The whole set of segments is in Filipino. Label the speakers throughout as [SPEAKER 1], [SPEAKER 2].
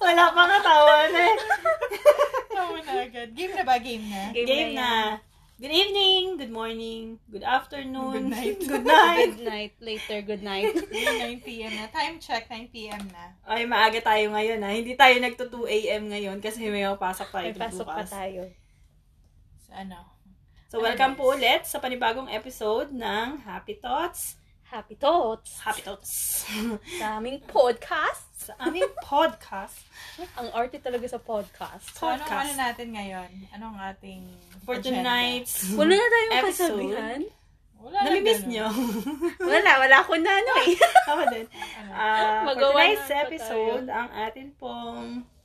[SPEAKER 1] wala pang katawan eh.
[SPEAKER 2] Tawa na agad. Game na ba? Game na?
[SPEAKER 1] Game na. Good evening, good morning, good afternoon,
[SPEAKER 2] Good night.
[SPEAKER 1] good night.
[SPEAKER 3] Good night. Later, good night.
[SPEAKER 2] 9pm na. Time check, 9pm na.
[SPEAKER 1] Ay, maaga tayo ngayon ah. Hindi tayo nagto 2 a.m. ngayon kasi may papasok tayo
[SPEAKER 3] May pasok pa
[SPEAKER 1] bukas.
[SPEAKER 3] tayo.
[SPEAKER 2] So, ano?
[SPEAKER 1] So, welcome po ulit sa panibagong episode ng Happy Thoughts.
[SPEAKER 3] Happy thoughts
[SPEAKER 1] Happy Thoughts.
[SPEAKER 3] sa aming podcast.
[SPEAKER 1] sa aming podcast
[SPEAKER 3] Ang arte talaga sa podcast.
[SPEAKER 2] So, anong
[SPEAKER 1] Podcast.
[SPEAKER 2] ano natin ngayon? Anong ating
[SPEAKER 1] for
[SPEAKER 2] agenda?
[SPEAKER 1] tonight's
[SPEAKER 3] Wala na tayong
[SPEAKER 1] Mm-hmm. Episode.
[SPEAKER 3] kasabihan.
[SPEAKER 2] Wala na
[SPEAKER 1] Namimiss
[SPEAKER 2] ganun.
[SPEAKER 1] nyo?
[SPEAKER 3] Wala, wala ko na ano eh.
[SPEAKER 1] Ako din.
[SPEAKER 2] Ano?
[SPEAKER 1] Ah, for
[SPEAKER 3] Magawa
[SPEAKER 1] tonight's
[SPEAKER 3] na pa
[SPEAKER 1] episode, ang atin pong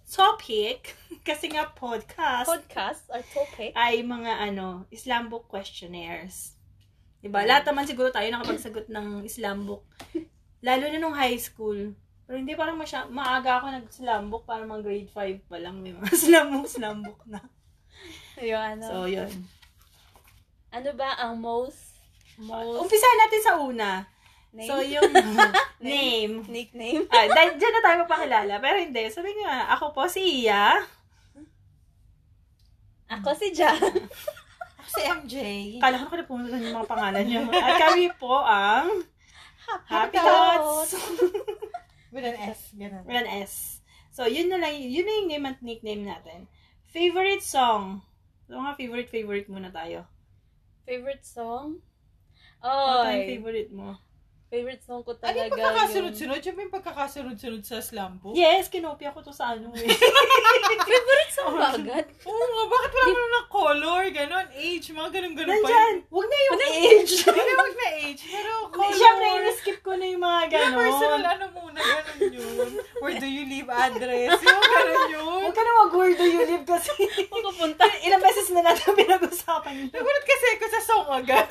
[SPEAKER 1] topic, kasi nga podcast,
[SPEAKER 3] Podcast or topic.
[SPEAKER 1] ay mga ano, Islam book questionnaires. Diba? Lahat naman siguro tayo nakapagsagot ng Islam book. Lalo na nung high school. Pero hindi parang masya, maaga ako nag-Islam book, parang mga grade 5 pa lang. May mga Islam book, Islam book na.
[SPEAKER 3] Yung ano.
[SPEAKER 1] So, yun.
[SPEAKER 3] ano ba ang most most
[SPEAKER 1] Umpisa natin sa una.
[SPEAKER 3] name?
[SPEAKER 1] So, yung name.
[SPEAKER 3] nickname?
[SPEAKER 1] Ah, dahil dyan na tayo mapakilala. Pero hindi. Sabi nga, ako po si Iya.
[SPEAKER 3] Ako si Ja.
[SPEAKER 2] Si MJ.
[SPEAKER 1] Kala ko kalimutan yung mga pangalan niyo. At kami po ang Happy Thoughts!
[SPEAKER 2] With an S. Ganun.
[SPEAKER 1] With an S. So, yun na lang. Yun na yung name at nickname natin. Favorite song? So, mga favorite-favorite muna tayo.
[SPEAKER 3] Favorite song?
[SPEAKER 1] Ano yung
[SPEAKER 3] Oy,
[SPEAKER 1] favorite mo?
[SPEAKER 3] favorite song ko
[SPEAKER 2] Ano
[SPEAKER 3] talaga
[SPEAKER 2] yung pagkakasunod-sunod? Yung may pagkakasunod-sunod sa slam book?
[SPEAKER 1] Yes, kinopia ko to sa ano eh.
[SPEAKER 3] Favorite song ba agad?
[SPEAKER 2] Oo nga, bakit wala mo na color? Ganon, age, mga ganun-ganun pa.
[SPEAKER 1] Nandyan! Huwag na
[SPEAKER 2] Ano?
[SPEAKER 1] yung age!
[SPEAKER 2] Hindi, wag na age, pero color.
[SPEAKER 1] Siyempre, in-skip ko na yung mga
[SPEAKER 2] Yung personal,
[SPEAKER 1] ganon.
[SPEAKER 2] ano muna, ganon yun. Where do you live address? Yung ganon yun.
[SPEAKER 1] Huwag ka na mag where do you live kasi
[SPEAKER 3] Pupunta.
[SPEAKER 1] ilang beses na natin pinag-usapan yun.
[SPEAKER 2] Nagulat kasi ako sa song agad.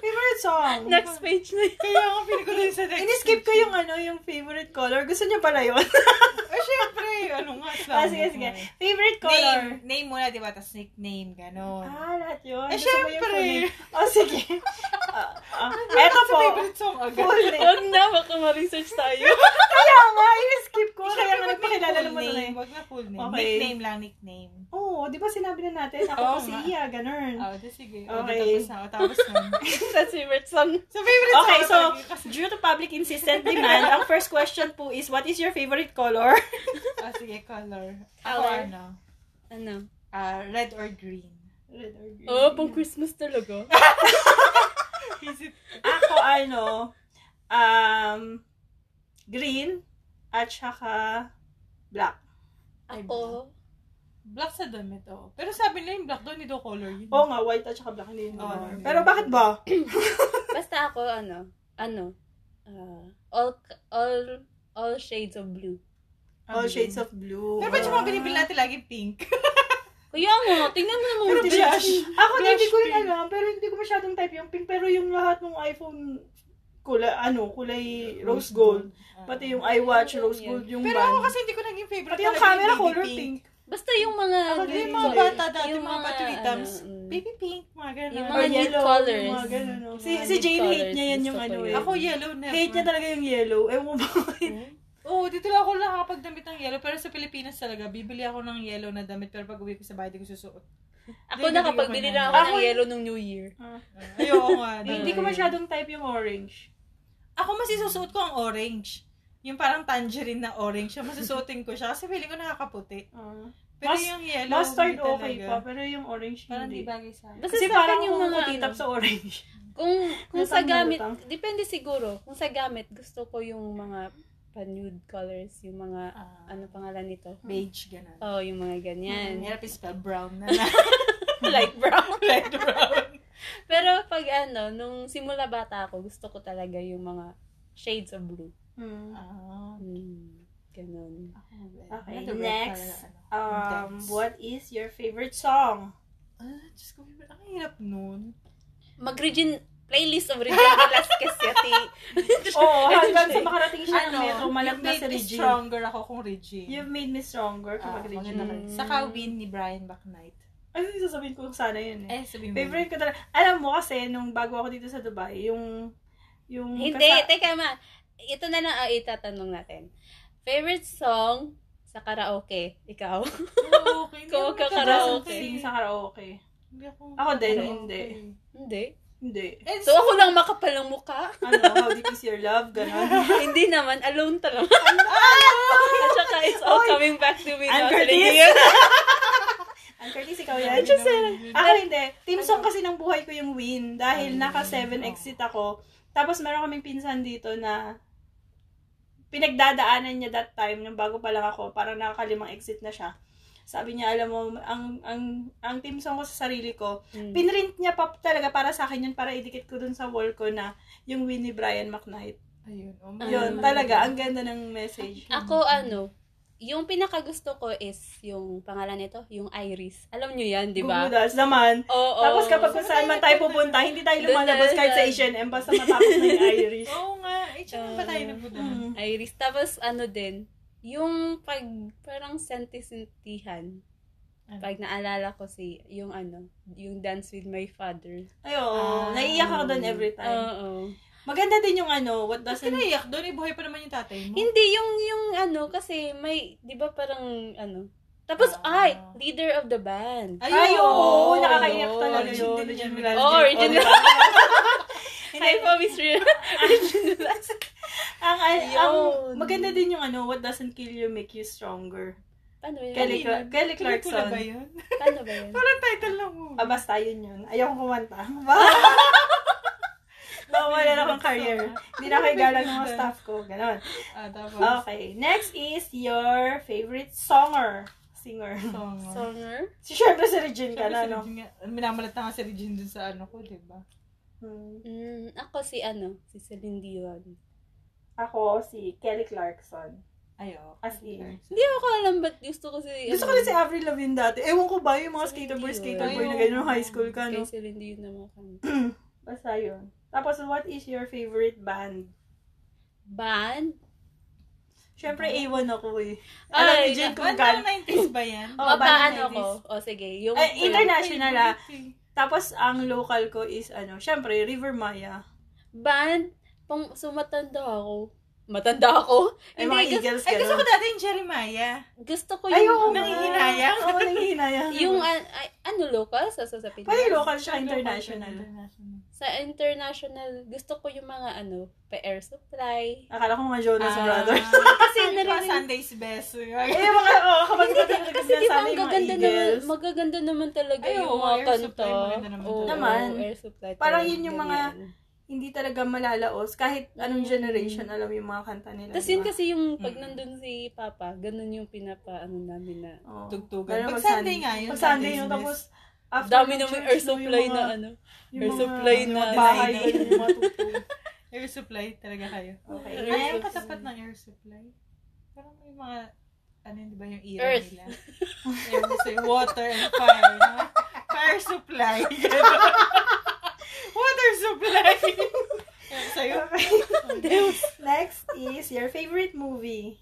[SPEAKER 1] Favorite song?
[SPEAKER 3] Next page na yun.
[SPEAKER 2] Kaya ako pili ko din sa next.
[SPEAKER 1] Ini-skip ko yung ano, yung favorite color. Gusto niyo pala yun?
[SPEAKER 2] Oh, syempre, ano nga, slam.
[SPEAKER 1] ah, sige,
[SPEAKER 2] book
[SPEAKER 1] sige.
[SPEAKER 2] nga.
[SPEAKER 1] Favorite color?
[SPEAKER 2] Name, name muna, di ba? Tapos nickname, ganon.
[SPEAKER 1] Ah, lahat yun.
[SPEAKER 2] Eh,
[SPEAKER 1] Gusto mo yung
[SPEAKER 2] syempre.
[SPEAKER 1] full name? Oh, sige. Ah, ah, eto
[SPEAKER 2] Sa
[SPEAKER 1] po.
[SPEAKER 2] favorite song agad.
[SPEAKER 1] Full name.
[SPEAKER 3] Huwag na, baka ma-research tayo.
[SPEAKER 1] Kaya nga, ini-skip ko. Kaya nga,
[SPEAKER 2] Syempre, wag na
[SPEAKER 1] nagpakilala
[SPEAKER 2] ano,
[SPEAKER 1] naman
[SPEAKER 2] full
[SPEAKER 1] na
[SPEAKER 2] name.
[SPEAKER 1] yun.
[SPEAKER 2] Wag na full name.
[SPEAKER 1] Okay.
[SPEAKER 2] Nickname lang, nickname.
[SPEAKER 1] Oo, di ba sinabi na natin? Ako
[SPEAKER 2] Oo
[SPEAKER 1] po si
[SPEAKER 2] nga.
[SPEAKER 1] Iya, ganun.
[SPEAKER 2] Oh, di sige.
[SPEAKER 1] Okay.
[SPEAKER 2] Okay. tapos na ako. Tapos na.
[SPEAKER 3] That's favorite song.
[SPEAKER 2] Sa favorite song
[SPEAKER 1] Okay,
[SPEAKER 2] na
[SPEAKER 1] so,
[SPEAKER 2] talaga kasi-
[SPEAKER 1] due to public insistent demand, ang first question po is, what is your favorite color?
[SPEAKER 2] Ah, sige, color. Ako
[SPEAKER 3] Color.
[SPEAKER 2] ano?
[SPEAKER 3] Ano?
[SPEAKER 2] Ah, red or green.
[SPEAKER 1] Red or green?
[SPEAKER 3] Oo, oh, pang Christmas talaga.
[SPEAKER 2] Is it
[SPEAKER 1] Ako, ano, um, green at saka black.
[SPEAKER 3] Ako,
[SPEAKER 2] black sa damit, oo. Pero sabi nila yung black daw, hindi daw color yun.
[SPEAKER 1] Oo nga, white at saka black. Hindi yun
[SPEAKER 2] Oo,
[SPEAKER 1] color.
[SPEAKER 2] hindi.
[SPEAKER 1] Pero bakit ba?
[SPEAKER 3] basta ako, ano, ano, ah, all, all, all shades of blue.
[SPEAKER 1] All shades of blue. Ah.
[SPEAKER 2] Pero ba't yung mga binibili natin lagi pink?
[SPEAKER 3] Kaya nga, tingnan mo naman
[SPEAKER 2] Pero
[SPEAKER 3] yung
[SPEAKER 2] blush.
[SPEAKER 1] Ako din, hindi
[SPEAKER 2] Blush
[SPEAKER 1] ko rin
[SPEAKER 2] pink.
[SPEAKER 1] alam, pero hindi ko masyadong type yung pink. Pero yung lahat ng iPhone, kulay, ano, kulay rose gold. Ah. Pati yung iWatch, rose gold, yung
[SPEAKER 2] Pero ako
[SPEAKER 1] band.
[SPEAKER 2] kasi hindi ko naging favorite.
[SPEAKER 1] Pati yung
[SPEAKER 2] talaga
[SPEAKER 1] camera
[SPEAKER 2] baby
[SPEAKER 1] color pink.
[SPEAKER 3] Basta yung mga,
[SPEAKER 1] Ako din,
[SPEAKER 2] Yung
[SPEAKER 3] yung
[SPEAKER 2] mga
[SPEAKER 1] Sorry.
[SPEAKER 2] bata dati, yung mga
[SPEAKER 3] mga,
[SPEAKER 2] patwitams.
[SPEAKER 3] ano, mm.
[SPEAKER 2] Baby pink, mga ganun.
[SPEAKER 3] Yung
[SPEAKER 1] Or
[SPEAKER 3] mga nude
[SPEAKER 1] yellow,
[SPEAKER 3] colors.
[SPEAKER 1] yung mga ganun. no?
[SPEAKER 3] Mga
[SPEAKER 1] Si, si
[SPEAKER 3] nude
[SPEAKER 1] Jane hate
[SPEAKER 3] colors,
[SPEAKER 1] niya yan
[SPEAKER 3] gusto
[SPEAKER 1] yung
[SPEAKER 3] ko
[SPEAKER 1] ano
[SPEAKER 3] yun.
[SPEAKER 1] eh.
[SPEAKER 2] Ako yellow never.
[SPEAKER 1] hate niya talaga yung yellow. Ewan ko ba?
[SPEAKER 2] Oo, dito lang ako nakakapagdamit ng yellow. Pero sa Pilipinas talaga, bibili ako ng yellow na damit. Pero pag uwi ko sa bahay, di ko susuot.
[SPEAKER 3] Ako
[SPEAKER 2] Hindi,
[SPEAKER 3] nakapagbili
[SPEAKER 2] hindi
[SPEAKER 1] ganun.
[SPEAKER 2] ko
[SPEAKER 3] na ako ng
[SPEAKER 1] Ako-
[SPEAKER 3] yellow nung New Year.
[SPEAKER 2] Ah, Ayoko nga.
[SPEAKER 1] Hindi hindi ko masyadong type yung orange.
[SPEAKER 2] Ako mas isusuot ko ang orange. Yung parang tangerine na orange. Siya, masusuotin ko siya. Kasi feeling ko nakakaputi.
[SPEAKER 1] Ah.
[SPEAKER 2] Pero
[SPEAKER 1] Mas-
[SPEAKER 2] yung yellow,
[SPEAKER 1] Mustard
[SPEAKER 2] hindi talaga.
[SPEAKER 1] okay pa, pero yung orange
[SPEAKER 2] Parang
[SPEAKER 1] hindi.
[SPEAKER 2] di bagay sa akin.
[SPEAKER 3] Basta
[SPEAKER 1] Kasi
[SPEAKER 3] sa
[SPEAKER 1] parang
[SPEAKER 3] akin
[SPEAKER 1] yung
[SPEAKER 3] yung mga,
[SPEAKER 1] titap
[SPEAKER 3] ano,
[SPEAKER 1] sa orange.
[SPEAKER 3] kung, kung sa
[SPEAKER 1] Natang-
[SPEAKER 3] gamit,
[SPEAKER 1] natang.
[SPEAKER 3] depende siguro. Kung sa gamit, gusto ko yung mga pa-nude colors, yung mga,
[SPEAKER 2] Ah,
[SPEAKER 3] ano pangalan nito?
[SPEAKER 2] beige, ganun.
[SPEAKER 3] Oo, oh, yung
[SPEAKER 2] Yan.
[SPEAKER 3] mga
[SPEAKER 1] Mm.
[SPEAKER 3] ganyan.
[SPEAKER 2] Hirap i-spell brown na. na.
[SPEAKER 3] Light brown.
[SPEAKER 2] Light brown.
[SPEAKER 3] Pero pag ano, nung simula bata ako, gusto ko talaga yung mga shades of blue.
[SPEAKER 1] Hmm.
[SPEAKER 2] Ah,
[SPEAKER 3] Hmm, ganun.
[SPEAKER 1] Okay,
[SPEAKER 2] Another red
[SPEAKER 1] next.
[SPEAKER 2] color na ano,
[SPEAKER 1] Um,
[SPEAKER 2] intense.
[SPEAKER 1] what is your favorite song?
[SPEAKER 2] Ah, Diyos ko, ang hirap nun.
[SPEAKER 3] Mag-Regine, playlist of Regine Velasquez yati.
[SPEAKER 1] Oo, Ano, oh, hanggang sa makarating siya ng metro,
[SPEAKER 2] you've
[SPEAKER 1] malak na
[SPEAKER 2] made
[SPEAKER 1] si
[SPEAKER 2] me
[SPEAKER 1] Regine.
[SPEAKER 2] stronger ako kung Regine.
[SPEAKER 1] You've made me stronger
[SPEAKER 2] Ah,
[SPEAKER 1] kapag Regine.
[SPEAKER 2] maganda ka rin.
[SPEAKER 3] Mm.
[SPEAKER 2] Saka win ni Brian Backnight.
[SPEAKER 1] Ay, yung sasabihin ko sana yun eh.
[SPEAKER 2] Eh, sabi mo.
[SPEAKER 1] Favorite ko talaga. Alam mo kasi, nung bago ako dito sa Dubai, yung... yung
[SPEAKER 3] Hindi,
[SPEAKER 1] kasa-
[SPEAKER 3] ah, teka ma. Ito na lang ang itatanong natin. Favorite song sa Sa karaoke, ikaw.
[SPEAKER 2] Oo, okay.
[SPEAKER 3] Ikaw ka karaoke.
[SPEAKER 1] Sing sa karaoke.
[SPEAKER 2] Hindi ako.
[SPEAKER 1] Ako din,
[SPEAKER 3] Karaoke.
[SPEAKER 1] hindi.
[SPEAKER 3] Hindi.
[SPEAKER 1] Hindi.
[SPEAKER 2] And
[SPEAKER 3] So ako lang makapalang mukha.
[SPEAKER 1] Ano, how deep is your love? Ganon.
[SPEAKER 3] Hindi naman, alone talaga. At saka it's all
[SPEAKER 1] Oy!
[SPEAKER 3] coming back to me.
[SPEAKER 1] Ano? Ann
[SPEAKER 3] now.
[SPEAKER 1] Curtis!
[SPEAKER 3] Sarili yun.
[SPEAKER 1] Ang Curtis, ikaw yan.
[SPEAKER 2] Just saying.
[SPEAKER 1] Ako hindi. Team song kasi ng buhay ko yung win. Dahil naka 7 exit ako. Tapos meron kaming pinsan dito na pinagdadaanan niya that time nung bago pa lang ako. Parang nakakalimang exit na siya. Sabi niya, alam mo, ang ang ang team song ko sa sarili ko,
[SPEAKER 3] Mm.
[SPEAKER 1] pinrint niya pa talaga para sa akin yun, para idikit ko dun sa wall ko na yung win ni Brian McKnight.
[SPEAKER 2] Ayun. Oh, my
[SPEAKER 1] Yun,
[SPEAKER 3] Ah.
[SPEAKER 2] God.
[SPEAKER 1] talaga, ang ganda ng message.
[SPEAKER 3] Ako ano, yung pinakagusto ko is yung pangalan nito, yung Iris. Alam nyo yan, di ba? Oh,
[SPEAKER 1] Gugudas naman.
[SPEAKER 3] Oo.
[SPEAKER 1] Tapos kapag kung saan man tayo pupunta, hindi tayo
[SPEAKER 3] Doon
[SPEAKER 1] lumalabas
[SPEAKER 3] na-
[SPEAKER 1] kahit sa Asian M, basta matapos na yung Irish.
[SPEAKER 2] Oo nga. Eh, tsaka ba tayo
[SPEAKER 3] Oh.
[SPEAKER 2] nagbubuhay?
[SPEAKER 1] Mm.
[SPEAKER 3] Iris. Tapos ano din, yung pag, parang sentisintihan.
[SPEAKER 2] Ano?
[SPEAKER 3] Pag naalala ko si, yung ano, yung dance with my father.
[SPEAKER 1] Ay, oo.
[SPEAKER 2] Ah.
[SPEAKER 1] naiiyak ako doon every time.
[SPEAKER 3] Oo.
[SPEAKER 1] Maganda din yung ano, what
[SPEAKER 2] Tapos
[SPEAKER 1] doesn't...
[SPEAKER 2] kinaiyak doon, ibuhay pa naman yung tatay mo.
[SPEAKER 3] Hindi, yung, yung ano, kasi may, di ba parang, ano, tapos,
[SPEAKER 2] Ah.
[SPEAKER 3] ay, leader of the band.
[SPEAKER 2] Ayun.
[SPEAKER 1] Ay, oo.
[SPEAKER 2] Ayun.
[SPEAKER 1] Nakakaiyak talaga
[SPEAKER 2] Origin
[SPEAKER 1] yun.
[SPEAKER 2] din
[SPEAKER 1] Origin
[SPEAKER 2] yan.
[SPEAKER 1] Milan.
[SPEAKER 3] Oo, Oh, Origin
[SPEAKER 1] diba? Hindi,
[SPEAKER 3] Hi, Bobby's real.
[SPEAKER 1] ang, ang, ang,
[SPEAKER 3] Yun.
[SPEAKER 1] maganda din yung ano, what doesn't kill you make you stronger.
[SPEAKER 3] Paano yun?
[SPEAKER 1] Kelly, Cla- Kelly
[SPEAKER 2] Pelikula ba
[SPEAKER 1] Clarkson.
[SPEAKER 2] yun?
[SPEAKER 3] Paano ba yun?
[SPEAKER 2] Parang title lang mo.
[SPEAKER 1] Ah, basta yun yun. Ayaw kong kumanta. Bawala na akong career. Hindi na kayo galang ng mga staff ko. Ganon.
[SPEAKER 2] Ah, tapos.
[SPEAKER 1] Okay. Next is your favorite songer. Singer.
[SPEAKER 2] Song.
[SPEAKER 3] Songer?
[SPEAKER 1] Si syempre si Regine ka na,
[SPEAKER 2] Sabi si
[SPEAKER 1] no?
[SPEAKER 2] Regine nga, minamalat na nga si Regine dun sa ano ko, di ba?
[SPEAKER 1] Hmm.
[SPEAKER 3] Mm, ako si ano, si Celine Dion.
[SPEAKER 1] Ako, si Kelly Clarkson.
[SPEAKER 2] Ayo.
[SPEAKER 1] As in.
[SPEAKER 3] Hindi ako alam ba't gusto ko si...
[SPEAKER 1] Gusto ko
[SPEAKER 3] ano,
[SPEAKER 1] rin si Avril Lavigne dati. Ewan ko ba yung mga skater boy,
[SPEAKER 3] Ayun.
[SPEAKER 1] skater boy na
[SPEAKER 2] Ayun.
[SPEAKER 1] ganyan nung high school ka,
[SPEAKER 3] Kay
[SPEAKER 1] no?
[SPEAKER 3] Celine Dion na mukhang.
[SPEAKER 1] Basta yun. Tapos, what is your favorite band?
[SPEAKER 3] Band?
[SPEAKER 1] Siyempre, A1 ako eh.
[SPEAKER 3] Ay,
[SPEAKER 1] Alam ni Jane kung
[SPEAKER 2] Kung
[SPEAKER 1] gan.
[SPEAKER 2] 90s ba yan?
[SPEAKER 1] Oh,
[SPEAKER 3] Oh,
[SPEAKER 1] band
[SPEAKER 3] ano ko? O sige, yung...
[SPEAKER 1] Eh, internet- International, ah.
[SPEAKER 2] Favorite, eh.
[SPEAKER 1] Tapos, ang local ko is, ano, siyempre, River Maya.
[SPEAKER 3] Band? Pang sumatanda ako. Matanda ako?
[SPEAKER 1] Ay, mga
[SPEAKER 3] Hindi,
[SPEAKER 1] Eagles,
[SPEAKER 2] Ay, gusto ko
[SPEAKER 1] gano'n.
[SPEAKER 2] dati yung Jeremiah.
[SPEAKER 3] Gusto ko
[SPEAKER 1] Ay, oo
[SPEAKER 3] yung...
[SPEAKER 1] nga.
[SPEAKER 2] Nangihinayang?
[SPEAKER 1] Oo, nangihinayang.
[SPEAKER 3] yung ah, ay, ano, local? Sa, sa, sa Pilipinas?
[SPEAKER 1] Pwede local siya, international.
[SPEAKER 2] International.
[SPEAKER 3] Sa international, gusto ko yung mga ano, pa air supply.
[SPEAKER 1] Akala ko mga Jonas Brothers.
[SPEAKER 2] Ah, kasi
[SPEAKER 3] Sabi pa,
[SPEAKER 2] Sunday's best.
[SPEAKER 1] Eh, yung mga, oh, kapag ko talaga
[SPEAKER 3] Kasi di ba ang
[SPEAKER 1] sinasabi, mga
[SPEAKER 3] gaganda naman,
[SPEAKER 1] Eagles.
[SPEAKER 3] magaganda naman talaga
[SPEAKER 2] Ay,
[SPEAKER 3] yung
[SPEAKER 2] oo,
[SPEAKER 3] mga
[SPEAKER 2] air
[SPEAKER 3] kanta.
[SPEAKER 2] supply, maganda naman
[SPEAKER 3] Oo,
[SPEAKER 2] talaga.
[SPEAKER 1] Naman.
[SPEAKER 3] air supply.
[SPEAKER 1] Parang
[SPEAKER 3] talaga
[SPEAKER 1] yun yung mga-
[SPEAKER 3] ganyan.
[SPEAKER 1] Hindi talaga malalaos. Kahit anong
[SPEAKER 3] Mm.
[SPEAKER 1] generation, alam yung mga kanta nila.
[SPEAKER 3] Tapos
[SPEAKER 1] di
[SPEAKER 3] yun
[SPEAKER 1] ba?
[SPEAKER 3] kasi yung pag
[SPEAKER 2] Diba? Mm.
[SPEAKER 3] nandun si Papa, ganun yung pinapaano namin na.
[SPEAKER 1] Oo.
[SPEAKER 2] Tugtugan.
[SPEAKER 1] Pero
[SPEAKER 2] Pag
[SPEAKER 1] mag-
[SPEAKER 2] Sunday nga yun,
[SPEAKER 1] Pag Sunday
[SPEAKER 2] Sunday's
[SPEAKER 1] yun,
[SPEAKER 2] best.
[SPEAKER 1] tapos
[SPEAKER 3] Dami
[SPEAKER 1] ng
[SPEAKER 3] naman
[SPEAKER 1] church,
[SPEAKER 3] air
[SPEAKER 1] no,
[SPEAKER 3] supply
[SPEAKER 1] yung
[SPEAKER 3] na
[SPEAKER 1] mga-
[SPEAKER 3] ano.
[SPEAKER 1] yung
[SPEAKER 3] air
[SPEAKER 1] mga-
[SPEAKER 3] supply
[SPEAKER 1] yung
[SPEAKER 3] na
[SPEAKER 1] mga bahay,
[SPEAKER 2] design.
[SPEAKER 1] ganun, yung mga tugtog.
[SPEAKER 2] Air supply talaga kayo.
[SPEAKER 1] Okay.
[SPEAKER 3] Air
[SPEAKER 2] Ano yung
[SPEAKER 1] next.
[SPEAKER 2] katapat ng air supply? Parang may mga, ano yun, di ba yung era
[SPEAKER 3] Earth.
[SPEAKER 2] nila? air supply, water and fire. no? Fire supply. Ganun. water supply. Yan sa'yo.
[SPEAKER 1] Next is your favorite movie.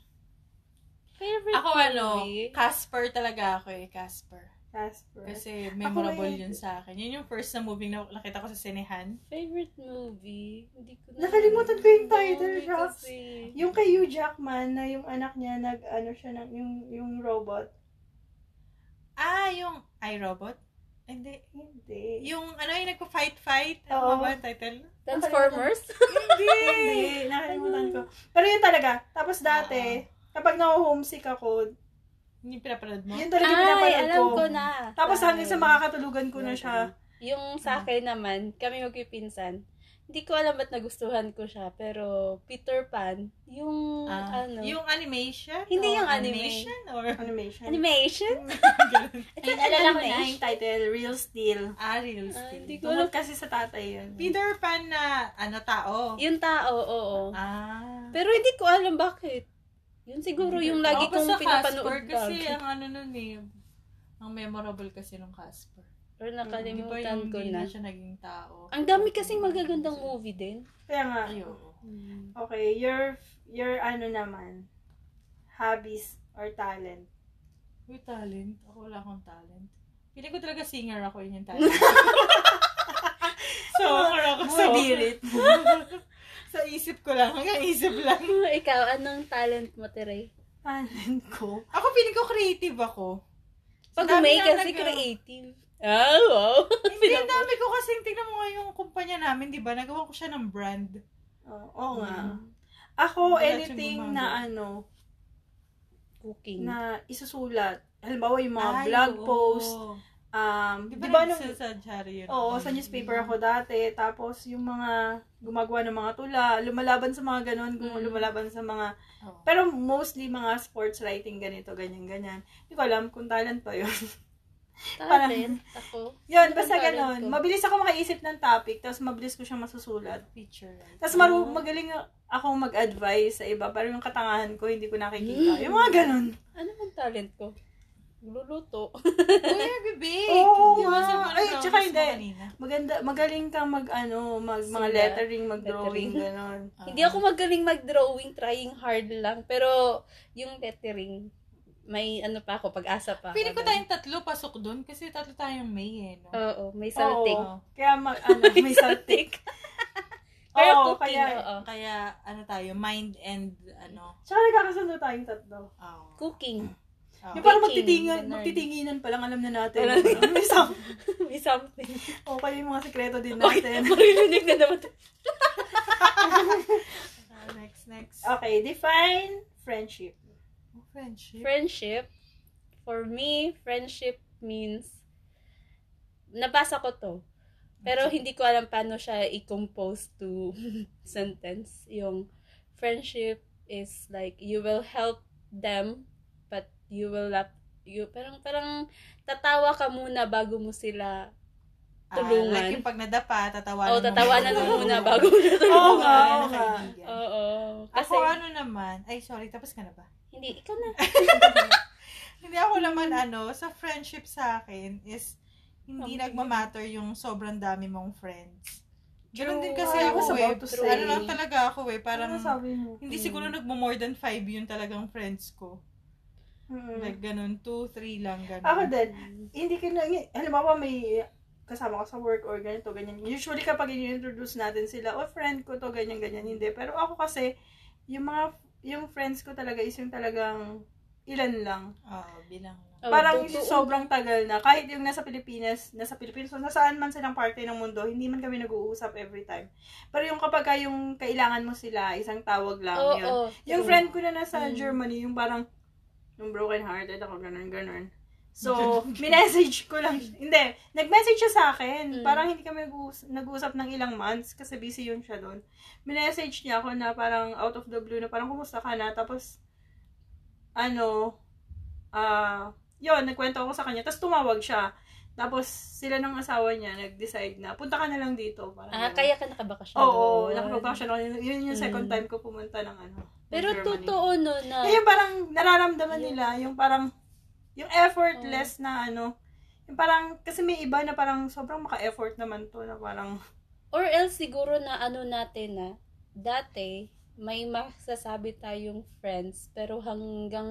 [SPEAKER 3] Favorite
[SPEAKER 2] Ako ano,
[SPEAKER 3] movie?
[SPEAKER 2] Casper talaga ako eh, Casper.
[SPEAKER 1] Casper.
[SPEAKER 2] Kasi memorable
[SPEAKER 1] may-
[SPEAKER 2] yun sa akin. Yun yung first na movie na nakita ko sa sinehan.
[SPEAKER 3] Favorite movie? Hindi ko na.
[SPEAKER 1] Nakalimutan ko yung title,
[SPEAKER 3] Movie
[SPEAKER 1] shucks.
[SPEAKER 3] kasi.
[SPEAKER 1] Yung kay Hugh Jackman na yung anak niya nag ano siya ng yung yung robot.
[SPEAKER 2] Ah, yung iRobot? Hindi.
[SPEAKER 1] Hindi.
[SPEAKER 2] Yung ano yung nagpa-fight-fight?
[SPEAKER 1] Oo.
[SPEAKER 2] Ano ba ang title?
[SPEAKER 3] Transformers?
[SPEAKER 1] Hindi, nakalimutan ko. Pero yun talaga. Tapos dati, kapag na-homesick ako,
[SPEAKER 2] Yung pinapanood mo?
[SPEAKER 1] yun talaga
[SPEAKER 3] Ay,
[SPEAKER 1] pinapanood
[SPEAKER 3] alam
[SPEAKER 1] ko.
[SPEAKER 3] ko na.
[SPEAKER 1] Tapos
[SPEAKER 3] Ay.
[SPEAKER 1] hanggang sa makakatulugan ko na siya.
[SPEAKER 3] Yung sa akin naman, kami magpipinsan, hindi ko alam ba't nagustuhan ko siya, pero Peter Pan, yung
[SPEAKER 2] Ah,
[SPEAKER 3] ano,
[SPEAKER 2] Yung animation?
[SPEAKER 3] Hindi
[SPEAKER 2] O
[SPEAKER 3] yung anime.
[SPEAKER 2] Animation? Or...
[SPEAKER 1] Animation.
[SPEAKER 3] animation? It's
[SPEAKER 1] Ayun,
[SPEAKER 3] an
[SPEAKER 1] alala ko na
[SPEAKER 2] eh.
[SPEAKER 1] yung
[SPEAKER 3] animation.
[SPEAKER 1] title, Real Steel.
[SPEAKER 2] ah, real
[SPEAKER 3] Ah,
[SPEAKER 2] skill.
[SPEAKER 3] hindi ko
[SPEAKER 1] Tungkol
[SPEAKER 3] alam.
[SPEAKER 1] kasi sa tatay yun.
[SPEAKER 2] Peter Pan na ano tao.
[SPEAKER 3] Yung tao, oo.
[SPEAKER 2] Ah.
[SPEAKER 3] Pero hindi ko alam bakit. Yun siguro yung
[SPEAKER 2] Ako
[SPEAKER 3] lagi
[SPEAKER 2] pa
[SPEAKER 3] kong
[SPEAKER 2] sa Casper
[SPEAKER 3] pinapanood
[SPEAKER 2] kasi
[SPEAKER 3] lagi.
[SPEAKER 2] ang ano nun eh. Ang memorable kasi ng Casper.
[SPEAKER 3] Pero
[SPEAKER 2] Di ba
[SPEAKER 3] nakalimutan
[SPEAKER 2] yung
[SPEAKER 3] ko
[SPEAKER 2] hindi na
[SPEAKER 3] na.
[SPEAKER 2] siya naging tao?
[SPEAKER 3] Ang dami kasing magagandang movie din.
[SPEAKER 1] Kaya nga,
[SPEAKER 2] Ayoko.
[SPEAKER 1] okay, your, your ano naman, hobbies or talent.
[SPEAKER 2] Uy, talent. Ako wala akong talent. Feeling ko talaga singer ako, yun yung talent. so, ako ako sa
[SPEAKER 1] Budilit.
[SPEAKER 2] Sa isip ko lang, hanggang isip lang.
[SPEAKER 3] Ikaw, anong talent mo, Tere?
[SPEAKER 1] Pangalan ko.
[SPEAKER 2] Ako, feeling ko creative ako.
[SPEAKER 3] Pag
[SPEAKER 2] Dami
[SPEAKER 3] may
[SPEAKER 2] na
[SPEAKER 3] kasi
[SPEAKER 2] nag-
[SPEAKER 3] creative. Oh, wow.
[SPEAKER 2] Hindi, ang dami ko kasi, tingnan mo nga yung kumpanya namin, di ba? Nagawa ko siya ng brand.
[SPEAKER 1] Oo Oh, oo nga. Ako,
[SPEAKER 2] Mm. Wala siyang
[SPEAKER 1] anything
[SPEAKER 2] gumagawa.
[SPEAKER 1] na ano,
[SPEAKER 3] Cooking.
[SPEAKER 1] na isusulat. Halimbawa, yung mga
[SPEAKER 2] Ay,
[SPEAKER 1] blog
[SPEAKER 2] oo.
[SPEAKER 1] post. Um,
[SPEAKER 2] Di
[SPEAKER 1] di
[SPEAKER 2] ba,
[SPEAKER 1] ba
[SPEAKER 2] nung...
[SPEAKER 1] nung,
[SPEAKER 2] Sa diary yun.
[SPEAKER 1] oo, sa newspaper ako dati. Tapos, yung mga gumagawa ng mga tula, lumalaban sa mga ganon, gum-
[SPEAKER 3] Mm.
[SPEAKER 1] lumalaban sa mga,
[SPEAKER 2] Oo.
[SPEAKER 1] pero mostly mga sports writing, ganito, ganyan, ganyan. Hindi ko alam kung talent pa yun. parang-
[SPEAKER 3] Talent ako.
[SPEAKER 1] yun, basta
[SPEAKER 3] Talent
[SPEAKER 1] ganon.
[SPEAKER 3] ko.
[SPEAKER 1] Mabilis ako makaisip ng topic, tapos mabilis ko siyang masusulat.
[SPEAKER 2] Feature.
[SPEAKER 1] Tapos
[SPEAKER 3] Ah.
[SPEAKER 1] maru- magaling akong mag-advise sa iba, pero yung katangahan ko, hindi ko nakikita.
[SPEAKER 3] Mm.
[SPEAKER 1] Yung mga ganon.
[SPEAKER 3] Ano bang talent ko? Luluto.
[SPEAKER 2] Kuya, bibig.
[SPEAKER 1] Oo
[SPEAKER 2] Yung
[SPEAKER 1] nga.
[SPEAKER 2] sa mga
[SPEAKER 1] Ay,
[SPEAKER 2] drawings
[SPEAKER 1] tsaka
[SPEAKER 2] mo
[SPEAKER 1] hindi.
[SPEAKER 2] kanina.
[SPEAKER 1] Maganda, magaling kang mag ano, mag mga
[SPEAKER 3] Sulat,
[SPEAKER 1] lettering, mag drawing, ganon.
[SPEAKER 2] Ah.
[SPEAKER 3] Hindi ako magaling mag-drawing, trying hard lang. Pero yung lettering, may ano pa ako, pag-asa pa. ako
[SPEAKER 2] Feeling ko
[SPEAKER 3] doon.
[SPEAKER 2] tayong tatlo pasok doon kasi tatlo tayong May eh, no?
[SPEAKER 3] Oo, may saltik.
[SPEAKER 1] Oo. Kaya mag ano, may saltik.
[SPEAKER 3] Pero
[SPEAKER 1] Oo,
[SPEAKER 3] cooking,
[SPEAKER 1] kaya-
[SPEAKER 3] oo.
[SPEAKER 2] Kaya, ano tayo, mind and, ano,
[SPEAKER 1] Tsaka nagkakasundo tayong tatlo.
[SPEAKER 2] oh,
[SPEAKER 3] Cooking.
[SPEAKER 2] oh.
[SPEAKER 1] Yung parang
[SPEAKER 3] Baking,
[SPEAKER 1] magtitingan,
[SPEAKER 3] ganun.
[SPEAKER 1] magtitinginan pa lang, alam na natin.
[SPEAKER 3] Alam.
[SPEAKER 1] Ano, may sam-
[SPEAKER 3] may something.
[SPEAKER 1] o kaya yung mga sekreto din Ano
[SPEAKER 3] Okay,
[SPEAKER 1] natin.
[SPEAKER 3] maririnig na naman. to.
[SPEAKER 2] Ah, next, next.
[SPEAKER 1] Okay, define friendship.
[SPEAKER 2] Oh, friendship.
[SPEAKER 3] Friendship, for me, friendship means, nabasa ko to. Pero hindi ko alam paano siya i-compose to sentence. Yung friendship is like, you will help them, but you will not, you, parang, parang, tatawa ka muna bago mo sila,
[SPEAKER 2] Ah,
[SPEAKER 3] tulungan.
[SPEAKER 2] like yung pag nadapa, tatawanan
[SPEAKER 3] o oh,
[SPEAKER 2] mo
[SPEAKER 3] tatawanan mo muna bago mo sila
[SPEAKER 1] Oo nga,
[SPEAKER 3] tulungan.
[SPEAKER 1] oo
[SPEAKER 2] Tulungan ng
[SPEAKER 1] nga.
[SPEAKER 2] kaibigan.
[SPEAKER 3] Oo. Kasi,
[SPEAKER 2] Ako ano naman, ay sorry, tapos ka na ba?
[SPEAKER 3] hindi, ikaw na.
[SPEAKER 2] Hindi ako naman
[SPEAKER 1] Mm.
[SPEAKER 2] ano, sa friendship sa akin is hindi
[SPEAKER 3] Okay.
[SPEAKER 2] nagmamatter yung sobrang dami mong friends. Ganun
[SPEAKER 3] True.
[SPEAKER 2] din kasi
[SPEAKER 1] I
[SPEAKER 2] ako
[SPEAKER 1] was
[SPEAKER 2] eh.
[SPEAKER 1] about to say.
[SPEAKER 2] Ano lang talaga ako eh,
[SPEAKER 1] Ano
[SPEAKER 2] parang
[SPEAKER 1] sabi mo?
[SPEAKER 2] hindi siguro nagmo more than five yun talagang friends ko.
[SPEAKER 1] Mm-mm.
[SPEAKER 2] Like ganun, two, three lang ganun.
[SPEAKER 1] Mm. Ako din, hindi ka na, halimbawa may kasama ka sa work or ganito, ganyan. Usually kapag i-introduce natin sila, oh friend ko to, ganyan, ganyan, hindi. Pero ako kasi, yung mga, yung friends ko talaga is yung talagang ilan lang.
[SPEAKER 2] Oo, Ah, bilang lang.
[SPEAKER 3] Oh,
[SPEAKER 1] Parang
[SPEAKER 3] totoo.
[SPEAKER 1] sobrang tagal na. Kahit yung nasa Pilipinas, nasa Pilipinas, so nasaan man silang parte ng mundo, hindi man kami nag-uusap every time. Pero yung kapag ka yung kailangan mo sila, isang tawag lang
[SPEAKER 3] Oo,
[SPEAKER 1] yun.
[SPEAKER 3] oo.
[SPEAKER 1] Yung
[SPEAKER 3] True.
[SPEAKER 1] friend ko na nasa
[SPEAKER 3] Mm.
[SPEAKER 1] Germany, yung parang, nung broken hearted ako, ganun, ganun. So, minessage ko lang. Hindi, nag-message siya sa akin.
[SPEAKER 3] Mm.
[SPEAKER 1] Parang hindi kami nag-uus- nag-uusap ng ilang months kasi busy yun siya doon. Minessage niya ako na parang out of the blue na parang kumusta ka na. Tapos, ano, ah, yun, nagkwento ako sa kanya. Tapos tumawag siya. Tapos, sila ng asawa niya nag-decide na, punta ka na lang dito. Parang
[SPEAKER 3] Ah,
[SPEAKER 1] ganun.
[SPEAKER 3] kaya ka nakabakasyon.
[SPEAKER 1] Oo, nakapag-passion ako. Yun- Yun yung second
[SPEAKER 3] Mm.
[SPEAKER 1] time ko pumunta ng ano. ng
[SPEAKER 3] Pero
[SPEAKER 1] Germany.
[SPEAKER 3] totoo no na.
[SPEAKER 1] Eh, yung parang nararamdaman nila, yung parang, yung
[SPEAKER 3] Oh.
[SPEAKER 1] effortless na ano, yung parang, kasi may iba na parang sobrang maka-effort naman to, na parang,
[SPEAKER 3] Or else siguro na ano natin na dati may masasabi tayong friends pero hanggang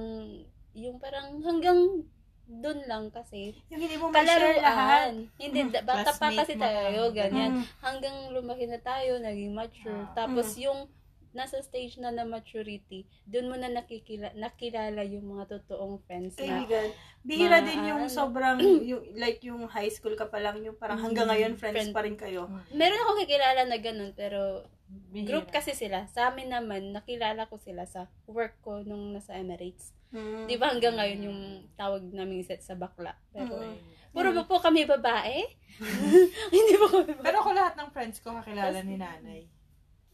[SPEAKER 3] yung parang hanggang dun lang kasi
[SPEAKER 1] yung hindi mo ma-share lahat.
[SPEAKER 3] kalaruan. Hindi
[SPEAKER 1] Mm,
[SPEAKER 3] da- bata pa
[SPEAKER 2] classmate
[SPEAKER 3] kasi
[SPEAKER 2] mo
[SPEAKER 3] tayo
[SPEAKER 2] lang.
[SPEAKER 3] ganyan.
[SPEAKER 1] Mm.
[SPEAKER 3] Hanggang lumaki na tayo, naging mature.
[SPEAKER 2] Ah.
[SPEAKER 3] Tapos
[SPEAKER 1] Hmm.
[SPEAKER 3] yung nasa stage na na maturity, dun mo na nakikila, nakilala yung mga totoong friends na.
[SPEAKER 1] Kaibigan. Bihira
[SPEAKER 3] Ma-
[SPEAKER 1] din yung
[SPEAKER 3] ano.
[SPEAKER 1] sobrang, yung, like yung high school ka pa lang, yung parang hanggang
[SPEAKER 3] Mm,
[SPEAKER 1] ngayon friends
[SPEAKER 3] friend.
[SPEAKER 1] pa rin kayo.
[SPEAKER 3] Meron akong kakilala na ganun, pero
[SPEAKER 2] Mm. Bihira.
[SPEAKER 3] Group kasi sila. Sa amin naman, nakilala ko sila sa work ko nung nasa Emirates.
[SPEAKER 1] Mm.
[SPEAKER 3] Di ba hanggang ngayon yung tawag namin set sa bakla? Pero,
[SPEAKER 1] Mm.
[SPEAKER 3] puro ba po kami babae?
[SPEAKER 1] Mm-hmm.
[SPEAKER 3] Hindi ba kami babae?
[SPEAKER 2] Pero ako lahat ng friends ko kakilala ni nanay.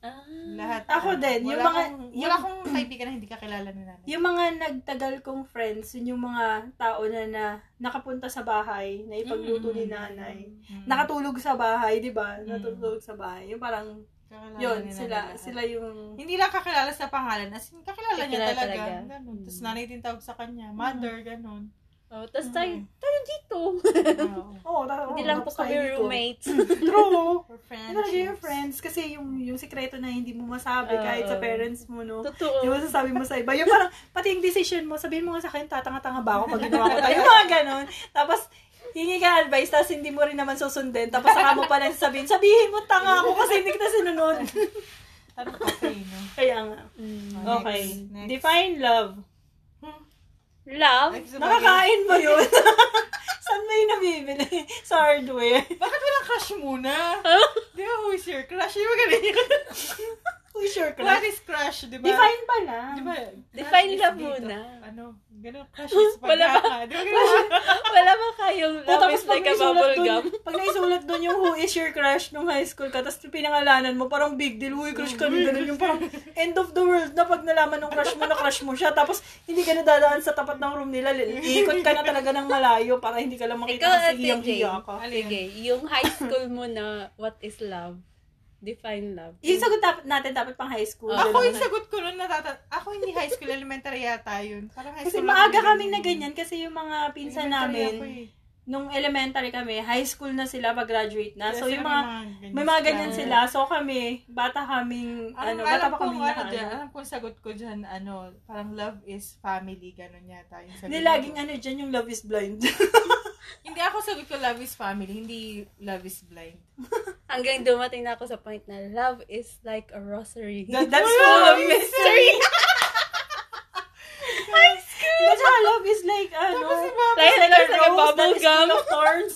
[SPEAKER 3] ah,
[SPEAKER 2] Lahat.
[SPEAKER 1] Ako
[SPEAKER 2] ano,
[SPEAKER 1] din,
[SPEAKER 2] Wala
[SPEAKER 1] yung mga-
[SPEAKER 2] Akong,
[SPEAKER 1] yung-
[SPEAKER 2] wala akong kaibigan na hindi kakilala ni nanay.
[SPEAKER 1] Yung mga nagtagal kong friends, yun yung mga tao na, na nakapunta sa bahay, na ipagluto ni nanay.
[SPEAKER 2] Mm.
[SPEAKER 1] Nakatulog sa bahay, di ba?
[SPEAKER 2] Mm.
[SPEAKER 1] Nakatulog sa bahay. Yung parang,
[SPEAKER 2] Kakilala
[SPEAKER 1] yun,
[SPEAKER 2] ni nanay
[SPEAKER 1] sila,
[SPEAKER 2] lahat.
[SPEAKER 1] sila yung
[SPEAKER 2] Hindi lang kakilala sa pangalan, as in, kakilala, niya
[SPEAKER 3] Kakilala
[SPEAKER 2] talaga.
[SPEAKER 3] talaga.
[SPEAKER 2] Ganun. Hmm. Tapos nanay din tawag sa kanya, mother, ganun.
[SPEAKER 3] oh, tas tayo, tayo dito.
[SPEAKER 2] Oo.
[SPEAKER 1] Oo, ta-
[SPEAKER 3] Hindi
[SPEAKER 1] oo,
[SPEAKER 3] lang po
[SPEAKER 1] Mm-hmm. Oh, tapos
[SPEAKER 3] kami
[SPEAKER 1] tayo dito. Mm-hmm.
[SPEAKER 3] roommates.
[SPEAKER 1] True.
[SPEAKER 2] For
[SPEAKER 1] Yun
[SPEAKER 2] friends.
[SPEAKER 1] talaga yung friends. Kasi yung, yung sikreto na hindi mo masabi kahit sa
[SPEAKER 3] Oo.
[SPEAKER 1] parents mo, no? Yung
[SPEAKER 3] Totoo.
[SPEAKER 1] masasabi mo sa iba. Yung parang, pati yung decision mo, sabihin mo nga sa akin, tatanga-tanga ba ako pag ginawa ko tayo? Yung mga ganon. Tapos, hingi ka ng advice, tapos hindi mo rin naman susundin. Tapos saka mo pala sabihin, sabihin mo tanga ako kasi hindi kita sinunod.
[SPEAKER 2] Ano kasi, no?
[SPEAKER 1] Kaya nga.
[SPEAKER 3] Mm.
[SPEAKER 1] Okay.
[SPEAKER 2] Next, next.
[SPEAKER 1] Define love.
[SPEAKER 3] Love?
[SPEAKER 2] Ay, sabagay.
[SPEAKER 1] Nakakain mo yun? Saan mo yung nabibili? Sa hardware?
[SPEAKER 2] Bakit walang crush muna? Di ba, who's your crush? Di ba ganun yun?
[SPEAKER 1] Who's your
[SPEAKER 2] What
[SPEAKER 1] crush?
[SPEAKER 2] is crush, di ba?
[SPEAKER 1] Define pa lang.
[SPEAKER 2] Di ba?
[SPEAKER 3] Define
[SPEAKER 2] crush
[SPEAKER 3] love
[SPEAKER 2] is dito.
[SPEAKER 3] muna.
[SPEAKER 2] Ano? Ganun, crush is
[SPEAKER 3] Wala ba?
[SPEAKER 2] pagkaka. Di ba ganun?
[SPEAKER 3] Wala ba kayong
[SPEAKER 1] O,
[SPEAKER 3] love is like a bubble gum?
[SPEAKER 1] Oh, dun, pag naisulat dun yung who is your crush nung high school ka, tapos pinangalanan mo, parang big deal, uy, crush ka nun, ganun yung parang end of the world na pag nalaman ng crush mo na crush mo siya, tapos hindi ka nadadaan sa tapat ng room nila, iikot ka na talaga ng malayo para hindi ka lang makita
[SPEAKER 3] Ikaw,
[SPEAKER 1] kasi
[SPEAKER 3] Ate
[SPEAKER 1] hiyang-hiya
[SPEAKER 3] Jane.
[SPEAKER 1] ka.
[SPEAKER 2] Alin?
[SPEAKER 3] Sige, yung high school mo na what is love? Define love.
[SPEAKER 1] Yung sagot dapat natin dapat pang high school.
[SPEAKER 3] Ah,
[SPEAKER 2] Ako
[SPEAKER 1] Ganun.
[SPEAKER 2] yung sagot ko nun natata... Ako hindi high school, elementary yata yun. Parang high
[SPEAKER 1] Kasi
[SPEAKER 2] school.
[SPEAKER 1] maaga
[SPEAKER 2] ako
[SPEAKER 1] kami na ganyan kasi yung mga pinsan
[SPEAKER 2] Elementary ako
[SPEAKER 1] namin,
[SPEAKER 2] eh.
[SPEAKER 1] nung elementary kami, high school na sila pag-graduate na.
[SPEAKER 2] Yes,
[SPEAKER 1] So yung
[SPEAKER 2] sila
[SPEAKER 1] mga,
[SPEAKER 2] ganyan
[SPEAKER 1] may mga ganyan
[SPEAKER 2] sila.
[SPEAKER 1] sila. So kami, bata kaming,
[SPEAKER 2] Ang
[SPEAKER 1] ano,
[SPEAKER 2] alam
[SPEAKER 1] bata pa
[SPEAKER 2] kong
[SPEAKER 1] kami
[SPEAKER 2] ano dyan,
[SPEAKER 1] na.
[SPEAKER 2] alam kong sagot ko dyan, ano, parang love is family, ganun yata. Yung sagot
[SPEAKER 1] Hindi,
[SPEAKER 2] ko.
[SPEAKER 1] laging ano dyan, yung love is blind.
[SPEAKER 2] Hindi ako sagot ko love is family, hindi love is blind.
[SPEAKER 3] Hanggang dumating na ako sa point na love is like a rosary.
[SPEAKER 1] That- that's full of mystery. High school! That's how love is like, ano,
[SPEAKER 2] Tapos si Mama,
[SPEAKER 3] Like-
[SPEAKER 1] it's like a rose
[SPEAKER 3] like a
[SPEAKER 1] that
[SPEAKER 3] bubble
[SPEAKER 1] is full
[SPEAKER 3] gum.
[SPEAKER 1] of thorns.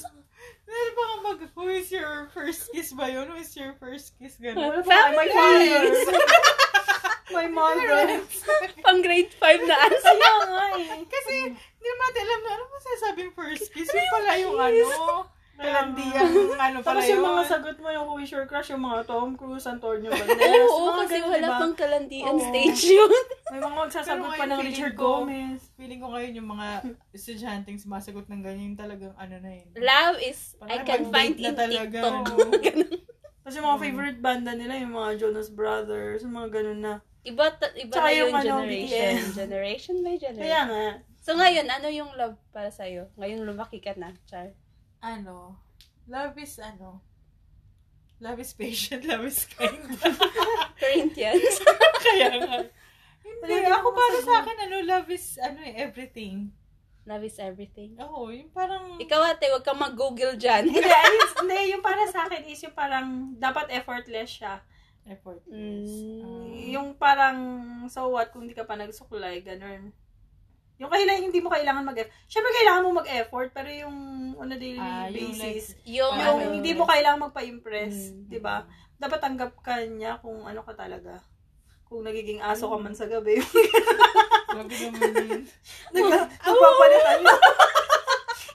[SPEAKER 2] Dahil baka mag, who is your first kiss ba yun? Who is your first kiss? Ganun.
[SPEAKER 1] My
[SPEAKER 3] Family
[SPEAKER 1] mother.
[SPEAKER 3] life.
[SPEAKER 1] My mother.
[SPEAKER 3] Pang grade 5 na answer.
[SPEAKER 1] Kaya nga eh.
[SPEAKER 2] Kasi, hindi naman natin alam na, ano masasabing first kiss? Yun pala yung ano, kalandian, ano pala
[SPEAKER 1] Tapos
[SPEAKER 2] yun.
[SPEAKER 1] yung mga sagot mo, yung who is your crush, yung mga Tom Cruise, Antonio Banderas,
[SPEAKER 3] Oo,
[SPEAKER 1] mga
[SPEAKER 3] kasi
[SPEAKER 1] ganun,
[SPEAKER 3] wala
[SPEAKER 1] diba?
[SPEAKER 3] pang kalandian
[SPEAKER 1] Oo.
[SPEAKER 3] stage yun.
[SPEAKER 1] May mga magsasagot
[SPEAKER 2] Pero
[SPEAKER 1] pa ng
[SPEAKER 2] ngayon,
[SPEAKER 1] Richard
[SPEAKER 2] feeling ko-
[SPEAKER 1] Gomez.
[SPEAKER 2] Feeling ko ngayon yung mga estudyanteng sumasagot ng ganyan, yung talagang ano na yun.
[SPEAKER 3] Love is, I
[SPEAKER 2] Parang
[SPEAKER 3] can
[SPEAKER 2] mag-date
[SPEAKER 3] find
[SPEAKER 2] na
[SPEAKER 3] in
[SPEAKER 2] talaga,
[SPEAKER 3] TikTok.
[SPEAKER 2] oo.
[SPEAKER 3] Ganun.
[SPEAKER 1] Kasi mga favorite banda nila, yung mga Jonas Brothers, yung mga ganun na.
[SPEAKER 3] Iba, ta- iba
[SPEAKER 1] Tsaka
[SPEAKER 3] na yung
[SPEAKER 1] yung ano,
[SPEAKER 3] generation.
[SPEAKER 1] BTS.
[SPEAKER 3] Generation by
[SPEAKER 1] Kaya
[SPEAKER 3] generation.
[SPEAKER 1] nga,
[SPEAKER 3] So ngayon, ano yung love para sa'yo? Ngayon lumaki ka na, Char.
[SPEAKER 2] ano, love is ano, love is patient, love is kind.
[SPEAKER 3] Corinthians.
[SPEAKER 2] Kaya nga. Hindi,
[SPEAKER 1] Wala,
[SPEAKER 2] ako
[SPEAKER 1] hindi
[SPEAKER 2] para
[SPEAKER 1] masagot.
[SPEAKER 2] sa akin, ano, love is, ano eh, everything.
[SPEAKER 3] love is everything.
[SPEAKER 2] Oo, yung parang,
[SPEAKER 3] Ikaw ate, huwag kang mag-google dyan.
[SPEAKER 1] hindi, ayos, hindi, yung para sa akin is yung parang, dapat effortless siya.
[SPEAKER 2] effort.
[SPEAKER 3] Mm.
[SPEAKER 1] Yung parang, so what, kung di ka pa nagsuklay, ganun. Yung kailangan, hindi mo kailangan mag-effort. Siyempre, kailangan mo mag-effort, pero yung on a daily
[SPEAKER 2] Ah, yung
[SPEAKER 1] basis,
[SPEAKER 3] Yung,
[SPEAKER 1] yung,
[SPEAKER 2] ano,
[SPEAKER 1] hindi mo kailangan magpa-impress,
[SPEAKER 3] Mm.
[SPEAKER 1] di ba? Dapat tanggap ka niya kung ano ka talaga. Kung nagiging aso ka man sa gabi.
[SPEAKER 2] Grabe naman yun.
[SPEAKER 1] Nagla- Nagpapalitan mo.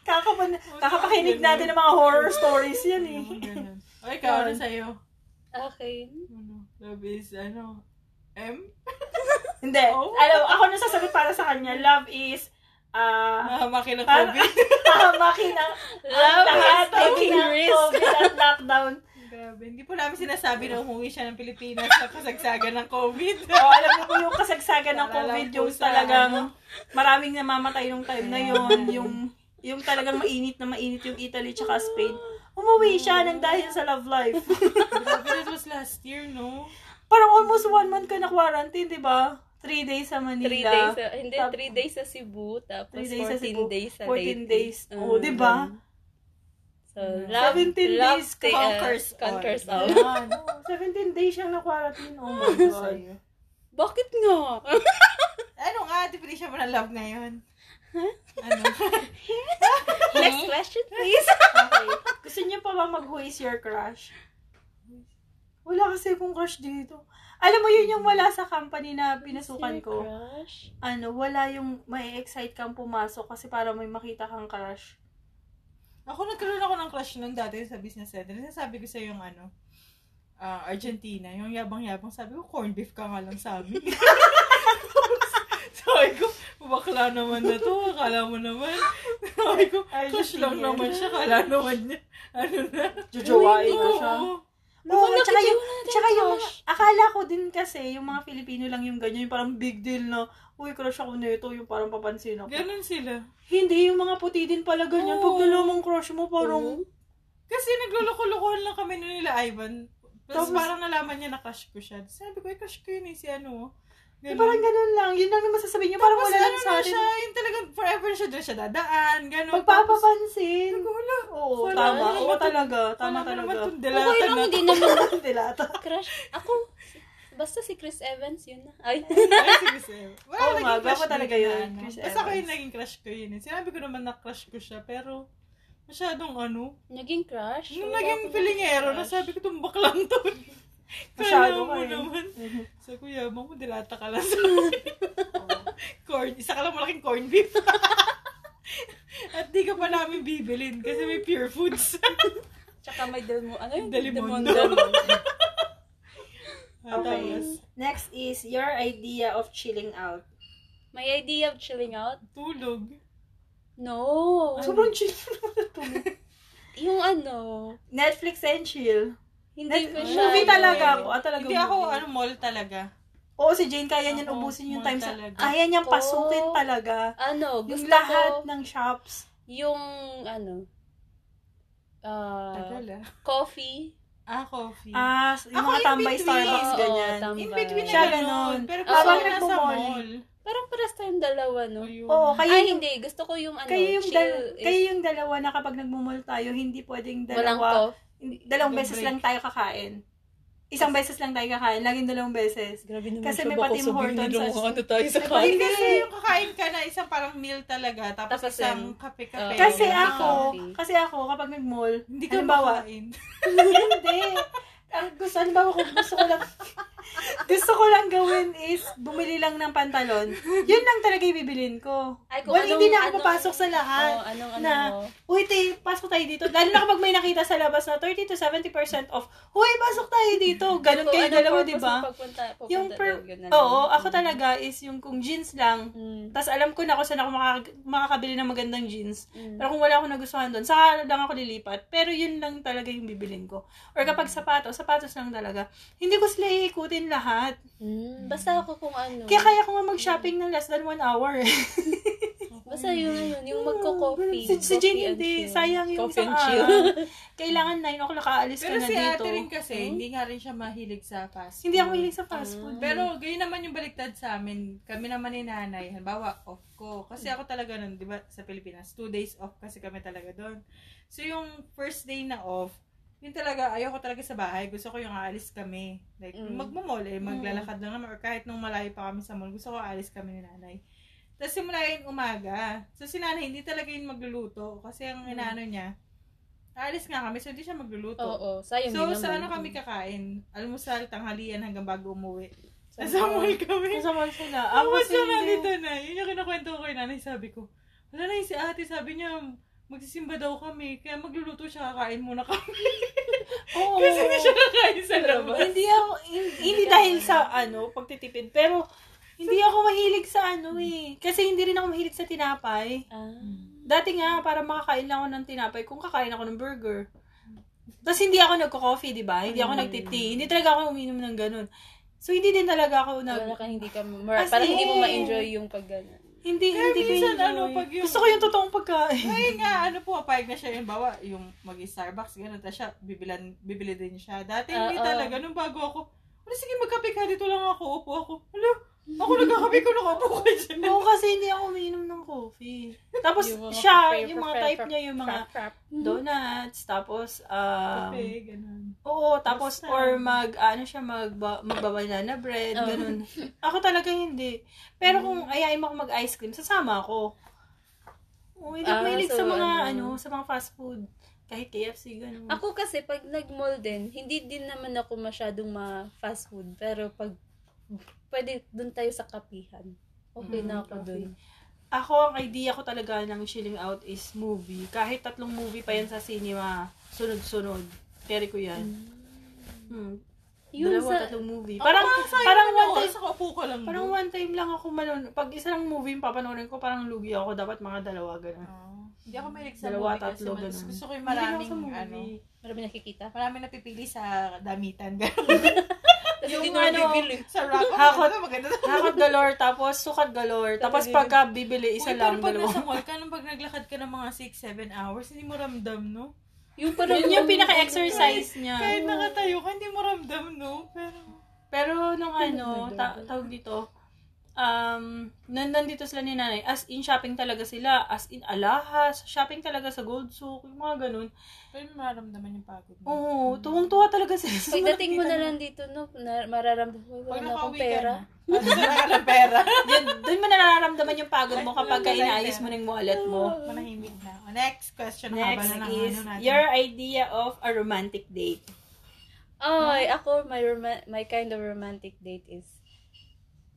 [SPEAKER 1] Kakapan, kakapakinig natin ng mga horror stories yan eh.
[SPEAKER 2] Yung ganun. O, ikaw, ano sa'yo?
[SPEAKER 3] Okay.
[SPEAKER 2] Ano, love is, ano, M?
[SPEAKER 1] Hindi.
[SPEAKER 2] Oh.
[SPEAKER 1] Alam, ako na sasagot para sa kanya. Love is, ah,
[SPEAKER 2] Mahamaki ng
[SPEAKER 1] Parang-
[SPEAKER 2] COVID.
[SPEAKER 1] tahamaki na
[SPEAKER 3] Love
[SPEAKER 1] lahat
[SPEAKER 3] is
[SPEAKER 1] ng
[SPEAKER 3] taking risk.
[SPEAKER 1] COVID at lockdown.
[SPEAKER 2] Grabe, hindi po namin sinasabi na umuwi siya ng Pilipinas sa kasagsagan ng COVID.
[SPEAKER 1] O, Oh, alam niyo po yung kasagsagan ng
[SPEAKER 2] Naalala
[SPEAKER 1] COVID,
[SPEAKER 2] ko
[SPEAKER 1] yung
[SPEAKER 2] sa
[SPEAKER 3] ano.
[SPEAKER 1] talagang maraming namamatay nung time na yon yung yung talagang mainit na mainit yung Italy tsaka Spain. Umuwi
[SPEAKER 3] Oh.
[SPEAKER 1] siya nang dahil sa love life.
[SPEAKER 2] Grabe, that was last year, no?
[SPEAKER 1] Parang almost one month ka na quarantine, di ba? Three days sa Manila.
[SPEAKER 3] Three days, sa, hindi,
[SPEAKER 1] Tap-
[SPEAKER 3] three days sa Cebu, tapos
[SPEAKER 1] Three days sa
[SPEAKER 3] 14
[SPEAKER 1] Cebu,
[SPEAKER 3] days sa
[SPEAKER 1] 14
[SPEAKER 3] Leyte.
[SPEAKER 1] days. Oo,
[SPEAKER 3] Mm.
[SPEAKER 1] di ba?
[SPEAKER 3] So, love,
[SPEAKER 1] 17
[SPEAKER 3] love
[SPEAKER 1] days
[SPEAKER 3] ta- uh,
[SPEAKER 1] conquers all.
[SPEAKER 3] conquers all.
[SPEAKER 2] Ayan.
[SPEAKER 1] 17 days siyang na-quarantine. Oh my
[SPEAKER 2] Ano
[SPEAKER 1] God.
[SPEAKER 2] sa'yo?
[SPEAKER 3] Bakit nga?
[SPEAKER 2] Ano nga, definition mo ng love ngayon? Ano?
[SPEAKER 1] Hmm?
[SPEAKER 3] Next question, please.
[SPEAKER 1] Okay. Gusto niyo pa ba mag who is your crush? Wala kasi akong crush dito. Alam mo, yun yung wala sa company na pinasukan ko.
[SPEAKER 3] Crush?
[SPEAKER 1] Ano, wala yung may excite kang pumasok kasi para may makita kang crush.
[SPEAKER 2] Ako nagkaroon ako ng crush nung dati sa business center. Sinasabi ko sa yung ano, ah, Argentina, yung yabang-yabang. Sabi ko, corn beef ka nga lang sa amin. Sabi ko, bakla naman na to. Akala mo naman. Sabi ko, crush lang
[SPEAKER 1] Argentina.
[SPEAKER 2] naman siya. Akala naman niya. Ano na.
[SPEAKER 1] Jujuwain
[SPEAKER 2] Oo.
[SPEAKER 1] Oo,
[SPEAKER 3] Bakit
[SPEAKER 1] tsaka
[SPEAKER 3] yung-
[SPEAKER 1] yung, tsaka yung mga,
[SPEAKER 3] crush?
[SPEAKER 1] akala ko din kasi, yung mga Filipino lang yung ganyan, yung parang big deal na, uy, crush ako nito, yung parang papansin ako.
[SPEAKER 2] Ganun sila.
[SPEAKER 1] Hindi, yung mga puti din pala ganyan.
[SPEAKER 2] Oo.
[SPEAKER 1] Pag nalamang crush mo, parang,
[SPEAKER 2] Kasi nagluloko-lokohan lang kami nun nila Ivan.
[SPEAKER 1] Tapos-
[SPEAKER 2] Tapos, parang nalaman niya na crush ko siya. Sabi ko, ay crush ko yun eh, si ano.
[SPEAKER 1] eh,
[SPEAKER 2] Ganun.
[SPEAKER 1] parang ganun lang. Yun lang yung masasabi niya. Parang
[SPEAKER 2] Tapos
[SPEAKER 1] wala lang
[SPEAKER 2] ano
[SPEAKER 1] sa
[SPEAKER 2] na
[SPEAKER 1] atin.
[SPEAKER 2] siya, yung talagang forever siya doon siya dadaan, gano'n.
[SPEAKER 1] Pagpapapansin.
[SPEAKER 2] Tapos, wala.
[SPEAKER 1] Oo,
[SPEAKER 2] Wala
[SPEAKER 1] tama.
[SPEAKER 2] naman
[SPEAKER 1] Oo,
[SPEAKER 2] to-
[SPEAKER 1] talaga.
[SPEAKER 2] Wala
[SPEAKER 1] Tama
[SPEAKER 2] naman
[SPEAKER 1] talaga.
[SPEAKER 2] itong delatan
[SPEAKER 3] Okay lang,
[SPEAKER 2] na
[SPEAKER 3] hindi
[SPEAKER 2] to.
[SPEAKER 3] naman
[SPEAKER 1] Dilata.
[SPEAKER 3] crush. Ako, Basta si Chris Evans, yun na. Ay.
[SPEAKER 2] Ay, sige, sige. Wala,
[SPEAKER 1] Oo
[SPEAKER 2] naging
[SPEAKER 1] nga,
[SPEAKER 2] crush
[SPEAKER 1] bako
[SPEAKER 2] din
[SPEAKER 1] talaga
[SPEAKER 2] na,
[SPEAKER 1] yun,
[SPEAKER 2] ano.
[SPEAKER 1] Chris
[SPEAKER 2] Basta ako
[SPEAKER 1] Evans.
[SPEAKER 2] yung naging crush ko yun. eh. Sinabi ko naman na crush ko siya, pero masyadong ano.
[SPEAKER 3] Naging crush?
[SPEAKER 2] Nung
[SPEAKER 1] Hmm,
[SPEAKER 3] Wala
[SPEAKER 2] naging
[SPEAKER 3] akong
[SPEAKER 2] filingero,
[SPEAKER 3] crush.
[SPEAKER 2] nasabi ko tumbak lang to.
[SPEAKER 1] Masyado
[SPEAKER 2] Kaya mo
[SPEAKER 1] ka eh.
[SPEAKER 2] naman. Sa kuya, bang mo dilata ka lang sa
[SPEAKER 1] Oo.
[SPEAKER 2] corn. Isa ka lang malaking corn beef. At di ka pa namin bibilin kasi may pure foods.
[SPEAKER 3] Tsaka may del mo, ano yung
[SPEAKER 2] Delimondo.
[SPEAKER 1] Okay.
[SPEAKER 2] Ah, Tapos,
[SPEAKER 1] Next is your idea of chilling out.
[SPEAKER 3] May idea of chilling out?
[SPEAKER 2] tulog.
[SPEAKER 3] No.
[SPEAKER 2] Sobrang chill naman
[SPEAKER 3] Yung ano,
[SPEAKER 1] Netflix and chill.
[SPEAKER 3] hindi
[SPEAKER 1] Net-
[SPEAKER 3] ko siya.
[SPEAKER 1] movie
[SPEAKER 3] ano,
[SPEAKER 1] talaga ako. Ah, talaga
[SPEAKER 2] Hindi ako,
[SPEAKER 1] movie.
[SPEAKER 2] ano, mall talaga.
[SPEAKER 1] Oo, si Jane, kaya niyan
[SPEAKER 2] Ako,
[SPEAKER 1] ubusin yung
[SPEAKER 2] mall
[SPEAKER 1] time sa...
[SPEAKER 2] talaga.
[SPEAKER 1] Kaya niyang
[SPEAKER 3] Oo.
[SPEAKER 1] pasukin talaga.
[SPEAKER 3] Ano,
[SPEAKER 1] Yung
[SPEAKER 3] gusto
[SPEAKER 1] lahat
[SPEAKER 3] ko
[SPEAKER 1] ng shops.
[SPEAKER 3] yung ano, ah,
[SPEAKER 2] Tagal ah.
[SPEAKER 3] coffee.
[SPEAKER 2] Ah, coffee.
[SPEAKER 1] Ah, s- yung
[SPEAKER 2] Ako
[SPEAKER 1] mga
[SPEAKER 2] in
[SPEAKER 1] tambay
[SPEAKER 2] between.
[SPEAKER 1] Starbucks,
[SPEAKER 3] Oo,
[SPEAKER 1] ganyan.
[SPEAKER 3] tam-
[SPEAKER 2] In between
[SPEAKER 1] Siya
[SPEAKER 2] na ganun.
[SPEAKER 1] ganun. Ah,
[SPEAKER 2] Pero
[SPEAKER 3] Oo.
[SPEAKER 2] gusto ko
[SPEAKER 3] Habang
[SPEAKER 2] nasa
[SPEAKER 1] nagmamall.
[SPEAKER 2] mall.
[SPEAKER 3] Parang pares tayong dalawa, no?
[SPEAKER 2] Ayun.
[SPEAKER 1] Oo, kayo
[SPEAKER 3] Ay,
[SPEAKER 1] yung,
[SPEAKER 3] hindi. Gusto ko yung ano,
[SPEAKER 1] kayo yung,
[SPEAKER 3] chill
[SPEAKER 1] dal-
[SPEAKER 3] is
[SPEAKER 1] kayo yung dalawa na kapag nagmumul tayo, hindi pwedeng
[SPEAKER 3] walang
[SPEAKER 1] dalawa.
[SPEAKER 3] coffee.
[SPEAKER 1] Dalawang
[SPEAKER 2] Yung
[SPEAKER 1] beses
[SPEAKER 2] break.
[SPEAKER 1] lang tayo kakain. Isang beses lang tayo kakain, laging dalawang beses.
[SPEAKER 3] Grabe naman
[SPEAKER 1] Kasi siya, may baka pati sabihin Hortons nila, sa- "Oh, ano
[SPEAKER 3] tayo sa
[SPEAKER 1] Ay,
[SPEAKER 2] Hindi
[SPEAKER 1] hindi.
[SPEAKER 2] kasi yung kakain ka na isang parang meal talaga, tapos, uh, Ano
[SPEAKER 3] Tapos
[SPEAKER 2] isang
[SPEAKER 3] yun.
[SPEAKER 2] kape-kape.
[SPEAKER 3] Oo.
[SPEAKER 1] Kasi
[SPEAKER 3] yung
[SPEAKER 1] ako,
[SPEAKER 3] coffee.
[SPEAKER 1] kasi ako kapag nag-mall,
[SPEAKER 2] hindi ka
[SPEAKER 1] Halimbawa,
[SPEAKER 2] makain.
[SPEAKER 1] hindi. Ang gusto, halimbawa kung gusto ko lang, gusto ko lang gawin is bumili lang ng pantalon. Yun lang talaga yung bibilin ko.
[SPEAKER 3] Ay, kung
[SPEAKER 1] Well,
[SPEAKER 3] anong- ano.
[SPEAKER 1] hindi na ako
[SPEAKER 3] anong-
[SPEAKER 1] papasok sa lahat.
[SPEAKER 3] Oh, anong ano?
[SPEAKER 1] na, Uy, te, pasok tayo dito. Lalo na kapag may nakita sa labas na 30 to 70% off. Uy, pasok tayo dito. Ganon
[SPEAKER 3] Kung
[SPEAKER 1] kayo
[SPEAKER 3] anong
[SPEAKER 1] dalawa,
[SPEAKER 3] purpose
[SPEAKER 1] di
[SPEAKER 3] ng
[SPEAKER 1] ba?
[SPEAKER 3] Pagpunta, pupunta
[SPEAKER 1] Yung per...
[SPEAKER 3] doon, yun na lang.
[SPEAKER 1] Oo,
[SPEAKER 2] Mm.
[SPEAKER 1] ako talaga is yung kung jeans lang.
[SPEAKER 3] Mm,
[SPEAKER 1] Tapos alam ko na kung saan ako makaka- makakabili ng magandang jeans.
[SPEAKER 3] mm.
[SPEAKER 1] Pero kung wala akong nagustuhan doon, saka lang ako lilipat. Pero yun lang talaga yung bibilin ko. Or kapag
[SPEAKER 2] Mm.
[SPEAKER 1] sapatos, sapatos lang talaga. Hindi ko sila iikutin lahat.
[SPEAKER 3] Mm, Basta ako kung ano.
[SPEAKER 1] Kaya kaya ko nga
[SPEAKER 2] Mm.
[SPEAKER 1] mag-shopping ng less than one hour. eh.
[SPEAKER 3] Basta yun na yun, yung magko-coffee.
[SPEAKER 1] si, si
[SPEAKER 3] coffee
[SPEAKER 1] Jane
[SPEAKER 3] and
[SPEAKER 1] hindi.
[SPEAKER 3] chill.
[SPEAKER 1] Sayang yung
[SPEAKER 3] Coffee
[SPEAKER 1] isang
[SPEAKER 3] and chill.
[SPEAKER 1] araw. Kailangan 9 o'clock aalis ka
[SPEAKER 2] Pero
[SPEAKER 1] na
[SPEAKER 2] si
[SPEAKER 1] dito.
[SPEAKER 2] ate rin kasi,
[SPEAKER 3] Hmm?
[SPEAKER 2] hindi nga rin siya mahilig sa fast food.
[SPEAKER 1] Hindi ako mahilig sa fast food.
[SPEAKER 2] Mm.
[SPEAKER 3] Mm.
[SPEAKER 2] Pero ganyan naman yung baliktad sa amin. Kami naman ni nanay, halimbawa, off ko. Kasi
[SPEAKER 3] Mm.
[SPEAKER 2] ako talaga nun, di ba, sa Pilipinas, two days off kasi kami talaga doon. So yung first day na off, yun talaga, ayoko talaga sa bahay. Gusto ko yung aalis kami. Like,
[SPEAKER 3] Mm.
[SPEAKER 2] magmamall eh, maglalakad lang naman. Or kahit nung malayo pa kami sa mall, gusto ko aalis kami ni nanay. Tapos simula yun umaga. So si nanay, hindi talaga yun magluluto. Kasi ang
[SPEAKER 3] Mm.
[SPEAKER 2] inaano niya, aalis nga kami, so hindi siya magluluto.
[SPEAKER 3] Oo, sayang
[SPEAKER 2] So,
[SPEAKER 3] din naman.
[SPEAKER 2] sa ano kami kakain? Almusal, tanghalian hanggang bago umuwi.
[SPEAKER 3] Sa
[SPEAKER 2] Nasa
[SPEAKER 3] mall.
[SPEAKER 2] mall kami.
[SPEAKER 1] Kasama sila.
[SPEAKER 2] Ako
[SPEAKER 1] Ako kasi
[SPEAKER 2] sa nandito
[SPEAKER 1] hindi.
[SPEAKER 2] na. Yun yung kinakwento ko kay nanay. Sabi ko, wala na yung si ate. Sabi niya, magsisimba daw kami. Kaya magluluto siya, kakain muna kami.
[SPEAKER 1] Oo.
[SPEAKER 2] Kasi hindi siya kakain sa labas.
[SPEAKER 1] Diba? hindi ako, hindi, hindi dahil sa ano, pagtitipid. Pero hindi ako mahilig sa ano eh. Kasi hindi rin ako mahilig sa tinapay.
[SPEAKER 3] Ah.
[SPEAKER 1] Dati nga, para makakain lang ako ng tinapay, kung kakain ako ng burger. Tapos hindi ako nagko-coffee, di ba? Hindi ako
[SPEAKER 3] Mm.
[SPEAKER 1] nagtiti. Hindi talaga ako uminom ng ganun. So, hindi din talaga ako nag...
[SPEAKER 3] Wala ka, hindi ka, mar-
[SPEAKER 1] As
[SPEAKER 3] parang hindi mo
[SPEAKER 1] in.
[SPEAKER 3] ma-enjoy yung pag gano'n.
[SPEAKER 1] Hindi,
[SPEAKER 2] Kaya
[SPEAKER 1] hindi ko
[SPEAKER 2] minsan,
[SPEAKER 1] enjoy.
[SPEAKER 2] ano, pag yung-
[SPEAKER 1] Gusto ko yung totoong pagkain.
[SPEAKER 2] Ay nga, ano po, papayag na siya yung bawa, yung mag-Starbucks, gano'n, tapos siya, bibilan, bibili din siya. Dati hindi
[SPEAKER 3] Oo.
[SPEAKER 2] talaga, nung bago ako, ano, sige, magkape ka, dito lang ako, upo ako. Alo, ako nagkakape ko, nakaupo ka dyan.
[SPEAKER 1] Oo, kasi hindi ako uminom ng coffee. Tapos
[SPEAKER 3] Yung mga
[SPEAKER 1] siya,
[SPEAKER 3] prepare,
[SPEAKER 1] yung mga
[SPEAKER 3] prepare,
[SPEAKER 1] type niya, yung mga
[SPEAKER 3] Crap, crap.
[SPEAKER 1] donuts, tapos, um,
[SPEAKER 2] Kape, gano'n.
[SPEAKER 1] oo, tapos,
[SPEAKER 2] Basta.
[SPEAKER 1] or mag, ano siya, magba, magbabanana bread,
[SPEAKER 3] Oh. Hmm.
[SPEAKER 1] ganun. Ako talaga hindi. Pero kung ayain mo ako mag-ice cream, sasama ako. Oo, hindi ako
[SPEAKER 3] Ah,
[SPEAKER 1] mahilig
[SPEAKER 3] so
[SPEAKER 1] sa mga,
[SPEAKER 3] ano.
[SPEAKER 1] ano, sa mga fast food. Kahit KFC, ganun.
[SPEAKER 3] Mhm. Ako kasi, pag nag-mall din, hindi din naman ako masyadong ma-fast food. Pero pag, pwede dun tayo sa kapihan. Mhm. Okay na ako dun.
[SPEAKER 1] Hmm, Ako, ang idea ko talaga ng chilling out is movie. Kahit tatlong movie pa yan sa cinema, sunod-sunod. Keri ko yan. Hmm.
[SPEAKER 3] Yun
[SPEAKER 1] Dalawa,
[SPEAKER 3] sa,
[SPEAKER 1] tatlong movie.
[SPEAKER 2] Ako
[SPEAKER 1] Parang,
[SPEAKER 2] nga, sayang
[SPEAKER 1] parang
[SPEAKER 2] naman
[SPEAKER 1] one
[SPEAKER 2] ako,
[SPEAKER 1] time,
[SPEAKER 2] Sa kaupo ko lang.
[SPEAKER 1] parang
[SPEAKER 2] doon.
[SPEAKER 1] one time lang ako manon. Pag isa lang movie yung papanoorin ko, parang lugi ako. Dapat mga dalawa, ganun.
[SPEAKER 2] Oo. Hindi ako mahilig sa
[SPEAKER 1] Dalawa,
[SPEAKER 2] movie kasi
[SPEAKER 1] tatlo,
[SPEAKER 2] mas
[SPEAKER 1] ganun.
[SPEAKER 2] gusto ko
[SPEAKER 1] Hindi
[SPEAKER 2] yung
[SPEAKER 1] lang ako
[SPEAKER 2] maraming,
[SPEAKER 1] sa movie.
[SPEAKER 2] ano,
[SPEAKER 3] marami nakikita.
[SPEAKER 2] maraming napipili sa damitan. Ganun.
[SPEAKER 3] Kasi
[SPEAKER 1] Yung
[SPEAKER 3] hindi naman
[SPEAKER 1] ano,
[SPEAKER 3] bibili.
[SPEAKER 2] sa rock.
[SPEAKER 1] Hakot.
[SPEAKER 2] Hakot. Maganda to.
[SPEAKER 1] Hakot galore, tapos sukat galore. Tapos
[SPEAKER 3] Talaga yun.
[SPEAKER 1] pagka bibili, isa
[SPEAKER 2] Uy,
[SPEAKER 1] lang,
[SPEAKER 2] pero pag
[SPEAKER 1] dalawa.
[SPEAKER 2] nasa mall ka, nung pag naglakad ka ng mga 6-7 hours, hindi mo ramdam, no?
[SPEAKER 3] Yung parang
[SPEAKER 1] Yun yung pinaka-exercise niya.
[SPEAKER 2] Kahit nakatayo ka, hindi mo ramdam, no? Pero,
[SPEAKER 1] Pero nung ano, ta- tawag dito, um, nan- nandito sila ni nanay. As in, shopping talaga sila. As in, alahas. Shopping talaga sa Gold Souk. Yung mga ganun.
[SPEAKER 2] Pero maramdaman yung pagod mo.
[SPEAKER 1] Oo, tuwang-tuwa talaga sila. sa
[SPEAKER 3] Pagdating mo
[SPEAKER 1] nakikita
[SPEAKER 3] na
[SPEAKER 1] nila.
[SPEAKER 3] lang dito, no, na, mararamdaman ko, wala
[SPEAKER 2] Pag
[SPEAKER 3] na akong
[SPEAKER 2] nakauwi ka
[SPEAKER 3] pera.
[SPEAKER 2] na. Ano na ng pera?
[SPEAKER 1] Yun, doon mo na nararamdaman yung pagod mo
[SPEAKER 2] Ay,
[SPEAKER 1] kapag ka
[SPEAKER 2] wala na
[SPEAKER 1] inaayos
[SPEAKER 2] tayo.
[SPEAKER 1] mo na yung wallet mo.
[SPEAKER 2] Manahimik na. O, Next question.
[SPEAKER 1] Next
[SPEAKER 2] Haba na ng
[SPEAKER 1] is
[SPEAKER 2] ano natin.
[SPEAKER 1] your idea of a romantic date.
[SPEAKER 3] Ay, ako, my, roma- my kind of romantic date is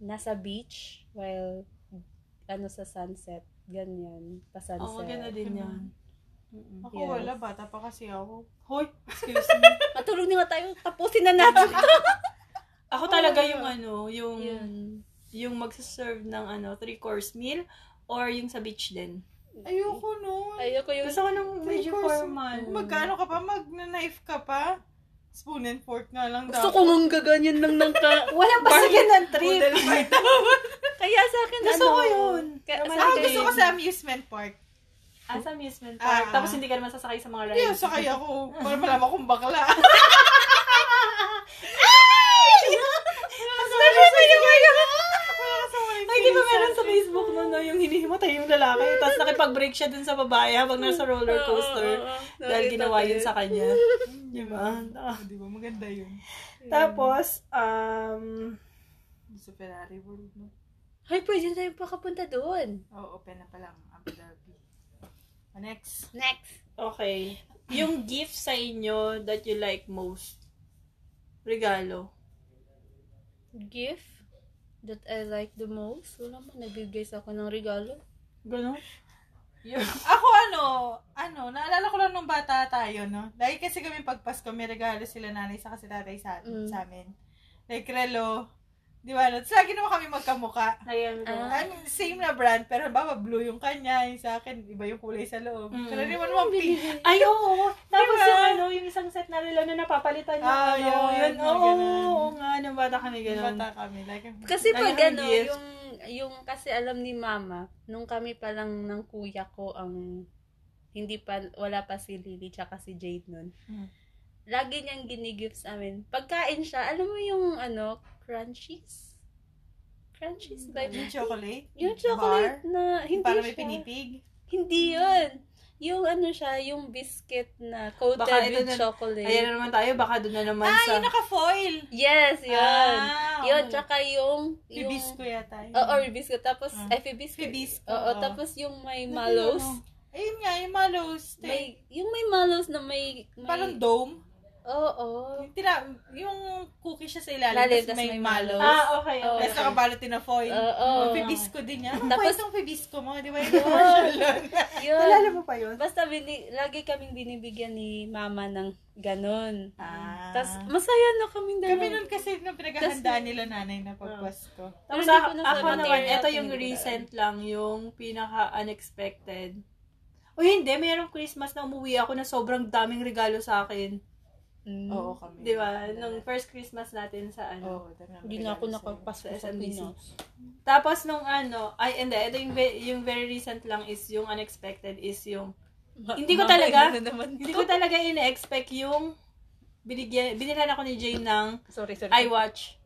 [SPEAKER 3] nasa beach while ano sa sunset. Ganyan. Pa-sunset.
[SPEAKER 1] Oo, ganda din yan. Mm-mm.
[SPEAKER 2] Ako
[SPEAKER 3] Yes.
[SPEAKER 2] wala, bata pa kasi ako.
[SPEAKER 1] Hoy,
[SPEAKER 2] Excuse me.
[SPEAKER 3] Matulog na nga tayo. Tapusin na natin.
[SPEAKER 1] ako talaga yung ano, yung
[SPEAKER 3] Yun.
[SPEAKER 1] yung magsaserve ng ano, three course meal or yung sa beach din.
[SPEAKER 2] Ayoko nun.
[SPEAKER 3] Ayoko yung...
[SPEAKER 1] Gusto ko ng
[SPEAKER 2] Three
[SPEAKER 1] medyo
[SPEAKER 2] course-
[SPEAKER 1] formal.
[SPEAKER 2] Magkano ka pa? Mag-knife ka pa? Spoon and fork nga lang
[SPEAKER 3] Gusto ko ngang gaganyan lang ng ka...
[SPEAKER 1] Walang pasigyan ng trip.
[SPEAKER 2] Poodle fight.
[SPEAKER 3] Kaya sa akin,
[SPEAKER 1] Gusto
[SPEAKER 3] ano...
[SPEAKER 1] ko yun.
[SPEAKER 3] Ka- sa
[SPEAKER 1] Naman-
[SPEAKER 2] Ah,
[SPEAKER 3] akin,
[SPEAKER 2] gusto ko sa amusement park.
[SPEAKER 1] As amusement park.
[SPEAKER 2] Ah.
[SPEAKER 1] Tapos hindi ka naman sasakay sa mga
[SPEAKER 2] Kaya
[SPEAKER 1] rides.
[SPEAKER 2] sakay ako. Para malaman kong bakla. ano,
[SPEAKER 1] Ay, di ba meron sa Facebook no, no, yung hinihimatay yung lalaki. Tapos nakipag-break siya dun sa babae habang nasa roller
[SPEAKER 3] Oo,
[SPEAKER 1] coaster.
[SPEAKER 3] oo, oo.
[SPEAKER 1] Dahil
[SPEAKER 3] Nakita
[SPEAKER 1] ginawa
[SPEAKER 3] ko
[SPEAKER 1] yun sa kanya. Di ba? Ah.
[SPEAKER 2] Di ba? Maganda yun.
[SPEAKER 1] Tapos, um,
[SPEAKER 2] Sa Ferrari World, no?
[SPEAKER 3] Ay, pwede na tayo pakapunta doon.
[SPEAKER 2] Oh, open na pala ang Abu Dhabi. Ah, Next.
[SPEAKER 3] Next.
[SPEAKER 1] okay. Yung gift sa inyo that you like most. Regalo.
[SPEAKER 3] Gift that I like the most. Wala mo, nagbigay sa ako ng regalo.
[SPEAKER 1] Ganon?
[SPEAKER 2] Ako ano, ano, naalala ko lang nung bata tayo, no? Dahil kasi kami pagpasko, may regalo sila nanay sa kasi tatay sa,
[SPEAKER 3] Mm.
[SPEAKER 2] sa amin. Like relo. Di ba? Tapos lagi naman kami magkamuka.
[SPEAKER 1] Ayan.
[SPEAKER 3] Ah.
[SPEAKER 2] I mean, same na brand, pero baba blue yung kanya, yung sa akin, iba yung kulay sa loob.
[SPEAKER 1] Mm.
[SPEAKER 2] Pero di mo naman pink.
[SPEAKER 1] Ay, oo. Tapos
[SPEAKER 2] Diba?
[SPEAKER 1] yung ano, yung isang set na relo na napapalitan yung ano.
[SPEAKER 2] Ah, yun,
[SPEAKER 1] Yun,
[SPEAKER 2] mga
[SPEAKER 1] oo.
[SPEAKER 2] ganun.
[SPEAKER 1] Oo nga, nung bata kami ganun.
[SPEAKER 2] Bata kami. Like,
[SPEAKER 3] Kasi
[SPEAKER 1] Ay,
[SPEAKER 3] pag
[SPEAKER 1] ang
[SPEAKER 3] ano,
[SPEAKER 1] gift.
[SPEAKER 3] yung, yung kasi alam ni mama, nung kami pa lang ng kuya ko ang hindi pa, wala pa si Lily tsaka si Jade nun.
[SPEAKER 2] Mm.
[SPEAKER 3] Lagi niyang ginigift sa amin. Pagkain siya, alam mo yung ano, crunchies? Crunchies ba?
[SPEAKER 2] yung chocolate.
[SPEAKER 3] Yung chocolate na,
[SPEAKER 2] Bar,
[SPEAKER 3] hindi
[SPEAKER 2] para
[SPEAKER 3] siya.
[SPEAKER 2] may pinipig.
[SPEAKER 3] Hindi yun. Yung ano siya, yung biscuit na coated
[SPEAKER 1] Baka ito
[SPEAKER 3] with
[SPEAKER 1] na-
[SPEAKER 3] chocolate.
[SPEAKER 1] Ayan na naman tayo, baka doon na naman
[SPEAKER 2] Ah,
[SPEAKER 1] sa...
[SPEAKER 2] yung naka-foil.
[SPEAKER 3] Yes, yun.
[SPEAKER 2] Ah,
[SPEAKER 3] yun,
[SPEAKER 2] okay.
[SPEAKER 3] tsaka yung... yung
[SPEAKER 2] Bibisco yata. yun.
[SPEAKER 3] Oo, or bibisco. Tapos,
[SPEAKER 2] Ah.
[SPEAKER 3] ay, bibisco.
[SPEAKER 2] Bibisco,
[SPEAKER 3] Oo,
[SPEAKER 2] oo. ano.
[SPEAKER 3] tapos yung may mallows.
[SPEAKER 2] Ayun nga, yung mallows. May,
[SPEAKER 3] May, yung may mallows na may... may
[SPEAKER 2] parang dome.
[SPEAKER 3] Oo.
[SPEAKER 2] Yung, tira, yung cookie siya sa ilalim,
[SPEAKER 3] Lalim,
[SPEAKER 2] tapos
[SPEAKER 3] tas
[SPEAKER 2] may,
[SPEAKER 3] may
[SPEAKER 2] mallows.
[SPEAKER 3] mallows.
[SPEAKER 1] Ah, okay.
[SPEAKER 3] Oo.
[SPEAKER 1] okay.
[SPEAKER 2] Tapos nakabalot din na foil.
[SPEAKER 3] Oo.
[SPEAKER 2] Oh, Pibisco din niya. Anong
[SPEAKER 3] Tapos-
[SPEAKER 2] tapos, kwentong pibisco mo? Di ba yung commercial yun?
[SPEAKER 1] Nalala
[SPEAKER 3] Yun.
[SPEAKER 1] mo pa yun?
[SPEAKER 3] Basta, bini, lagi kaming binibigyan ni mama ng ganun.
[SPEAKER 2] Ah.
[SPEAKER 3] Tapos, masaya na kaming dalawa.
[SPEAKER 2] Kami nun kasi nung pinaghahandaan nila nanay
[SPEAKER 1] Ah.
[SPEAKER 2] na pagpasko.
[SPEAKER 1] Tapos
[SPEAKER 3] Pero hindi
[SPEAKER 1] ako,
[SPEAKER 3] ko
[SPEAKER 1] ako
[SPEAKER 3] na sa
[SPEAKER 1] naman,
[SPEAKER 3] material
[SPEAKER 1] ito yung
[SPEAKER 3] pinagdadaan.
[SPEAKER 1] recent lang, yung pinaka-unexpected. O hindi, mayroong Christmas na umuwi ako na sobrang daming regalo sa akin.
[SPEAKER 3] Mm.
[SPEAKER 2] Oo kami.
[SPEAKER 1] Di ba? Nung first Christmas natin sa ano.
[SPEAKER 2] Oo, dami ang
[SPEAKER 3] Hindi na ako
[SPEAKER 2] regalo sa'yo.
[SPEAKER 3] nakapasok
[SPEAKER 1] Sa
[SPEAKER 3] sa
[SPEAKER 1] SMDC.
[SPEAKER 3] Pinos.
[SPEAKER 1] Tapos nung ano, ay hindi, ito yung, ve- yung very recent lang is yung unexpected is yung Hindi ko talaga-
[SPEAKER 3] Mamay na naman.
[SPEAKER 1] Hindi ko talaga ina-expect yung binigyan, binilhan ako ni Jane ng
[SPEAKER 3] Sorry, sorry.
[SPEAKER 1] iWatch.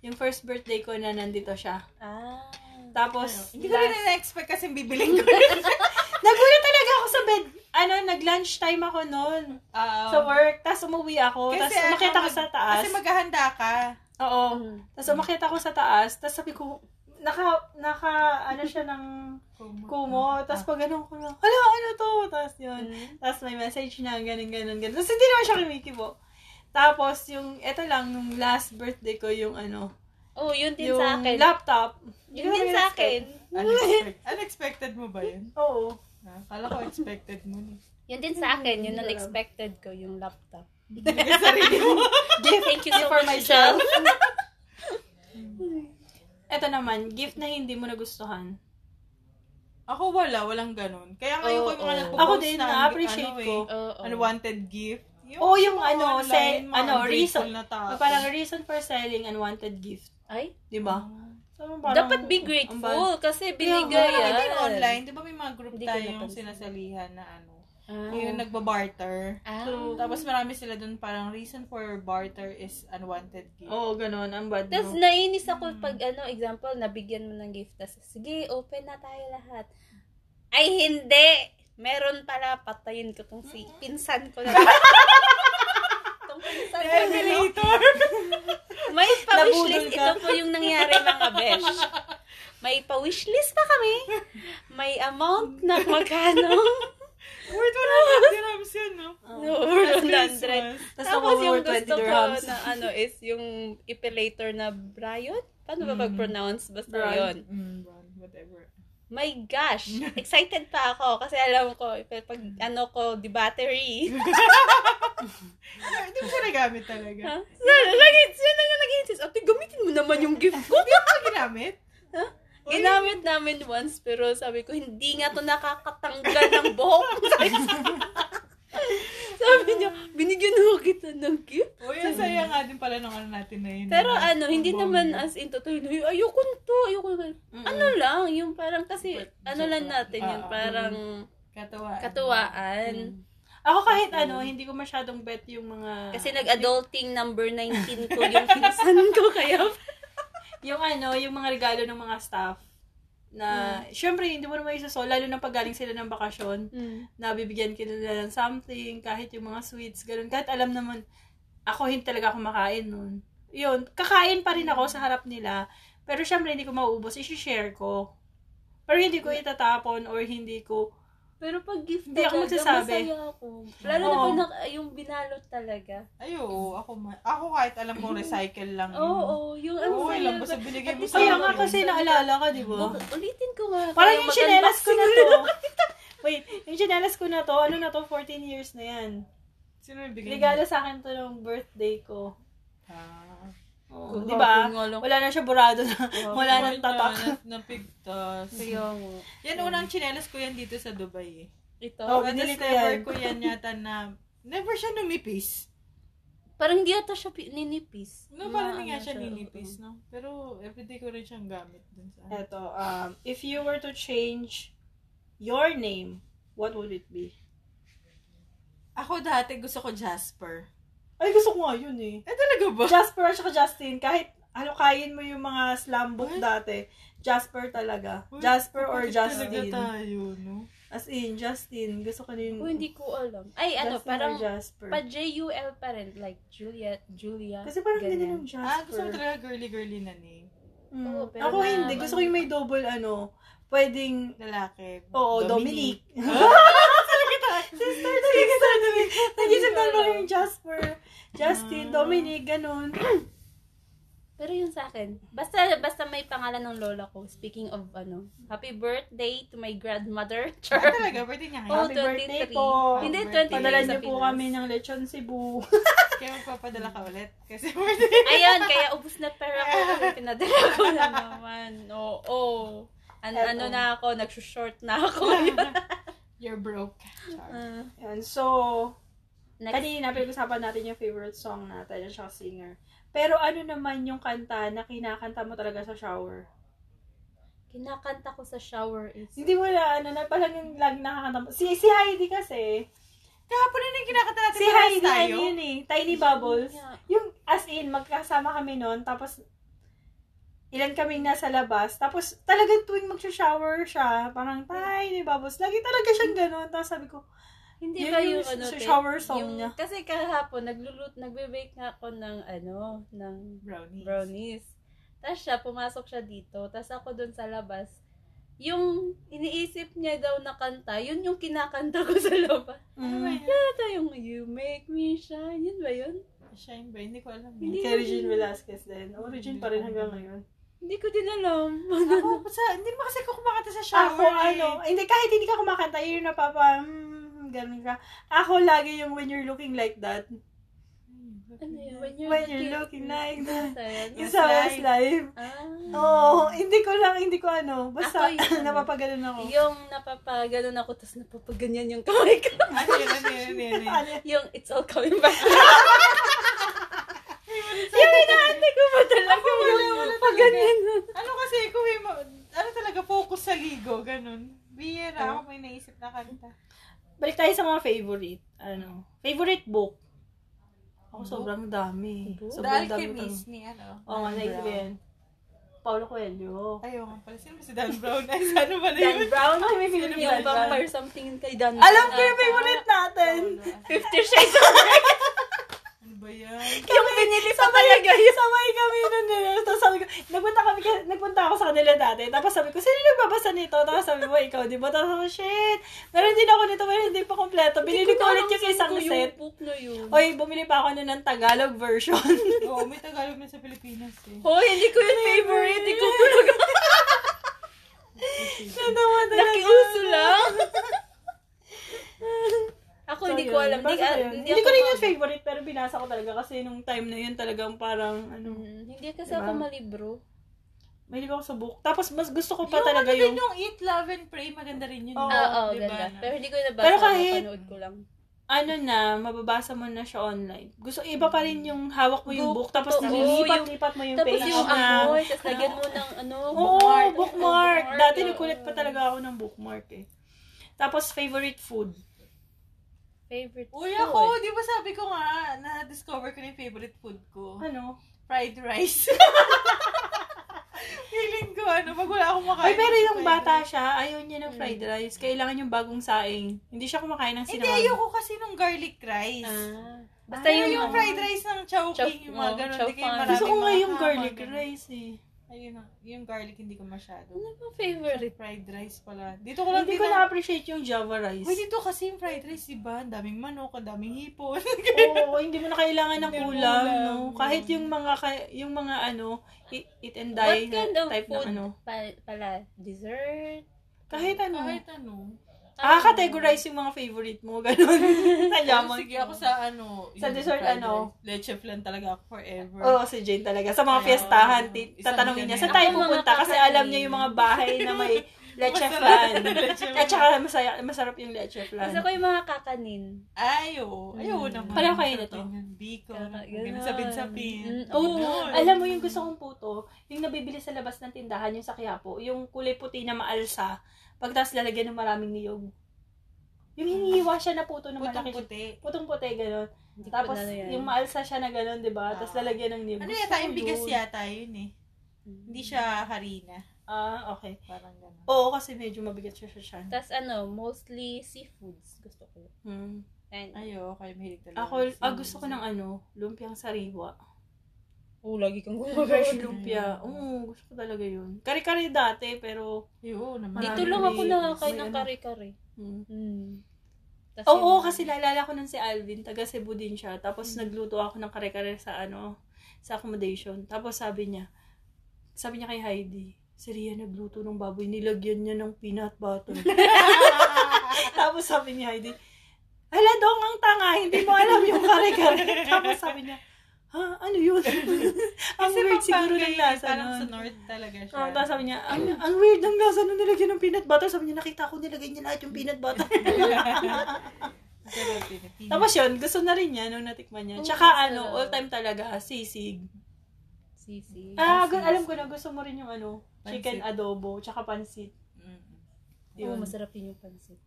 [SPEAKER 1] Yung first birthday ko na nandito siya.
[SPEAKER 3] Ah.
[SPEAKER 2] Ano,
[SPEAKER 1] Tapos,
[SPEAKER 2] Hindi ko rin
[SPEAKER 1] last-
[SPEAKER 2] na-expect kasi bibiling ko rin.
[SPEAKER 1] nagulat talaga ako sa bed. Ano, nag-lunch time ako noon
[SPEAKER 2] Oo.
[SPEAKER 1] sa work. Tapos umuwi ako. Tapos
[SPEAKER 2] Ah, Oh. ano,
[SPEAKER 1] umakit ako
[SPEAKER 2] mag-
[SPEAKER 1] sa taas.
[SPEAKER 2] Kasi maghahanda ka.
[SPEAKER 1] Oo.
[SPEAKER 3] Mm.
[SPEAKER 1] Tapos umakit ako sa taas. Tapos sabi ko, naka, naka, ano siya ng
[SPEAKER 3] Ah.
[SPEAKER 1] kumo. Tapos pag ganun ko lang, hala, ano to? Tapos yun.
[SPEAKER 3] Mm.
[SPEAKER 1] Tapos may message na, ganun, ganun, ganun. Tapos hindi naman siya kumikibo. Tapos yung, eto lang, nung last birthday ko, yung ano,
[SPEAKER 3] Oh, yun din
[SPEAKER 1] yung
[SPEAKER 3] sa akin.
[SPEAKER 1] laptop.
[SPEAKER 3] yun din sa akin.
[SPEAKER 2] Ah, Unexpected. unexpected mo ba yun?
[SPEAKER 1] Oo.
[SPEAKER 2] Ah, Kala ko expected mo
[SPEAKER 1] eh.
[SPEAKER 2] ni.
[SPEAKER 3] Yun din sa akin.
[SPEAKER 1] Hindi ko
[SPEAKER 3] Yun
[SPEAKER 1] alam.
[SPEAKER 3] unexpected ko, yung laptop.
[SPEAKER 2] Sarili mo.
[SPEAKER 3] Thank you so
[SPEAKER 1] for
[SPEAKER 3] much,
[SPEAKER 1] myself.
[SPEAKER 3] myself.
[SPEAKER 1] Eto naman, gift na hindi mo nagustuhan.
[SPEAKER 2] Ako wala, walang ganun. Kaya ngayon ko yung mga
[SPEAKER 3] Oo.
[SPEAKER 2] nagpo-post
[SPEAKER 1] Ako din,
[SPEAKER 2] ng,
[SPEAKER 1] na-appreciate
[SPEAKER 2] ano,
[SPEAKER 1] ko.
[SPEAKER 2] eh, Unwanted gift. Yung,
[SPEAKER 1] Oo, yung
[SPEAKER 2] mga
[SPEAKER 1] ano,
[SPEAKER 2] online,
[SPEAKER 1] sa-
[SPEAKER 2] mga
[SPEAKER 1] ano,
[SPEAKER 2] ungrateful
[SPEAKER 1] reason.
[SPEAKER 2] Na tao.
[SPEAKER 3] Ah,
[SPEAKER 1] Na Parang reason for selling unwanted gift.
[SPEAKER 3] Ay,
[SPEAKER 1] Di ba? So, parang-
[SPEAKER 3] Mm. dapat be
[SPEAKER 1] ang bad.
[SPEAKER 3] grateful kasi
[SPEAKER 2] Kaya nga,
[SPEAKER 3] binigay ah.
[SPEAKER 2] parang
[SPEAKER 3] yan.
[SPEAKER 2] din online, di ba may mga group
[SPEAKER 3] Hindi ko
[SPEAKER 2] tayong
[SPEAKER 3] napansin.
[SPEAKER 2] sinasalihan na ano.
[SPEAKER 3] Ah.
[SPEAKER 2] Yung nagbabarter.
[SPEAKER 3] Ah.
[SPEAKER 1] True.
[SPEAKER 2] Tapos marami sila dun parang reason for barter is unwanted gift.
[SPEAKER 1] Oo, ganun. Ang bad
[SPEAKER 3] Tapos
[SPEAKER 1] no?
[SPEAKER 3] nainis ako pag ano, example, nabigyan mo ng gift. Tapos, sige, open na tayo lahat. Ay, hindi! Meron pala, patayin ko tong si pinsan ko na. tong pinsan ko na. no?
[SPEAKER 2] Elevator!
[SPEAKER 3] May
[SPEAKER 1] Nabudol
[SPEAKER 3] pa-wishlist.
[SPEAKER 1] ka.
[SPEAKER 3] Ito po yung nangyari mga besh. May pa-wishlist pa kami. May amount na magkano.
[SPEAKER 2] Worth 100 dirhams yun, no?
[SPEAKER 3] No,
[SPEAKER 1] Oo.
[SPEAKER 2] Last
[SPEAKER 3] 100.
[SPEAKER 2] Christmas.
[SPEAKER 1] Tapos ako
[SPEAKER 3] yung
[SPEAKER 1] over 20
[SPEAKER 3] gusto
[SPEAKER 1] dirhams.
[SPEAKER 3] ko na ano is yung epilator na Brian? Paano ba
[SPEAKER 2] Mm.
[SPEAKER 3] mag-pronounce? Basta
[SPEAKER 1] Brian.
[SPEAKER 3] yun.
[SPEAKER 2] Mm, well, whatever.
[SPEAKER 3] My gosh! Excited pa ako kasi alam ko, pag pag ano ko, di battery.
[SPEAKER 2] Ah, Hindi mo siya nagamit talaga.
[SPEAKER 3] Ha? Sir, lagi, sir na nga nag-insist. Ate, gamitin mo naman yung gift ko.
[SPEAKER 2] Hindi mo siya ginamit?
[SPEAKER 3] Ha?
[SPEAKER 2] Uy,
[SPEAKER 3] Ginamit namin once, pero sabi ko, hindi nga to nakakatanggal ng buhok. Sabi sa- sabi niya, binigyan ho kita ng gift.
[SPEAKER 2] Uy, ang saya nga din pala nung ano natin na yun.
[SPEAKER 3] Pero ano, hindi
[SPEAKER 2] Ang
[SPEAKER 3] naman
[SPEAKER 2] bongga.
[SPEAKER 3] as in totoo, "Uy, ayoko nito, ayoko nito."
[SPEAKER 1] Mm-mm.
[SPEAKER 3] Ano lang, yung parang kasi, ano lang natin yun,
[SPEAKER 2] Ah, ah.
[SPEAKER 3] parang
[SPEAKER 2] Katuwaan. Hmm.
[SPEAKER 3] katuwaan.
[SPEAKER 1] Ako kahit ano, hindi ko masyadong bet yung mga...
[SPEAKER 3] Mm. Kasi nag-adulting number 19 ko yung pinsan ko, kaya
[SPEAKER 1] yung ano, yung mga regalo ng mga staff na, syempre, hindi mo naman isasaw, lalo na pag galing sila ng bakasyon,
[SPEAKER 3] Mm.
[SPEAKER 1] na bibigyan ka nila ng something, kahit yung mga sweets, ganun. Kahit alam naman, ako hindi talaga ako makain nun. Yun, kakain pa rin ako sa harap nila, pero syempre, hindi ko mauubos, isi-share ko. Pero hindi ko itatapon or hindi ko,
[SPEAKER 3] Pero pag gift
[SPEAKER 1] Hindi ako
[SPEAKER 3] talaga,
[SPEAKER 1] magsasabi.
[SPEAKER 3] masaya ako. Lalo na
[SPEAKER 1] Oo.
[SPEAKER 3] pag nak- yung binalot talaga.
[SPEAKER 2] Ay, oo. Ako, ma- ako kahit alam kong recycle lang
[SPEAKER 3] Mm. Oo,
[SPEAKER 2] yun.
[SPEAKER 3] oo, yung ang
[SPEAKER 2] Oo,
[SPEAKER 3] saya.
[SPEAKER 2] lang. Basta binigay mo
[SPEAKER 3] At
[SPEAKER 1] kaya
[SPEAKER 2] akin.
[SPEAKER 1] nga kasi naalala ka, di ba?
[SPEAKER 3] U- ulitin ko nga.
[SPEAKER 1] Parang
[SPEAKER 3] Kaya
[SPEAKER 1] yung chinelas ko na to.
[SPEAKER 3] mag-unboxing
[SPEAKER 1] Wait, yung chinelas ko na to, ano na to, 14 years na yan.
[SPEAKER 2] Sino yung bigay
[SPEAKER 1] Regalo sa akin to ng birthday ko.
[SPEAKER 2] Ah.
[SPEAKER 1] Oh,
[SPEAKER 3] ulit.
[SPEAKER 1] di ba?
[SPEAKER 3] Kung nga Oh, lang-
[SPEAKER 1] Wala na siya burado na. Wala nang tatak.
[SPEAKER 2] Na, napigtas.
[SPEAKER 3] Kaya nga.
[SPEAKER 2] Yan, unang chinelas ko yan dito sa Dubai eh.
[SPEAKER 3] Ito.
[SPEAKER 1] Oh,
[SPEAKER 2] At
[SPEAKER 1] binili
[SPEAKER 2] least
[SPEAKER 1] ko
[SPEAKER 2] never
[SPEAKER 1] yan.
[SPEAKER 2] ko yan yata na, never siya numipis.
[SPEAKER 3] Parang hindi ata siya pi- ninipis.
[SPEAKER 2] No,
[SPEAKER 3] Na
[SPEAKER 2] parang hindi
[SPEAKER 3] ano
[SPEAKER 2] nga siya
[SPEAKER 3] oo.
[SPEAKER 2] ninipis, no? Pero everyday ko rin siyang gamit dun sa
[SPEAKER 1] Eto, um, if you were to change your name, what would it be?
[SPEAKER 2] Ako dati gusto ko Jasper.
[SPEAKER 1] Ay, gusto ko nga yun eh.
[SPEAKER 2] Eh, talaga ba?
[SPEAKER 1] Jasper at saka Justin, kahit ano kain mo yung mga slam book dati, Jasper talaga.
[SPEAKER 2] Uy,
[SPEAKER 1] Jasper or
[SPEAKER 2] kapatid
[SPEAKER 1] Justin.
[SPEAKER 2] Talaga tayo, no?
[SPEAKER 1] As in, Justin. Gusto ko na yun.
[SPEAKER 3] Oh, hindi ko alam. Ay,
[SPEAKER 1] Justin
[SPEAKER 3] ano,
[SPEAKER 1] or
[SPEAKER 3] parang
[SPEAKER 1] Jasper.
[SPEAKER 3] pa J-U-L pa rin. Like, Juliet, Julia.
[SPEAKER 1] Kasi parang ganyan
[SPEAKER 3] ganyan.
[SPEAKER 1] yung Jasper.
[SPEAKER 2] Ah, gusto mo talaga girly-girly na name.
[SPEAKER 1] Mm.
[SPEAKER 3] Oo, pero
[SPEAKER 1] Ako
[SPEAKER 3] na-
[SPEAKER 1] hindi. Gusto ko yung may double ano. Pwedeng,
[SPEAKER 2] Lalaki.
[SPEAKER 1] oo, Dominique.
[SPEAKER 2] Ah.
[SPEAKER 1] Sister, nag-isip na Nag-isip na lang yung Jasper. Justin,
[SPEAKER 2] Ah.
[SPEAKER 1] Dominic, ganun.
[SPEAKER 3] Pero yun sa akin, basta basta may pangalan ng lola ko. Speaking of ano, happy birthday to my grandmother.
[SPEAKER 2] Ah,
[SPEAKER 3] Char.
[SPEAKER 2] talaga, birthday niya
[SPEAKER 3] Oh,
[SPEAKER 1] Happy
[SPEAKER 2] ngayon.
[SPEAKER 1] birthday
[SPEAKER 3] 23.
[SPEAKER 1] po.
[SPEAKER 3] Hindi,
[SPEAKER 2] Birthday.
[SPEAKER 3] 23
[SPEAKER 1] Padala
[SPEAKER 2] Padalan
[SPEAKER 3] sa
[SPEAKER 1] niyo po
[SPEAKER 3] Pinas.
[SPEAKER 1] kami ng lechon Cebu.
[SPEAKER 2] Kaya magpapadala ka ulit. Kasi birthday.
[SPEAKER 3] Ayun, kaya ubus na pera ko. kasi Pinadala ko na naman. Oo. An-
[SPEAKER 1] Eto.
[SPEAKER 3] ano na ako, nagsushort na ako.
[SPEAKER 2] You're broke. Char.
[SPEAKER 3] Ah,
[SPEAKER 1] Yan, so,
[SPEAKER 3] next,
[SPEAKER 1] kanina pinag-usapan natin yung favorite song natin at saka singer. Pero ano naman yung kanta na kinakanta mo talaga sa shower?
[SPEAKER 3] kinakanta ko sa shower is...
[SPEAKER 1] Hindi mo na, ano na, parang yung lag nakakanta mo. Si, si Heidi kasi,
[SPEAKER 2] Kahapon na yung kinakata natin.
[SPEAKER 1] si
[SPEAKER 2] parehas
[SPEAKER 1] Heidi,
[SPEAKER 2] tayo.
[SPEAKER 1] ano yun eh, Tiny Bubbles.
[SPEAKER 3] Yeah.
[SPEAKER 1] Yung as in, magkasama kami noon, tapos ilan kaming nasa labas, tapos talagang tuwing magsha-shower siya, parang, tay, ni Babos, lagi talaga siyang gano'n. Tapos sabi ko,
[SPEAKER 3] Hindi
[SPEAKER 1] Yun
[SPEAKER 3] ba
[SPEAKER 1] yung
[SPEAKER 3] yung, ano,
[SPEAKER 1] sa
[SPEAKER 3] te-
[SPEAKER 1] shower song niya.
[SPEAKER 3] Kasi kahapon, naglulut, nagbe-bake nga ako ng ano, ng
[SPEAKER 2] Brownies.
[SPEAKER 3] brownies. Tapos siya, pumasok siya dito. Tapos ako dun sa labas. Yung iniisip niya daw na kanta, yun yung kinakanta ko sa labas.
[SPEAKER 2] Ano ba
[SPEAKER 1] mm,
[SPEAKER 2] yun?
[SPEAKER 3] Ito yung You Make Me Shine. Yun ba yun?
[SPEAKER 2] Shine ba? Hindi ko alam.
[SPEAKER 3] Hindi.
[SPEAKER 1] kay Regine Velasquez din. Origin pa rin hanggang ngayon.
[SPEAKER 3] Hindi ko din alam.
[SPEAKER 2] Ako, sa, hindi mo kasi ako kumakata sa shower.
[SPEAKER 1] Ako,
[SPEAKER 2] eh.
[SPEAKER 1] ano, hindi, kahit hindi ka kumakanta, yun yung napapa, mm, ganun ka. Ako lagi yung when you're looking like that.
[SPEAKER 3] ano yun? When you're,
[SPEAKER 1] When you're looking like that.
[SPEAKER 3] Basta yun.
[SPEAKER 1] Yung sa Westlife. life.
[SPEAKER 2] Westlife.
[SPEAKER 3] Ah.
[SPEAKER 1] Oo, hindi ko lang, hindi ko ano, basta
[SPEAKER 3] Ako yun.
[SPEAKER 1] napapagalan ako.
[SPEAKER 3] Yung napapaganon ako, tapos napapaganyan yung kamay ko.
[SPEAKER 2] Ano yun? Ano yun? Ano yun?
[SPEAKER 1] Ano,
[SPEAKER 3] yung It's All Coming Back. yung inaante ko ba talaga?
[SPEAKER 2] wala, wala talaga.
[SPEAKER 3] Paganyan.
[SPEAKER 2] Ano kasi, kung may,
[SPEAKER 1] Ano?
[SPEAKER 2] ma- ano talaga, focus sa ligo, ganun. Bihira ako may naisip na kanta.
[SPEAKER 1] balik tayo sa mga favorite. Ano? Favorite book. Ako sobrang dami.
[SPEAKER 3] Book?
[SPEAKER 2] The
[SPEAKER 1] Sobrang dami.
[SPEAKER 2] Alchemist ni ano?
[SPEAKER 1] Oo nga,
[SPEAKER 2] Dan Brown.
[SPEAKER 1] naisip yan. Paulo Coelho.
[SPEAKER 2] Ayaw nga pala. Sino ba si Dan Brown? Ay, ano pala yun?
[SPEAKER 1] Dan Brown. Ay, may favorite
[SPEAKER 3] Yung
[SPEAKER 1] Dan Brown.
[SPEAKER 3] vampire something kay Dan.
[SPEAKER 1] Alam ko yung favorite natin.
[SPEAKER 3] Fifty Shades of Grey.
[SPEAKER 2] Ano ba yan?
[SPEAKER 3] yung binili pa talaga yun.
[SPEAKER 1] Sabay kami nun nila. Tapos sabi ko, nagpunta, kami, ka- nagpunta ako sa kanila dati. Tapos sabi ko, sino nagbabasa nito? Tapos sabi mo, ikaw, di ba? Tapos ako, shit. Meron din ako nito, meron din pa kompleto. Binili ko ulit yung isang
[SPEAKER 3] Ko
[SPEAKER 1] set.
[SPEAKER 3] Yung book na yun.
[SPEAKER 1] Oy, bumili pa ako nun ng Tagalog version.
[SPEAKER 2] Oo, may Tagalog na sa Pilipinas eh.
[SPEAKER 3] Hoy, hindi ko yung favorite. Hindi ko talaga.
[SPEAKER 1] Natawa talaga.
[SPEAKER 3] Nakiuso lang. Ako
[SPEAKER 1] So,
[SPEAKER 3] hindi ko
[SPEAKER 1] yun.
[SPEAKER 3] alam. Hindi,
[SPEAKER 1] Basta
[SPEAKER 3] ah,
[SPEAKER 1] yun.
[SPEAKER 3] hindi,
[SPEAKER 1] Hindi
[SPEAKER 3] ako
[SPEAKER 1] ko rin
[SPEAKER 3] ma-
[SPEAKER 1] yung favorite, pero binasa ko talaga kasi nung time na yun talagang parang, ano,
[SPEAKER 3] Mm, Hindi kasi
[SPEAKER 1] Diba?
[SPEAKER 3] ako malibro.
[SPEAKER 1] may ako sa book. Tapos mas gusto ko pa
[SPEAKER 2] yung
[SPEAKER 1] talaga
[SPEAKER 2] ano din
[SPEAKER 1] yung,
[SPEAKER 2] yung Eat, Love, and Pray, maganda rin yun. Diba?
[SPEAKER 1] Oo, diba?
[SPEAKER 3] Oo, oh,
[SPEAKER 2] Di ba?
[SPEAKER 3] ganda. Pero hindi ko yung nabasa.
[SPEAKER 1] Pero kahit-
[SPEAKER 3] Napanood ko lang.
[SPEAKER 1] ano na, mababasa mo na siya online. Gusto, iba pa rin yung hawak mo yung book,
[SPEAKER 3] Book,
[SPEAKER 1] tapos
[SPEAKER 3] oo,
[SPEAKER 1] nililipat-lipat mo yung
[SPEAKER 3] Tapos
[SPEAKER 1] page
[SPEAKER 3] yung
[SPEAKER 1] na.
[SPEAKER 3] amoy, tapos lagyan mo ng ano,
[SPEAKER 1] Oo, bookmark. Dati
[SPEAKER 3] oo.
[SPEAKER 1] nagkulit pa talaga ako ng bookmark eh. Tapos favorite food.
[SPEAKER 3] Favorite
[SPEAKER 2] Uy,
[SPEAKER 3] food.
[SPEAKER 2] ako, di ba sabi ko nga, na-discover ko na yung favorite food ko.
[SPEAKER 1] Ano?
[SPEAKER 2] Fried rice. Feeling ko, ano, pag wala akong makain.
[SPEAKER 1] Ay, pero
[SPEAKER 2] sa
[SPEAKER 1] yung
[SPEAKER 2] fried
[SPEAKER 1] bata
[SPEAKER 2] rice.
[SPEAKER 1] siya, ayaw niya ng fried rice. Kailangan yung bagong saing. Hindi siya kumakain ng
[SPEAKER 2] Hindi,
[SPEAKER 1] sinabi.
[SPEAKER 2] ayoko kasi nung garlic rice.
[SPEAKER 3] Ah. Basta
[SPEAKER 2] Basta
[SPEAKER 3] yung,
[SPEAKER 2] yung,
[SPEAKER 3] yung
[SPEAKER 2] fried rice ng chowking,
[SPEAKER 3] Chow-
[SPEAKER 2] yung mga
[SPEAKER 3] oh,
[SPEAKER 2] ganun.
[SPEAKER 3] chow
[SPEAKER 2] Hindi kayo
[SPEAKER 3] fan.
[SPEAKER 2] maraming
[SPEAKER 1] Gusto ko nga yung
[SPEAKER 2] makakama,
[SPEAKER 1] garlic
[SPEAKER 2] ganun.
[SPEAKER 1] rice eh.
[SPEAKER 2] Ayun na, yung garlic hindi ko masyado.
[SPEAKER 3] Ano ba favorite?
[SPEAKER 2] Fried rice pala. Dito ko lang
[SPEAKER 1] Hindi ko na-appreciate yung java rice.
[SPEAKER 2] Uy, dito kasi yung fried rice, di ba? Ang daming manok, ang daming hipon.
[SPEAKER 1] Oo, hindi mo na kailangan ng
[SPEAKER 2] Hindi mo
[SPEAKER 1] ulam,
[SPEAKER 2] ulam.
[SPEAKER 1] no? Kahit yung mga, ka- yung mga ano, eat, eat and die na
[SPEAKER 3] What kind of
[SPEAKER 1] type
[SPEAKER 3] food
[SPEAKER 1] ng ano.
[SPEAKER 3] pa- pala? Dessert?
[SPEAKER 1] Kahit ano.
[SPEAKER 2] Kahit ano.
[SPEAKER 1] Ah, categorize yung mga favorite mo, ganun. Nayaman.
[SPEAKER 2] Sige ako sa ano.
[SPEAKER 1] Sa
[SPEAKER 2] yung
[SPEAKER 1] dessert,
[SPEAKER 2] fried
[SPEAKER 1] ano? Oh,
[SPEAKER 2] rice. Leche flan talaga ako forever.
[SPEAKER 1] Oo, si Jane talaga. Sa mga
[SPEAKER 2] Kaya,
[SPEAKER 1] fiestahan, tit-
[SPEAKER 2] isang
[SPEAKER 1] tatanungin niya,
[SPEAKER 2] ganyan.
[SPEAKER 1] saan tayo
[SPEAKER 3] Ako, mga
[SPEAKER 1] pupunta? Kasi
[SPEAKER 3] kakain.
[SPEAKER 1] alam niya yung mga bahay na may leche
[SPEAKER 2] Masarap.
[SPEAKER 1] flan.
[SPEAKER 2] Leche flan.
[SPEAKER 1] At saka masaya, masarap yung leche flan.
[SPEAKER 3] Gusto ko yung mga kakanin.
[SPEAKER 2] Ay, oo. Ay, oo
[SPEAKER 3] Mm.
[SPEAKER 2] naman.
[SPEAKER 1] Kala ko yun
[SPEAKER 2] Sarap
[SPEAKER 1] ito.
[SPEAKER 2] yun. Biko.
[SPEAKER 3] Kaka- ganun.
[SPEAKER 2] Sabid-sabid.
[SPEAKER 3] Mm,
[SPEAKER 2] Oo.
[SPEAKER 3] oo.
[SPEAKER 1] Alam mo yung gusto kong puto, yung nabibili sa labas ng tindahan, yung sa Quiapo, yung kulay puti na maalsa, pagtas lalagyan ng maraming niyog. Yung hinihiwa siya na puto na malaki. Putong
[SPEAKER 2] Putong-puti.
[SPEAKER 1] Putong puti, gano'n.
[SPEAKER 3] Hindi ko
[SPEAKER 1] Tapos,
[SPEAKER 3] kilala yan.
[SPEAKER 1] yung maalsa siya na gano'n, di ba? Tapos
[SPEAKER 2] Ah.
[SPEAKER 1] lalagyan ng niyog.
[SPEAKER 2] Ano
[SPEAKER 1] Gusto
[SPEAKER 2] yata
[SPEAKER 1] ko
[SPEAKER 2] yung bigas
[SPEAKER 1] yun.
[SPEAKER 2] yata yun eh.
[SPEAKER 3] Mm.
[SPEAKER 2] Hindi siya harina.
[SPEAKER 1] Ah, okay.
[SPEAKER 2] Parang gano'n.
[SPEAKER 1] Oo, kasi medyo mabigat siya siya siya.
[SPEAKER 3] Tapos ano, mostly seafoods. Gusto ko.
[SPEAKER 1] Hmm.
[SPEAKER 3] And,
[SPEAKER 2] Ayo, kayo mahilig talaga.
[SPEAKER 1] Ako, ah, gusto ko ng ano, lumpiang sariwa.
[SPEAKER 3] oh, lagi kang
[SPEAKER 1] Oo,
[SPEAKER 3] gumagawa.
[SPEAKER 1] lumpia. Oo, gusto ko talaga yun. Kare-kare dati, pero...
[SPEAKER 2] Yo, naman.
[SPEAKER 3] Dito
[SPEAKER 1] Marami
[SPEAKER 3] lang ako
[SPEAKER 1] may-
[SPEAKER 3] nakakain
[SPEAKER 1] may
[SPEAKER 3] ng
[SPEAKER 1] ano.
[SPEAKER 3] kare-kare.
[SPEAKER 1] Hmm.
[SPEAKER 3] Mm. Tas
[SPEAKER 1] Oo,
[SPEAKER 3] yung-
[SPEAKER 1] kasi lalala ko nun si Alvin, taga Cebu din siya. Tapos nagluto ako ng kare-kare sa ano, sa accommodation. Tapos sabi niya, sabi niya kay Heidi, si Ria nagluto ng baboy, nilagyan niya ng peanut butter. Tapos sabi ni Heidi, hala dong ang tanga, hindi mo alam yung kare-kare. Tapos sabi niya, ha, ano yun? ang weird siguro ng lasa Oh,
[SPEAKER 2] Parang sa
[SPEAKER 1] nun.
[SPEAKER 2] north talaga siya.
[SPEAKER 1] Oo, tapos sabi niya, ang, ang weird ng lasa nung nilagyan ng peanut butter. Sabi niya, nakita ko nilagay niya lahat yung peanut butter.
[SPEAKER 2] Pero Pilipinas.
[SPEAKER 1] Tapos yun, gusto na rin niya nung natikman niya.
[SPEAKER 3] Oo,
[SPEAKER 1] Tsaka
[SPEAKER 3] gusto.
[SPEAKER 1] ano, all time talaga, sisig.
[SPEAKER 3] Sisi.
[SPEAKER 1] Ah,
[SPEAKER 2] sisig.
[SPEAKER 1] gu- alam ko na, gusto mo rin yung ano, chicken
[SPEAKER 2] Pansit.
[SPEAKER 1] adobo, tsaka pansit.
[SPEAKER 2] Mm.
[SPEAKER 3] Oo,
[SPEAKER 1] Yun.
[SPEAKER 3] Oh, masarap din yung pansit.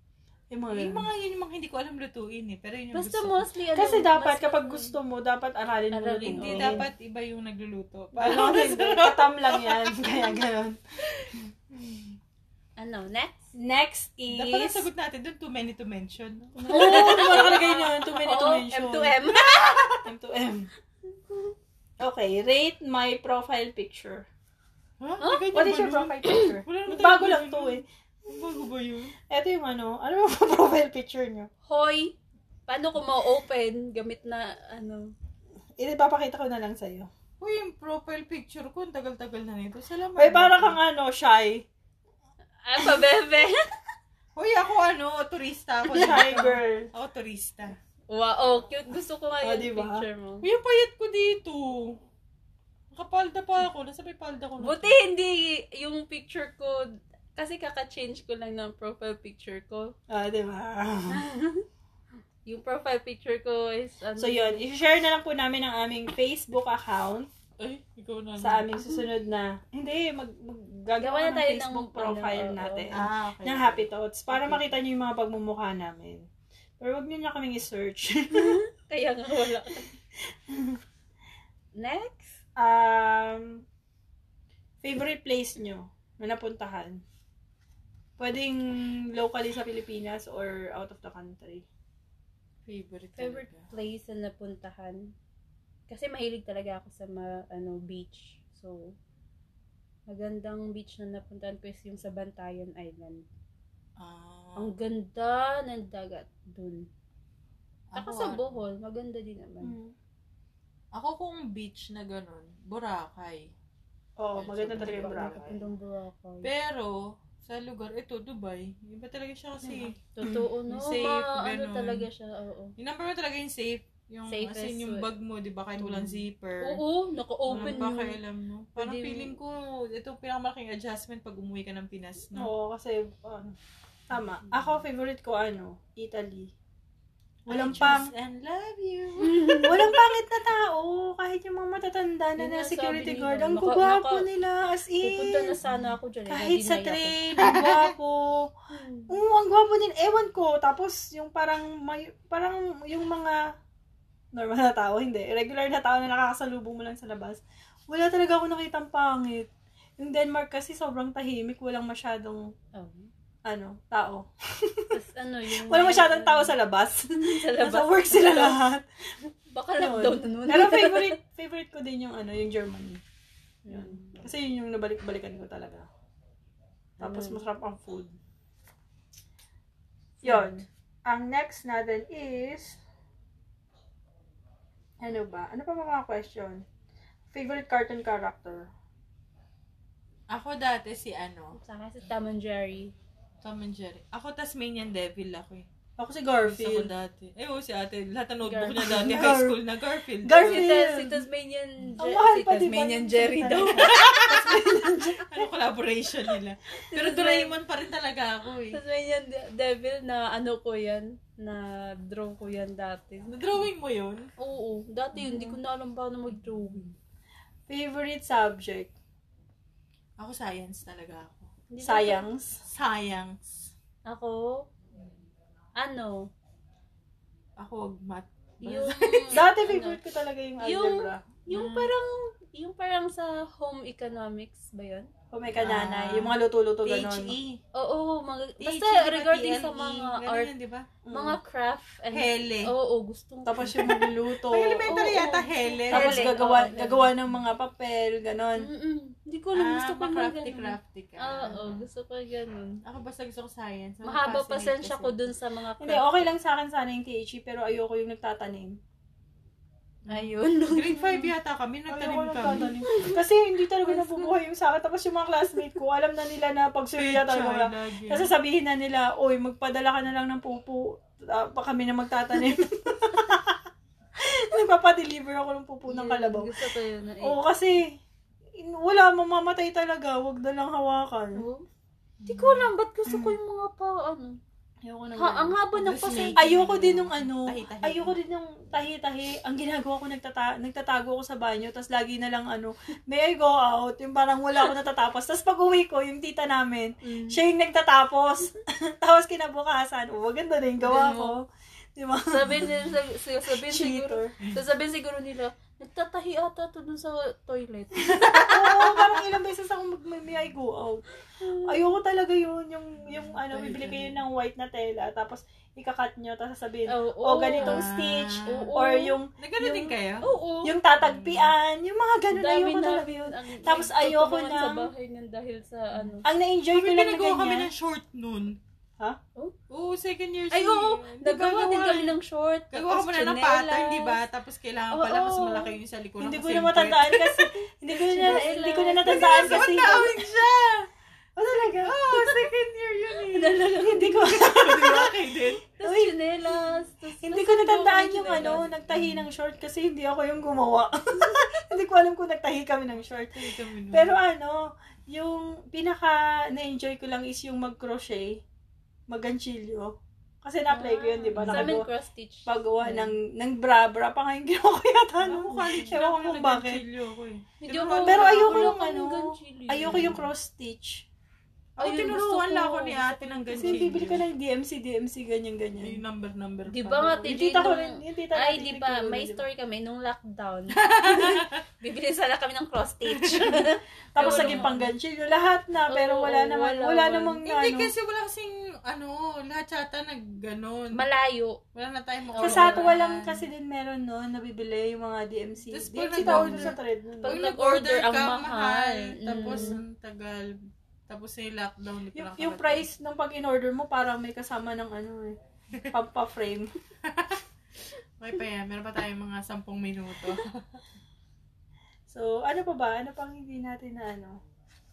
[SPEAKER 1] Yung mga
[SPEAKER 2] Yung
[SPEAKER 1] ganun.
[SPEAKER 2] mga yun, yung mga hindi ko alam lutuin eh. Pero yun yung
[SPEAKER 3] Basta
[SPEAKER 2] gusto ko.
[SPEAKER 3] mostly, ano,
[SPEAKER 1] Kasi dapat,
[SPEAKER 3] mas-
[SPEAKER 1] kapag gusto mo, dapat aralin mo
[SPEAKER 3] Aralin.
[SPEAKER 1] lutuin.
[SPEAKER 2] Hindi,
[SPEAKER 3] Oo.
[SPEAKER 2] dapat iba yung nagluluto.
[SPEAKER 1] Ano,
[SPEAKER 2] Parang
[SPEAKER 1] hindi. Katam lang yan. Kaya ganun.
[SPEAKER 3] Ano, next?
[SPEAKER 1] Next is...
[SPEAKER 2] Dapat ang sagot natin doon, too many to mention. no?
[SPEAKER 1] Oo, oh, di ba nakalagay nun? Too many to
[SPEAKER 3] Oo,
[SPEAKER 1] mention.
[SPEAKER 3] M2M.
[SPEAKER 1] M2M. Okay, rate my profile picture.
[SPEAKER 2] Huh?
[SPEAKER 1] What is your profile picture?
[SPEAKER 2] Wala naman tayo
[SPEAKER 1] Bago lang to
[SPEAKER 2] ganun.
[SPEAKER 1] eh.
[SPEAKER 2] Bago ba yun?
[SPEAKER 1] Ito yung ano, ano yung profile picture nyo?
[SPEAKER 3] Hoy, paano ko ma-open gamit na, ano?
[SPEAKER 1] Ipapakita ko na lang sa'yo.
[SPEAKER 2] Uy, yung profile picture ko, ang tagal-tagal na nito. Salamat.
[SPEAKER 1] Ay, para kang ano, shy.
[SPEAKER 3] Ah, pabebe.
[SPEAKER 2] Uy, ako ano, turista ako.
[SPEAKER 1] Shy
[SPEAKER 2] dito.
[SPEAKER 1] girl.
[SPEAKER 2] Ako turista.
[SPEAKER 3] wow, oh, cute. Gusto ko nga
[SPEAKER 1] Oh,
[SPEAKER 3] yung
[SPEAKER 1] diba?
[SPEAKER 3] picture mo.
[SPEAKER 2] Uy, ang payat ko dito. Nakapalda pa ako. Nasa may palda ko. na.
[SPEAKER 3] Buti hindi yung picture ko, kasi kaka-change ko lang ng profile picture ko.
[SPEAKER 1] Ah, di ba?
[SPEAKER 3] Yung profile picture ko is, ano,
[SPEAKER 1] So yun, i-share na lang po namin ang aming Facebook account
[SPEAKER 2] Ay, ikaw na.
[SPEAKER 1] sa aming susunod na. Hindi, mag,
[SPEAKER 3] Gawa
[SPEAKER 1] maggagawa
[SPEAKER 3] na
[SPEAKER 1] ng
[SPEAKER 3] tayo
[SPEAKER 1] Facebook
[SPEAKER 3] ng-
[SPEAKER 1] profile
[SPEAKER 3] ano, oo.
[SPEAKER 1] natin.
[SPEAKER 2] Ah, okay.
[SPEAKER 1] Ng Happy Thoughts para makita niyo yung mga pagmumukha namin. Pero wag niyo na kaming i-search.
[SPEAKER 3] Kaya nga wala. Next?
[SPEAKER 1] um, favorite place nyo na napuntahan? Pwedeng locally sa Pilipinas or out of the country.
[SPEAKER 2] Favorite
[SPEAKER 3] Favorite
[SPEAKER 2] talaga.
[SPEAKER 3] place na napuntahan? Kasi mahilig talaga ako sa ma, ano, beach. So, magandang beach na napuntahan ko is yung sa Bantayan Island.
[SPEAKER 2] Ah,
[SPEAKER 3] Ang ganda ng dagat dun. Saka
[SPEAKER 2] ako,
[SPEAKER 3] sa
[SPEAKER 1] ah.
[SPEAKER 2] ano,
[SPEAKER 3] Bohol, maganda din
[SPEAKER 1] Mm.
[SPEAKER 3] naman.
[SPEAKER 2] Ako kung beach na ganun, Boracay.
[SPEAKER 1] Oo, oh, maganda talaga yung
[SPEAKER 3] Diba,
[SPEAKER 1] Boracay.
[SPEAKER 3] nakapundong Boracay.
[SPEAKER 2] Pero, sa lugar, ito, Dubai. Iba talaga siya kasi.
[SPEAKER 3] Diba? Totoo, no?
[SPEAKER 2] Safe,
[SPEAKER 3] ma, ano
[SPEAKER 2] ganun.
[SPEAKER 3] talaga siya, oo.
[SPEAKER 2] Yung number one talaga yung safe. Yung,
[SPEAKER 3] Safest
[SPEAKER 2] as in, yung
[SPEAKER 3] way.
[SPEAKER 2] bag mo, di ba, kahit walang zipper.
[SPEAKER 3] Oo, naka-open
[SPEAKER 2] Ano ba
[SPEAKER 3] yun.
[SPEAKER 2] kayo alam mo? Parang
[SPEAKER 3] Pwede-
[SPEAKER 2] feeling ko, ito pinakamalaking adjustment pag umuwi ka ng Pinas, no?
[SPEAKER 1] Oo, kasi, ano, tama.
[SPEAKER 3] Mm.
[SPEAKER 1] Ako, favorite ko, ano, Italy. Walang
[SPEAKER 2] I
[SPEAKER 1] pang,
[SPEAKER 2] choose and love you.
[SPEAKER 1] walang pangit na tao. Kahit yung mga matatanda na
[SPEAKER 3] Yun
[SPEAKER 1] na
[SPEAKER 3] nga,
[SPEAKER 1] security
[SPEAKER 3] sabi
[SPEAKER 1] guard,
[SPEAKER 3] nila,
[SPEAKER 1] ang
[SPEAKER 3] naka-
[SPEAKER 1] gwapo
[SPEAKER 3] naka-
[SPEAKER 1] nila. As in,
[SPEAKER 3] Pupunta na sana ako dyan. eh,
[SPEAKER 1] kahit sa
[SPEAKER 3] nadinay ako.
[SPEAKER 1] train, ang gwapo. Oo, ang gwapo din. Ewan ko. Tapos, yung parang, may, parang yung mga normal na tao, hindi. Regular na tao na nakakasalubong mo lang sa labas. Wala talaga ako nakitang pangit. Yung Denmark kasi sobrang tahimik. Walang masyadong,
[SPEAKER 3] Oh.
[SPEAKER 1] ano, tao.
[SPEAKER 3] Tapos ano yung...
[SPEAKER 1] Walang masyadong tao sa labas.
[SPEAKER 3] Sa
[SPEAKER 1] Nasa
[SPEAKER 3] labas.
[SPEAKER 1] work sila lahat.
[SPEAKER 3] Baka
[SPEAKER 1] Yun.
[SPEAKER 3] lockdown na nun.
[SPEAKER 1] Pero favorite, favorite ko din yung, ano, yung Germany. Yun.
[SPEAKER 3] Yun.
[SPEAKER 1] Kasi yun yung nabalik-balikan ko talaga. Tapos,
[SPEAKER 3] Ayun.
[SPEAKER 1] masarap ang food. Yun. Ang next natin is... Ano ba? Ano pa ba mga question? Favorite cartoon character?
[SPEAKER 2] Ako dati si ano,
[SPEAKER 3] Sa akin, sa Tom and Jerry.
[SPEAKER 2] Tom and Jerry. Ako Tasmanian Devil ako eh.
[SPEAKER 1] Ako si
[SPEAKER 2] Gusto ko
[SPEAKER 1] Garfield.
[SPEAKER 2] dati. Eh, oh, si ate. Lahat ng notebook
[SPEAKER 3] Garfield.
[SPEAKER 2] niya dati.
[SPEAKER 1] Gar-
[SPEAKER 2] High school na Garfield.
[SPEAKER 1] Gar-
[SPEAKER 3] Si, Tas- si Tasmanian,
[SPEAKER 1] Ang
[SPEAKER 3] Jer-
[SPEAKER 1] mahal pa, diba?
[SPEAKER 3] si
[SPEAKER 1] di ba?
[SPEAKER 3] Tasmanian Jerry daw.
[SPEAKER 2] ano collaboration nila. Pero Doraemon pa rin talaga ako eh.
[SPEAKER 3] Tasmanian de- Devil na ano ko yan, na draw ko yan dati.
[SPEAKER 2] Drawing mo yun?
[SPEAKER 3] Oo, dati yun, hindi ko na alam paano mag-drawing.
[SPEAKER 1] Favorite subject?
[SPEAKER 2] Ako science talaga ako.
[SPEAKER 3] Hindi ko-
[SPEAKER 1] Science?
[SPEAKER 2] Science.
[SPEAKER 3] Ako, ano,
[SPEAKER 2] Ako wag math.
[SPEAKER 3] yung,
[SPEAKER 1] Dati
[SPEAKER 3] ano,
[SPEAKER 1] favorite ko talaga yung
[SPEAKER 3] Yung-
[SPEAKER 1] algebra.
[SPEAKER 3] yung parang, yung parang sa home economics ba yun?
[SPEAKER 1] Kung may kananay,
[SPEAKER 2] Ah.
[SPEAKER 1] yung mga luto-luto ganon.
[SPEAKER 2] THE.
[SPEAKER 3] Oo,
[SPEAKER 2] THE,
[SPEAKER 3] mga, Oh, basta
[SPEAKER 2] diba,
[SPEAKER 3] regarding sa
[SPEAKER 2] TLE,
[SPEAKER 3] mga
[SPEAKER 2] ganun
[SPEAKER 3] art,
[SPEAKER 2] yun, di ba?
[SPEAKER 1] Mm.
[SPEAKER 3] mga craft and Oh,
[SPEAKER 2] Hele.
[SPEAKER 3] Oo, oo, gusto ko.
[SPEAKER 1] Tapos yung magluluto.
[SPEAKER 2] Pag elementary
[SPEAKER 3] oo.
[SPEAKER 2] yata, hele.
[SPEAKER 1] Tapos
[SPEAKER 3] Hele,
[SPEAKER 1] gagawa,
[SPEAKER 3] oo, ganun.
[SPEAKER 1] gagawa ng mga papel, ganon.
[SPEAKER 3] Mm-mm. Hindi ko alam, gusto ko yung mga
[SPEAKER 2] crafty,
[SPEAKER 3] ganun.
[SPEAKER 2] Ah, crafty ka.
[SPEAKER 3] Oo, oo, gusto ko yung ganun.
[SPEAKER 2] Ako basta gusto ko science. Ako
[SPEAKER 3] Mahaba
[SPEAKER 2] fascinate
[SPEAKER 3] pasensya
[SPEAKER 2] kasi.
[SPEAKER 3] ko dun sa mga
[SPEAKER 1] Mm-hmm. Hindi, okay lang sa akin sana yung THE, pero ayoko yung nagtatanim.
[SPEAKER 3] Ayun.
[SPEAKER 2] Grade 5 yata kami, nagtanim
[SPEAKER 1] Ayoko
[SPEAKER 2] kami.
[SPEAKER 1] nagtatanim. Kasi hindi talaga nabubuhay yung sa akin. Tapos yung mga classmate ko, alam na nila na pag surya talaga wala.
[SPEAKER 2] lagi.
[SPEAKER 1] Kasi sabihin na nila, oy, magpadala ka na lang ng pupu. Ah, pa kami na magtatanim. Nagpapadeliver ako ng pupu ng kalabaw.
[SPEAKER 3] Gusto ko yun. eh. na-
[SPEAKER 1] Oo, kasi in- wala, mamamatay talaga. Huwag na lang hawakan.
[SPEAKER 3] Oo. Hindi ko alam, ba't gusto ko yung mga pa, ano.
[SPEAKER 1] Ayoko na
[SPEAKER 3] Ha, ang haba ng
[SPEAKER 2] Gusto
[SPEAKER 3] pasensya.
[SPEAKER 2] niya.
[SPEAKER 1] Ayoko din nung ano,
[SPEAKER 2] Tahi-tahi.
[SPEAKER 1] ayoko din nung tahi-tahi. Ang ginagawa ko, nagtata- nagtatago ako sa banyo, tapos lagi na lang ano, may I go out, yung parang wala ako natatapos. Tapos pag uwi ko, yung tita namin,
[SPEAKER 3] Mm.
[SPEAKER 1] siya yung nagtatapos. tapos kinabukasan, oh, ganda na yung gawa
[SPEAKER 3] Ganun.
[SPEAKER 1] ko. Di ba?
[SPEAKER 3] Sabihin, nila- sab- sab- sabihin siguro,
[SPEAKER 1] Cheater.
[SPEAKER 3] sabihin siguro nila, nagtatahi ata to dun sa toilet.
[SPEAKER 1] Oo, parang ilang beses ako mag may, may I go out. Ayoko talaga yun, yung, yung ano, bibili kayo ng white na tela, tapos ikakat nyo, tapos sasabihin,
[SPEAKER 3] Oo,
[SPEAKER 1] oh, ganitong
[SPEAKER 2] Ah.
[SPEAKER 1] stitch,
[SPEAKER 3] Oo.
[SPEAKER 1] or yung
[SPEAKER 2] Nagano din
[SPEAKER 1] Yung-
[SPEAKER 2] kayo?
[SPEAKER 3] Oo.
[SPEAKER 1] Yung tatagpian, yung mga ganun,
[SPEAKER 3] Dami
[SPEAKER 1] ayoko
[SPEAKER 3] na-
[SPEAKER 1] talaga yun.
[SPEAKER 3] ang-
[SPEAKER 1] Tapos ayoko
[SPEAKER 3] nagtutulungan sa
[SPEAKER 1] ng-
[SPEAKER 3] bahay niyan dahil sa ano.
[SPEAKER 1] Ang na-enjoy ko
[SPEAKER 2] Kami
[SPEAKER 1] lang na
[SPEAKER 2] pinagawa kami
[SPEAKER 1] ganyan.
[SPEAKER 2] ng short nun.
[SPEAKER 1] Ha?
[SPEAKER 3] Oh?
[SPEAKER 2] Oo, second year
[SPEAKER 3] Ay, oo. Nagawa
[SPEAKER 2] Nagagawa-
[SPEAKER 3] din kami
[SPEAKER 1] eh.
[SPEAKER 3] ng short.
[SPEAKER 2] Gagawa ka
[SPEAKER 3] tapos
[SPEAKER 2] muna ng
[SPEAKER 3] tsinelas.
[SPEAKER 2] pattern, di ba? Tapos kailangan pala
[SPEAKER 3] Oo.
[SPEAKER 2] mas malaki yung sa likuran.
[SPEAKER 1] Hindi ko
[SPEAKER 2] kasi
[SPEAKER 1] na
[SPEAKER 2] yung
[SPEAKER 1] matandaan kasi, hindi ko na,
[SPEAKER 3] Chinelas.
[SPEAKER 1] hindi ko na natandaan
[SPEAKER 2] puwet.
[SPEAKER 1] kasi.
[SPEAKER 2] Kasi tawag siya!
[SPEAKER 1] Oh, talaga?
[SPEAKER 2] Oo, second year yun eh.
[SPEAKER 1] Hindi ko,
[SPEAKER 2] Hindi ba kayo din?
[SPEAKER 3] Tapos
[SPEAKER 1] Uy.
[SPEAKER 3] tsinelas. Tapos,
[SPEAKER 1] hindi
[SPEAKER 3] tapos
[SPEAKER 1] ko natandaan
[SPEAKER 3] nagawa
[SPEAKER 1] yung
[SPEAKER 3] ng
[SPEAKER 1] ano,
[SPEAKER 3] tsinelas.
[SPEAKER 2] Mm.
[SPEAKER 1] nagtahi ng short kasi hindi ako yung gumawa. hindi ko alam kung nagtahi kami ng short.
[SPEAKER 2] Hindi kami nun.
[SPEAKER 1] Pero ano, yung pinaka na-enjoy ko lang is yung mag-crochet, mag-ganchilyo. Kasi na-apply ko yun, di ba?
[SPEAKER 2] Ah.
[SPEAKER 3] Sa amin,
[SPEAKER 1] Nakagawa,
[SPEAKER 3] cross stitch.
[SPEAKER 1] paggawa
[SPEAKER 2] Mm.
[SPEAKER 1] ng, ng bra-bra pa nga yung ginawa ko yata.
[SPEAKER 2] Ako
[SPEAKER 1] no?
[SPEAKER 2] college
[SPEAKER 1] ano?
[SPEAKER 2] na
[SPEAKER 1] Ewan
[SPEAKER 2] ako
[SPEAKER 1] ko kung bakit.
[SPEAKER 2] nag-chilyo ako eh.
[SPEAKER 3] Hindi ako-
[SPEAKER 1] Pero ayoko
[SPEAKER 3] wala
[SPEAKER 1] yung
[SPEAKER 3] akong
[SPEAKER 1] ano,
[SPEAKER 3] ganchilyo.
[SPEAKER 1] Ayoko yung cross stitch.
[SPEAKER 2] Ako
[SPEAKER 1] Ayun,
[SPEAKER 2] tinuruan
[SPEAKER 1] gusto
[SPEAKER 2] lang
[SPEAKER 1] ko.
[SPEAKER 2] ako ni ate ng
[SPEAKER 1] Kasi
[SPEAKER 2] ganchillo.
[SPEAKER 1] bibili ka ng DMC, DMC, ganyan-ganyan.
[SPEAKER 2] Yung number, number.
[SPEAKER 3] Di
[SPEAKER 2] pa.
[SPEAKER 3] ba nga,
[SPEAKER 1] Yung
[SPEAKER 3] Yung
[SPEAKER 1] tita ko
[SPEAKER 3] nung-
[SPEAKER 1] rin, yung tita
[SPEAKER 3] Ay,
[SPEAKER 1] natin,
[SPEAKER 3] di
[SPEAKER 1] yung
[SPEAKER 3] ba?
[SPEAKER 1] Kuya,
[SPEAKER 3] May
[SPEAKER 1] di ba?
[SPEAKER 3] story kami nung lockdown. Bibili sana kami ng cross-stitch.
[SPEAKER 1] Tapos
[SPEAKER 3] Ewan
[SPEAKER 1] naging
[SPEAKER 3] ko.
[SPEAKER 1] pangganchil. yung Lahat na, pero
[SPEAKER 3] Oo,
[SPEAKER 1] wala naman.
[SPEAKER 3] wala,
[SPEAKER 1] Wala
[SPEAKER 3] wala.
[SPEAKER 1] namang
[SPEAKER 2] Hindi
[SPEAKER 1] ano.
[SPEAKER 2] kasi wala kasing, ano, lahat yata nag ganun.
[SPEAKER 3] Malayo.
[SPEAKER 2] wala na
[SPEAKER 1] Sa
[SPEAKER 2] tayong
[SPEAKER 3] Oo,
[SPEAKER 1] Satwa
[SPEAKER 2] makakalaman.
[SPEAKER 1] lang kasi din meron no, nabibili yung mga DMC.
[SPEAKER 2] Tapos pag
[SPEAKER 1] DMC tawag
[SPEAKER 2] nag-order-
[SPEAKER 1] doon sa thread nun.
[SPEAKER 3] Pag
[SPEAKER 2] Pag
[SPEAKER 1] no?
[SPEAKER 2] nag-order
[SPEAKER 3] nag-order,
[SPEAKER 2] ka,
[SPEAKER 3] ang mahal.
[SPEAKER 2] mahal.
[SPEAKER 3] Mm.
[SPEAKER 2] Tapos, ang tagal. Tapos na yung lockdown. hindi ko
[SPEAKER 1] Yung,
[SPEAKER 2] lang
[SPEAKER 1] yung
[SPEAKER 2] kapatid.
[SPEAKER 1] price ng pag in-order mo parang may kasama ng ano eh. Pampa-frame.
[SPEAKER 2] Okay pa yan. Meron pa tayong mga 10 minuto.
[SPEAKER 1] So, ano pa ba? Ano pang hindi natin na ano?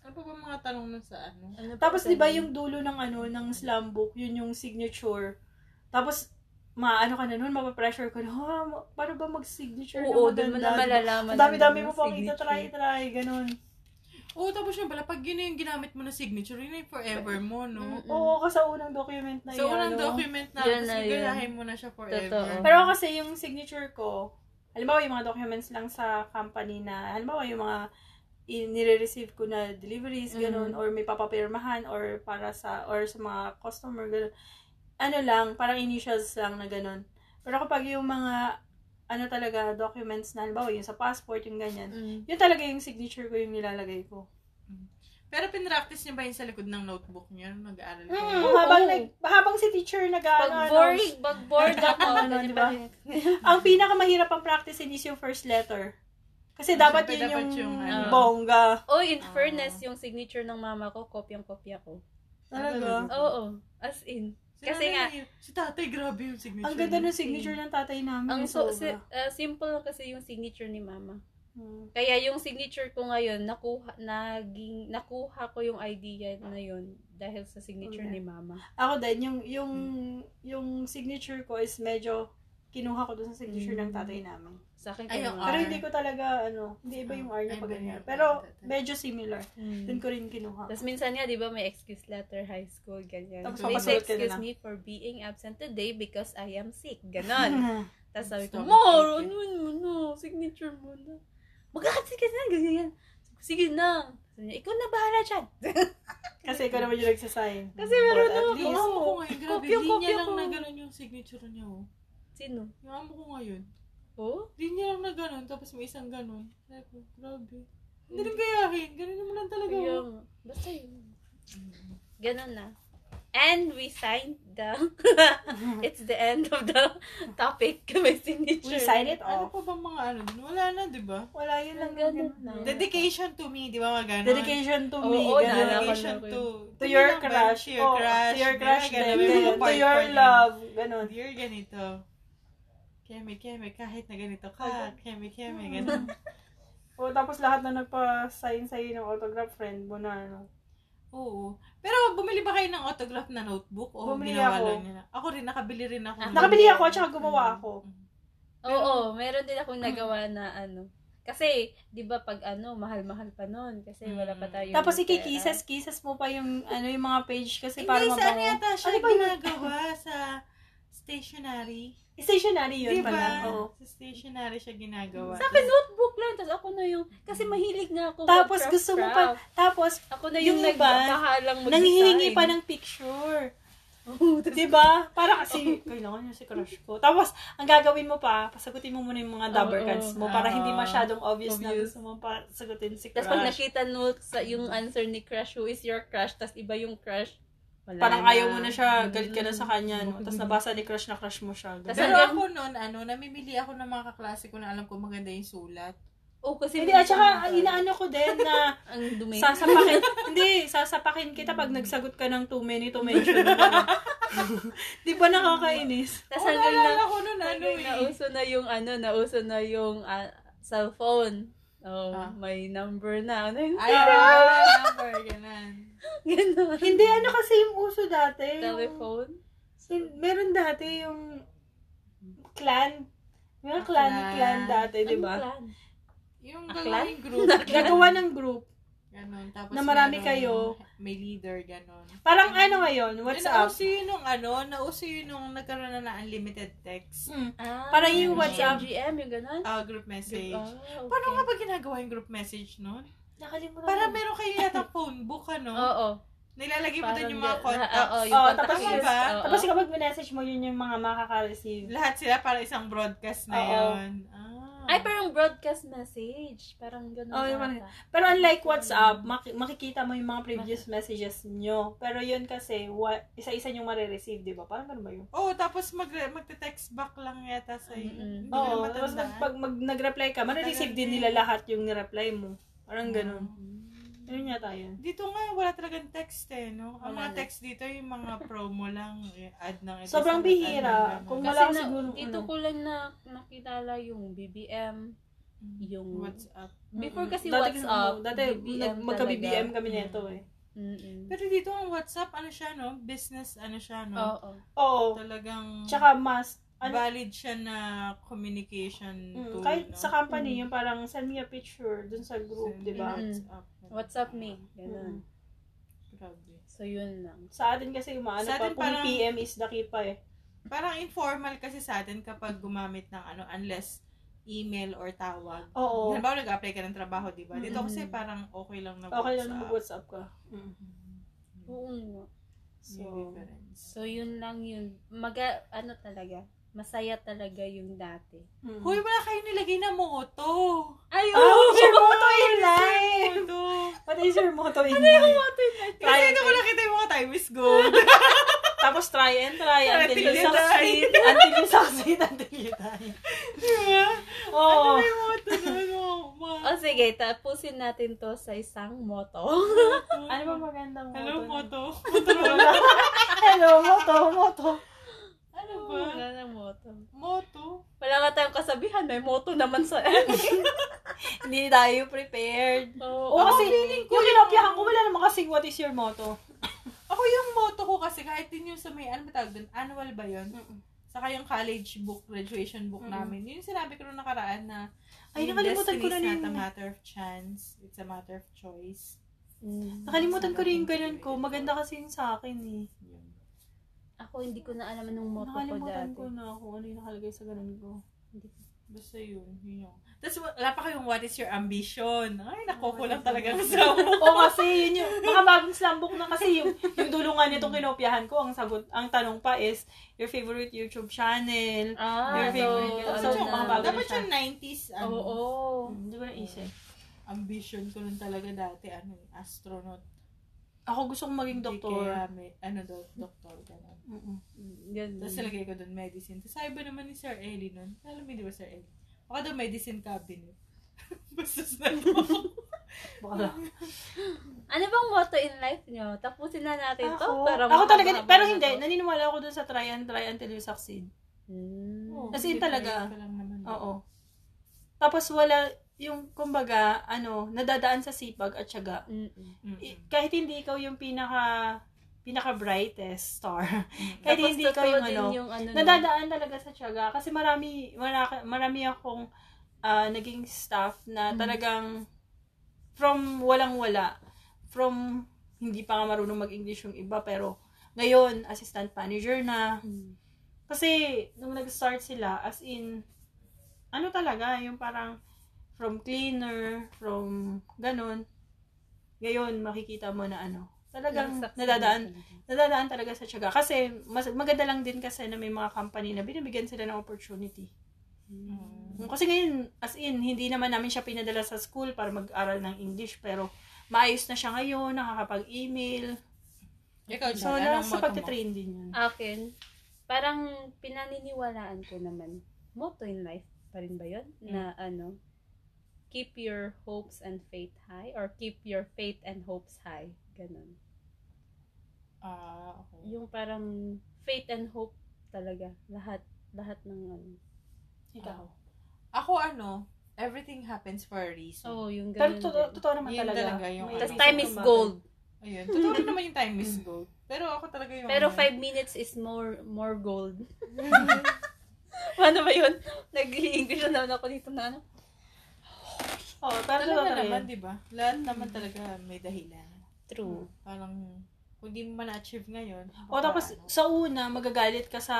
[SPEAKER 2] ano pa ba mga tanong nun sa ano?
[SPEAKER 3] Ano pa
[SPEAKER 1] Tapos
[SPEAKER 3] ba
[SPEAKER 1] 'di ba
[SPEAKER 3] yun?
[SPEAKER 1] yung dulo ng ano ng slam book, yun yung signature. Tapos maano ka na noon, mapapressure ka na, ha, ma- paano ba mag-signature
[SPEAKER 3] Oo,
[SPEAKER 1] na
[SPEAKER 3] doon mo
[SPEAKER 1] maganda?
[SPEAKER 3] na malalaman.
[SPEAKER 1] Ang dami-dami
[SPEAKER 3] yung
[SPEAKER 1] mo pang
[SPEAKER 3] signature.
[SPEAKER 1] itatry-try, ganun.
[SPEAKER 2] Oo, tapos yun pala, pag yun yung ginamit mo na signature, yun yung forever mo, no?
[SPEAKER 3] Mm-mm.
[SPEAKER 1] Oo, kasi sa unang document na
[SPEAKER 2] So,
[SPEAKER 1] yun,
[SPEAKER 2] unang
[SPEAKER 1] ano.
[SPEAKER 2] document na,
[SPEAKER 3] Yun
[SPEAKER 2] tapos
[SPEAKER 3] na yun.
[SPEAKER 2] gagayahin mo na siya
[SPEAKER 3] Totoo.
[SPEAKER 2] forever.
[SPEAKER 1] Pero ako kasi yung signature ko, halimbawa yung mga documents lang sa company na, halimbawa yung mga in- nire-receive ko na deliveries,
[SPEAKER 3] Mm-hmm.
[SPEAKER 1] ganun, or may papapirmahan, or para sa, or sa mga customer, ganun. Ano lang, parang initials lang na ganun. Pero kapag yung mga, ano talaga, documents na, halimbawa yung sa passport, yung ganyan,
[SPEAKER 3] Mm.
[SPEAKER 1] yun talaga yung signature ko yung nilalagay ko.
[SPEAKER 2] Pero pinractice niyo ba yun sa likod ng notebook niyo? nung Nag-aaral ko.
[SPEAKER 1] Mm,
[SPEAKER 3] Oo.
[SPEAKER 1] habang, nag, habang si teacher
[SPEAKER 3] Pag
[SPEAKER 1] nag-ano,
[SPEAKER 3] bored, pag bored ako,
[SPEAKER 1] Ano,
[SPEAKER 3] di
[SPEAKER 1] di
[SPEAKER 3] ba?
[SPEAKER 1] ba? ang pinakamahirap ang practice is yung first letter. Kasi dapat yun
[SPEAKER 2] Siyempre, dapat
[SPEAKER 1] yung,
[SPEAKER 2] yung, ano.
[SPEAKER 1] bongga.
[SPEAKER 3] Oh, in
[SPEAKER 2] Ah.
[SPEAKER 3] fairness, yung signature ng mama ko, kopyang-kopya ko.
[SPEAKER 1] Talaga.
[SPEAKER 3] Oo, as in.
[SPEAKER 2] Si
[SPEAKER 3] Kasi
[SPEAKER 2] nanay,
[SPEAKER 3] nga,
[SPEAKER 2] si tatay, grabe yung signature.
[SPEAKER 1] Ang ganda
[SPEAKER 2] niya.
[SPEAKER 1] ng signature ng tatay namin.
[SPEAKER 3] ang
[SPEAKER 1] Ang
[SPEAKER 3] so,
[SPEAKER 1] sobra.
[SPEAKER 3] si, ah, simple lang kasi yung signature ni mama.
[SPEAKER 1] Mm.
[SPEAKER 3] Kaya yung signature ko ngayon, nakuha, naging, nakuha ko yung idea na yun dahil sa signature
[SPEAKER 1] Okay.
[SPEAKER 3] ni mama.
[SPEAKER 1] Ako din, yung, yung, yung signature ko is medyo kinuha ko doon sa signature ng tatay namin.
[SPEAKER 3] Sa akin, ano, ah,
[SPEAKER 2] Ay, yung
[SPEAKER 3] ganun.
[SPEAKER 1] Pero
[SPEAKER 2] R.
[SPEAKER 1] hindi ko talaga, ano, hindi iba yung R niya
[SPEAKER 2] Ay, Ah,
[SPEAKER 1] pag
[SPEAKER 2] iba
[SPEAKER 1] ganyan.
[SPEAKER 2] yung
[SPEAKER 1] Pero
[SPEAKER 2] R ng tatay.
[SPEAKER 1] medyo similar.
[SPEAKER 3] Mm.
[SPEAKER 1] Doon ko rin kinuha.
[SPEAKER 3] Tapos minsan nga, di ba, may excuse letter, high school, ganyan.
[SPEAKER 1] Tapos
[SPEAKER 3] Please
[SPEAKER 1] papasulat ka na
[SPEAKER 3] excuse
[SPEAKER 1] lang.
[SPEAKER 3] me for being absent today because I am sick. Ganon.
[SPEAKER 1] Hmm.
[SPEAKER 3] Tapos sabi ko,
[SPEAKER 2] Stomach
[SPEAKER 3] Mor,
[SPEAKER 2] ache, eh."
[SPEAKER 3] ano mo no, signature mo na. Magkakatsi ka na, ganyan. Sabi ko, Sige na. Sabi niya, ikaw na bahala dyan.
[SPEAKER 1] Kasi ikaw naman yung nagsasign.
[SPEAKER 3] Kasi meron
[SPEAKER 1] But at
[SPEAKER 3] naman
[SPEAKER 2] Yung
[SPEAKER 1] least,
[SPEAKER 2] amo ko ngayon, grabe.
[SPEAKER 3] Kopya,
[SPEAKER 2] Linya
[SPEAKER 3] kopya
[SPEAKER 2] lang
[SPEAKER 3] ko.
[SPEAKER 2] na ganun yung signature niya. Oh.
[SPEAKER 3] Sino?
[SPEAKER 2] Yung amo ko ngayon,
[SPEAKER 3] Oh?
[SPEAKER 2] linya lang na ganun, tapos may isang ganun. Sabi ko, grabe. Hindi rin gayahin. Ganun naman lang talaga. oh.
[SPEAKER 3] Yung, basta yun. Ganon na. And we signed the, it's the end of the topic. May signature.
[SPEAKER 1] We sign it
[SPEAKER 2] Ano
[SPEAKER 1] off.
[SPEAKER 2] pa bang mga ano? dun? Wala na, di ba?
[SPEAKER 1] Wala, yun lang.
[SPEAKER 3] Ang
[SPEAKER 1] yun.
[SPEAKER 3] ganda.
[SPEAKER 2] Dedication to me, di ba? Mga ganun.
[SPEAKER 1] Dedication to
[SPEAKER 3] Oo,
[SPEAKER 1] me.
[SPEAKER 3] oo,
[SPEAKER 1] ganun.
[SPEAKER 3] naalala ko.
[SPEAKER 2] Dedication to,
[SPEAKER 1] To your
[SPEAKER 2] Ganun lang ba?
[SPEAKER 1] crush.
[SPEAKER 2] To your
[SPEAKER 1] Oo,
[SPEAKER 2] crush.
[SPEAKER 1] To your
[SPEAKER 2] Ganun,
[SPEAKER 1] crush
[SPEAKER 2] ganun.
[SPEAKER 1] din.
[SPEAKER 2] May mga
[SPEAKER 1] ganun. To
[SPEAKER 2] part
[SPEAKER 1] your
[SPEAKER 2] pa din.
[SPEAKER 1] love. Ganun.
[SPEAKER 2] Dear, ganito. Keme, keme, kahit na ganito ka. Keme, keme, ganun.
[SPEAKER 1] O, Oh, tapos lahat na nagpa-sign sa'yo ng autograph friend mo na, ano.
[SPEAKER 2] Oo. Pero bumili ba kayo ng autograph na notebook? O
[SPEAKER 1] Bumili
[SPEAKER 2] ginawa
[SPEAKER 1] ako.
[SPEAKER 2] lang niya na? Ako rin, nakabili rin ako.
[SPEAKER 3] Ako-
[SPEAKER 1] Nakabili ako at saka gumawa ako.
[SPEAKER 3] Oo, oh, meron din akong nagawa na ano. Kasi, di ba pag ano, mahal-mahal pa noon. Kasi wala pa tayo.
[SPEAKER 1] Hmm. Tapos
[SPEAKER 3] ng pera.
[SPEAKER 1] ikikises, kisses mo pa yung, ano, yung mga page kasi
[SPEAKER 2] Hindi,
[SPEAKER 1] para
[SPEAKER 2] sa ano
[SPEAKER 1] mabango.
[SPEAKER 2] yata siya
[SPEAKER 1] Ano ba yun?
[SPEAKER 2] ginagawa sa stationery?
[SPEAKER 1] Stationary yun
[SPEAKER 2] Di ba?
[SPEAKER 1] pala. Oh. Oo.
[SPEAKER 2] Sa stationery siya ginagawa.
[SPEAKER 3] Sa akin, notebook lang. Tapos ako na yung, kasi mahilig nga ako.
[SPEAKER 1] Tapos
[SPEAKER 3] mag-craft
[SPEAKER 1] gusto mo pa,
[SPEAKER 3] craft.
[SPEAKER 1] tapos
[SPEAKER 3] Ako na
[SPEAKER 1] Yung
[SPEAKER 3] yung,
[SPEAKER 1] iba,
[SPEAKER 3] nagbabahalang mag-design.
[SPEAKER 1] nanghihingi pa ng picture. Di ba? Para kasi, kailangan niya si crush ko. Tapos, ang gagawin mo pa, pasagutin mo muna yung mga double
[SPEAKER 3] Oo.
[SPEAKER 1] cards mo para hindi
[SPEAKER 2] Ah,
[SPEAKER 1] masyadong obvious, na
[SPEAKER 3] obvious.
[SPEAKER 1] gusto mo pa sagutin si
[SPEAKER 3] Tapos pag
[SPEAKER 1] crush.
[SPEAKER 3] nakita mo sa yung answer ni crush, who is your crush? Tapos iba yung crush. Wala
[SPEAKER 1] Parang
[SPEAKER 3] na.
[SPEAKER 1] ayaw mo na siya, galit ka na sa kanya, no? Tapos nabasa ni crush na crush mo siya.
[SPEAKER 3] Tas-
[SPEAKER 2] Pero
[SPEAKER 3] Saan
[SPEAKER 2] ako noon, ano, namimili ako ng mga kaklase ko na alam ko maganda yung sulat.
[SPEAKER 3] Oh, kasi
[SPEAKER 1] Hindi, at saka, ah, inaano ko din na
[SPEAKER 3] ang dumi.
[SPEAKER 1] sasapakin, hindi, sasapakin kita pag nagsagot ka ng too many to mention. Di ba nakakainis?
[SPEAKER 3] Tapos
[SPEAKER 2] Oo,
[SPEAKER 3] hanggang na,
[SPEAKER 2] naalala ko noon, ano
[SPEAKER 3] hanggang
[SPEAKER 2] eh.
[SPEAKER 3] nauso na yung ano, nauso na yung ah, cellphone. Oh,
[SPEAKER 2] Ah.
[SPEAKER 3] may number na. Ano yung
[SPEAKER 2] Ay, ah, number, ganun.
[SPEAKER 3] Ganun.
[SPEAKER 1] Hindi, ano kasi yung uso dati. Yung,
[SPEAKER 3] Telephone.
[SPEAKER 1] sin- meron dati yung clan. Yung
[SPEAKER 2] Ah,
[SPEAKER 1] clan,
[SPEAKER 2] clan.
[SPEAKER 1] clan dati, di Ano
[SPEAKER 3] Anong
[SPEAKER 1] ba?
[SPEAKER 3] Ano plan?
[SPEAKER 2] Yung
[SPEAKER 3] Akla?
[SPEAKER 2] gagawin group.
[SPEAKER 1] Gagawa ng group.
[SPEAKER 2] Ganun. Tapos
[SPEAKER 1] Na marami
[SPEAKER 2] merong
[SPEAKER 1] kayo.
[SPEAKER 2] May leader, ganun.
[SPEAKER 1] Parang ano ngayon,
[SPEAKER 2] What's
[SPEAKER 1] WhatsApp.
[SPEAKER 2] Nauso yun nung ano, nauso yun nung nagkaroon na ng unlimited text.
[SPEAKER 1] Mm.
[SPEAKER 3] Ah,
[SPEAKER 1] Parang
[SPEAKER 2] yung WhatsApp.
[SPEAKER 3] GM, yung ganun.
[SPEAKER 2] Ah, group message.
[SPEAKER 3] Ah,
[SPEAKER 1] oh.
[SPEAKER 3] okay.
[SPEAKER 2] Paano nga ba ginagawa yung group message noon?
[SPEAKER 1] Nakalimutan.
[SPEAKER 2] Para
[SPEAKER 1] Para
[SPEAKER 2] meron kayo yata phone book, ano?
[SPEAKER 3] Oo.
[SPEAKER 2] Nilalagay mo doon yung mga
[SPEAKER 3] ganun.
[SPEAKER 2] contacts.
[SPEAKER 3] Oo,
[SPEAKER 1] Oh, Oo,
[SPEAKER 3] yung
[SPEAKER 1] Oh, tapos diba?
[SPEAKER 3] contacts.
[SPEAKER 2] yun. Tama ba?
[SPEAKER 3] Oo.
[SPEAKER 1] Tapos kapag message mo, yun yung mga makaka-receive.
[SPEAKER 2] Oh, Lahat sila para isang broadcast na
[SPEAKER 1] Oo.
[SPEAKER 2] yun. Ah.
[SPEAKER 3] Ay, parang broadcast message. Parang ganun.
[SPEAKER 1] Oh, yung
[SPEAKER 3] ata.
[SPEAKER 1] Pero unlike WhatsApp, maki- makikita mo yung mga previous messages nyo. Pero yun kasi, wa- isa-isa yung marireceive, di ba? Parang ganun ba yun?
[SPEAKER 2] Oo, Oh, tapos mag magte-text back lang yata sa iyo. Hindi
[SPEAKER 3] Mm-mm.
[SPEAKER 2] ko
[SPEAKER 1] Oo,
[SPEAKER 2] na
[SPEAKER 1] tapos nag,
[SPEAKER 2] matandaan.
[SPEAKER 1] pag mag, nag-reply ka, marireceive din nila lahat yung nireply mo.
[SPEAKER 2] Mm.
[SPEAKER 1] Parang ganun. Yun yata yun.
[SPEAKER 2] Dito Mm-hmm. nga, wala talagang text eh, no? Ang
[SPEAKER 3] Wala
[SPEAKER 2] mga
[SPEAKER 3] na.
[SPEAKER 2] text dito, yung mga promo lang, eh, ad ng ito.
[SPEAKER 1] Sobrang bihira. Kung
[SPEAKER 3] Kasi
[SPEAKER 1] wala ko
[SPEAKER 3] na,
[SPEAKER 1] siguro,
[SPEAKER 3] dito
[SPEAKER 1] ano.
[SPEAKER 3] ko lang na nakilala yung BBM. yung-
[SPEAKER 2] Mm-hmm. WhatsApp.
[SPEAKER 3] Before
[SPEAKER 1] Mm-mm.
[SPEAKER 3] kasi
[SPEAKER 1] dati,
[SPEAKER 3] WhatsApp,
[SPEAKER 1] oo, Dati, nag, magka-BBM kami nito eh.
[SPEAKER 3] Mm-mm.
[SPEAKER 2] Pero dito ang WhatsApp, ano siya, no? Business, ano siya, no?
[SPEAKER 3] Oo.
[SPEAKER 1] Oo.
[SPEAKER 2] Talagang
[SPEAKER 1] Tsaka mas, ano,
[SPEAKER 2] valid siya na communication
[SPEAKER 1] mm,
[SPEAKER 2] tool,
[SPEAKER 1] kahit
[SPEAKER 2] no?
[SPEAKER 1] sa company,
[SPEAKER 3] Mm.
[SPEAKER 1] yung parang send me a picture dun sa group, diba? di ba?
[SPEAKER 2] Send me
[SPEAKER 3] Mm.
[SPEAKER 2] WhatsApp.
[SPEAKER 3] WhatsApp me. Ganun.
[SPEAKER 2] Grabe.
[SPEAKER 3] So, yun lang.
[SPEAKER 1] Sa atin kasi umaano
[SPEAKER 2] Sa
[SPEAKER 1] pa,
[SPEAKER 2] atin
[SPEAKER 1] kung
[SPEAKER 2] parang-
[SPEAKER 1] PM is daki pa eh.
[SPEAKER 2] Parang informal kasi sa atin kapag gumamit ng ano, unless email or tawag.
[SPEAKER 1] Oo.
[SPEAKER 2] Halimbawa, nag-apply ka ng trabaho, di ba? Dito
[SPEAKER 3] Mm.
[SPEAKER 2] kasi parang okay lang na Mm-hmm.
[SPEAKER 1] Okay lang
[SPEAKER 2] WhatsApp.
[SPEAKER 1] mag-WhatsApp ka. Mm.
[SPEAKER 3] Oo nga.
[SPEAKER 1] So,
[SPEAKER 2] So,
[SPEAKER 3] So, yun lang yun. Maga, ano talaga, masaya talaga yung dati.
[SPEAKER 1] mm.
[SPEAKER 2] Hoy, wala kayong nilagay na moto. Ano?
[SPEAKER 1] Oh,
[SPEAKER 3] Ayun!
[SPEAKER 1] what's your motto in life?
[SPEAKER 2] Moto.
[SPEAKER 1] What is your motto in life?
[SPEAKER 2] Kasi
[SPEAKER 1] Try
[SPEAKER 2] ito
[SPEAKER 1] and
[SPEAKER 2] ko nakita yung mga time is gold.
[SPEAKER 1] Tapos try and try Ano until you
[SPEAKER 2] Until you
[SPEAKER 1] succeed. Until you succeed, until you die.
[SPEAKER 2] di Diba? Ano ba?
[SPEAKER 1] Oo.
[SPEAKER 2] May moto doon. Wow, wow.
[SPEAKER 3] O oh, sige, tapusin natin to sa isang moto.
[SPEAKER 1] Ano ba magandang motto?
[SPEAKER 2] Hello, moto.
[SPEAKER 1] Motorola. Hello, motto, motto.
[SPEAKER 2] Ano ba?
[SPEAKER 3] Wala na moto.
[SPEAKER 2] Moto.
[SPEAKER 3] Wala nga tayong kasabihan, may moto naman sa akin. Oh.
[SPEAKER 1] Hindi tayo prepared. Oo,
[SPEAKER 3] Oo.
[SPEAKER 1] kasi yung kinopyahan ko, wala naman kasing what is your motto.
[SPEAKER 2] Ako yung moto ko kasi kahit din yung sa may, ano ba tawag doon? Annual ba yun? Saka yung college book, graduation book
[SPEAKER 1] Mm.
[SPEAKER 2] namin. Yun yung sinabi ko nung nakaraan na
[SPEAKER 1] Ay,
[SPEAKER 2] yung
[SPEAKER 1] nakalimutan ko
[SPEAKER 2] destiny
[SPEAKER 1] na
[SPEAKER 2] is
[SPEAKER 1] yun.
[SPEAKER 2] not a matter of chance. It's a matter of choice.
[SPEAKER 3] Mm.
[SPEAKER 1] Nakalimutan ko rin yung ganun ko. Maganda kasi yung sa akin eh.
[SPEAKER 2] Yun.
[SPEAKER 3] Ako hindi ko na alam anong moto ko
[SPEAKER 1] Nakalimutan
[SPEAKER 3] dati.
[SPEAKER 1] ko na kung ano yung nakalagay sa ganun ko.
[SPEAKER 2] Basta yun. Yun yung... Tapos wala pa kayong what is your ambition. Ay, nakukulang talaga ang sawa.
[SPEAKER 1] Oo kasi yun yung mga bagong slambok na kasi yung, yung dulungan nitong kinopyahan ko ang sagot ang tanong pa is your favorite YouTube channel.
[SPEAKER 3] Ah,
[SPEAKER 1] Your
[SPEAKER 3] so,
[SPEAKER 1] favorite.
[SPEAKER 3] ano
[SPEAKER 1] So,
[SPEAKER 3] na.
[SPEAKER 1] mga bago
[SPEAKER 2] Dapat
[SPEAKER 1] siya.
[SPEAKER 2] yung 90s ano,
[SPEAKER 3] Oo. oo.
[SPEAKER 1] Hindi ko naisip.
[SPEAKER 2] ambition ko nun talaga dati. Ano, eh, astronaut.
[SPEAKER 1] Ako gusto kong maging
[SPEAKER 2] Hindi
[SPEAKER 1] doktor.
[SPEAKER 2] Kaya may, ano, do, doktor. Ganun.
[SPEAKER 1] Mm-mm.
[SPEAKER 3] Mm, Ganun.
[SPEAKER 2] Tapos nilagay ko doon medicine. Tapos sabi ba naman ni Sir Ellie nun? Alam mo, di ba Sir Ellie? Baka daw medicine cabinet. Bastos na to.
[SPEAKER 1] Baka lang.
[SPEAKER 3] Ano bang motto in life nyo? Tapusin na natin to.
[SPEAKER 1] Ako,
[SPEAKER 3] para
[SPEAKER 1] ako talaga,
[SPEAKER 3] mahaba-haba
[SPEAKER 1] pero
[SPEAKER 3] na
[SPEAKER 1] hindi,
[SPEAKER 3] to.
[SPEAKER 1] naniniwala ako dun sa try and try until you succeed.
[SPEAKER 3] Mm.
[SPEAKER 1] Kasi yun talaga.
[SPEAKER 2] Ka lang naman, di ba?
[SPEAKER 1] Oo. Tapos wala yung, kumbaga, ano, nadadaan sa sipag at syaga.
[SPEAKER 3] Mm-mm.
[SPEAKER 2] Mm-mm.
[SPEAKER 1] I- Kahit hindi ikaw yung pinaka, pinaka-brightest star. kahit
[SPEAKER 3] Tapos
[SPEAKER 1] hindi ka
[SPEAKER 3] totoo
[SPEAKER 1] yung
[SPEAKER 3] din
[SPEAKER 1] ano,
[SPEAKER 3] yung ano, no?
[SPEAKER 1] nadadaan talaga sa tiyaga kasi marami marami, marami akong ah, naging staff na
[SPEAKER 3] Mm.
[SPEAKER 1] talagang from walang-wala from hindi pa nga marunong mag-English yung iba pero ngayon assistant manager na
[SPEAKER 3] Mm.
[SPEAKER 1] kasi nung nag-start sila as in ano talaga yung parang from cleaner from ganun ngayon makikita mo na ano talagang
[SPEAKER 3] Nakasak-
[SPEAKER 1] nadadaan nadadaan talaga sa tiyaga. Kasi, mas, maganda lang din kasi na may mga company na binibigyan sila ng opportunity.
[SPEAKER 3] Mm.
[SPEAKER 1] Kasi ngayon, as in, hindi naman namin siya pinadala sa school para mag-aral ng English, pero maayos na siya ngayon, nakakapag-email.
[SPEAKER 2] Ikaw,
[SPEAKER 1] So,
[SPEAKER 2] Chad,
[SPEAKER 1] na, sa
[SPEAKER 2] anong motto mo? Ah.
[SPEAKER 1] pagtitrain din yun.
[SPEAKER 3] Akin, parang pinaniniwalaan ko naman. Motto in life pa rin ba yun?
[SPEAKER 1] Hmm.
[SPEAKER 3] Na ano, keep your hopes and faith high or keep your faith and hopes high. Ganun.
[SPEAKER 2] Ah, okay.
[SPEAKER 3] Yung parang faith and hope talaga. Lahat, lahat ng ano.
[SPEAKER 1] Ikaw.
[SPEAKER 2] Ah. Ako ano, everything happens for a reason.
[SPEAKER 3] Oo, yung
[SPEAKER 1] Pero
[SPEAKER 3] ganun.
[SPEAKER 1] totoo,
[SPEAKER 3] din.
[SPEAKER 1] totoo naman
[SPEAKER 2] Yun
[SPEAKER 1] talaga.
[SPEAKER 2] talaga yung
[SPEAKER 1] May
[SPEAKER 2] ano.
[SPEAKER 3] Tas
[SPEAKER 1] reason
[SPEAKER 3] time
[SPEAKER 1] kung
[SPEAKER 3] is
[SPEAKER 1] bakit.
[SPEAKER 3] gold.
[SPEAKER 2] Ayun. Totoo rin naman yung time is gold. Pero ako talaga yung...
[SPEAKER 3] Pero
[SPEAKER 2] ano,
[SPEAKER 3] five minutes is more more gold. Paano ba yun? Nag-English na naman ako dito na ano.
[SPEAKER 1] Oo, pero totoo
[SPEAKER 2] Talaga
[SPEAKER 1] talaga
[SPEAKER 2] naman,
[SPEAKER 1] yun.
[SPEAKER 2] di ba? Lahat naman talaga may dahilan.
[SPEAKER 3] True.
[SPEAKER 2] Parang, kung di mo man achieve ngayon. baka
[SPEAKER 1] O tapos,
[SPEAKER 2] ano.
[SPEAKER 1] sa una, magagalit ka sa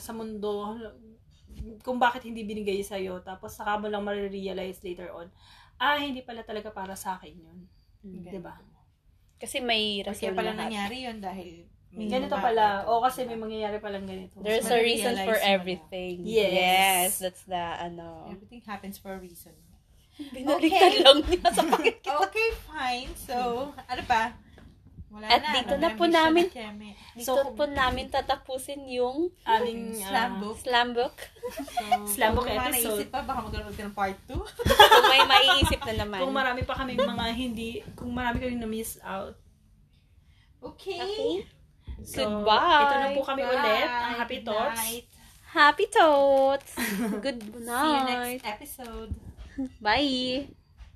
[SPEAKER 1] sa mundo kung bakit hindi binigay sa'yo. Tapos, saka mo lang marirealize later on, ah, hindi pala talaga para sa akin yun.
[SPEAKER 3] Mm.
[SPEAKER 1] Diba?
[SPEAKER 3] Kasi may
[SPEAKER 2] Kaya
[SPEAKER 3] rason
[SPEAKER 2] pala
[SPEAKER 3] lahat.
[SPEAKER 2] nangyari yun dahil may
[SPEAKER 1] Ganito
[SPEAKER 2] bakit.
[SPEAKER 1] pala. O, kasi may mangyayari palang ganito.
[SPEAKER 3] There's
[SPEAKER 2] Mas
[SPEAKER 3] a reason
[SPEAKER 2] ma-realize
[SPEAKER 3] for
[SPEAKER 2] mo na.
[SPEAKER 3] everything.
[SPEAKER 1] Yes.
[SPEAKER 3] yes. That's the, ano.
[SPEAKER 2] Everything happens for a reason.
[SPEAKER 3] Binaliktad
[SPEAKER 2] Okay.
[SPEAKER 3] lang niya sa pakit.
[SPEAKER 2] Okay, fine. So, ano pa? Wala
[SPEAKER 3] At
[SPEAKER 2] na.
[SPEAKER 3] dito na po
[SPEAKER 2] Nag-ambition
[SPEAKER 3] namin.
[SPEAKER 2] na kami.
[SPEAKER 3] Dito
[SPEAKER 1] So,
[SPEAKER 3] po namin tatapusin yung
[SPEAKER 1] Aming ah,
[SPEAKER 2] Slam book.
[SPEAKER 3] slam book.
[SPEAKER 2] So,
[SPEAKER 1] Slam book
[SPEAKER 2] kung may mga
[SPEAKER 1] episode.
[SPEAKER 2] naisip pa, baka magkaroon ka ng part 2.
[SPEAKER 3] Kung may maiisip na naman.
[SPEAKER 1] Kung marami pa kaming mga hindi, kung marami kaming na-miss out.
[SPEAKER 2] Okay.
[SPEAKER 3] okay.
[SPEAKER 1] So,
[SPEAKER 3] Goodbye.
[SPEAKER 1] Ito na po kami
[SPEAKER 2] Bye.
[SPEAKER 1] ulit. Ang happy
[SPEAKER 2] Good
[SPEAKER 1] thoughts.
[SPEAKER 2] night.
[SPEAKER 3] Happy thoughts! Good
[SPEAKER 2] See you
[SPEAKER 3] night!
[SPEAKER 2] next episode.
[SPEAKER 3] Bye!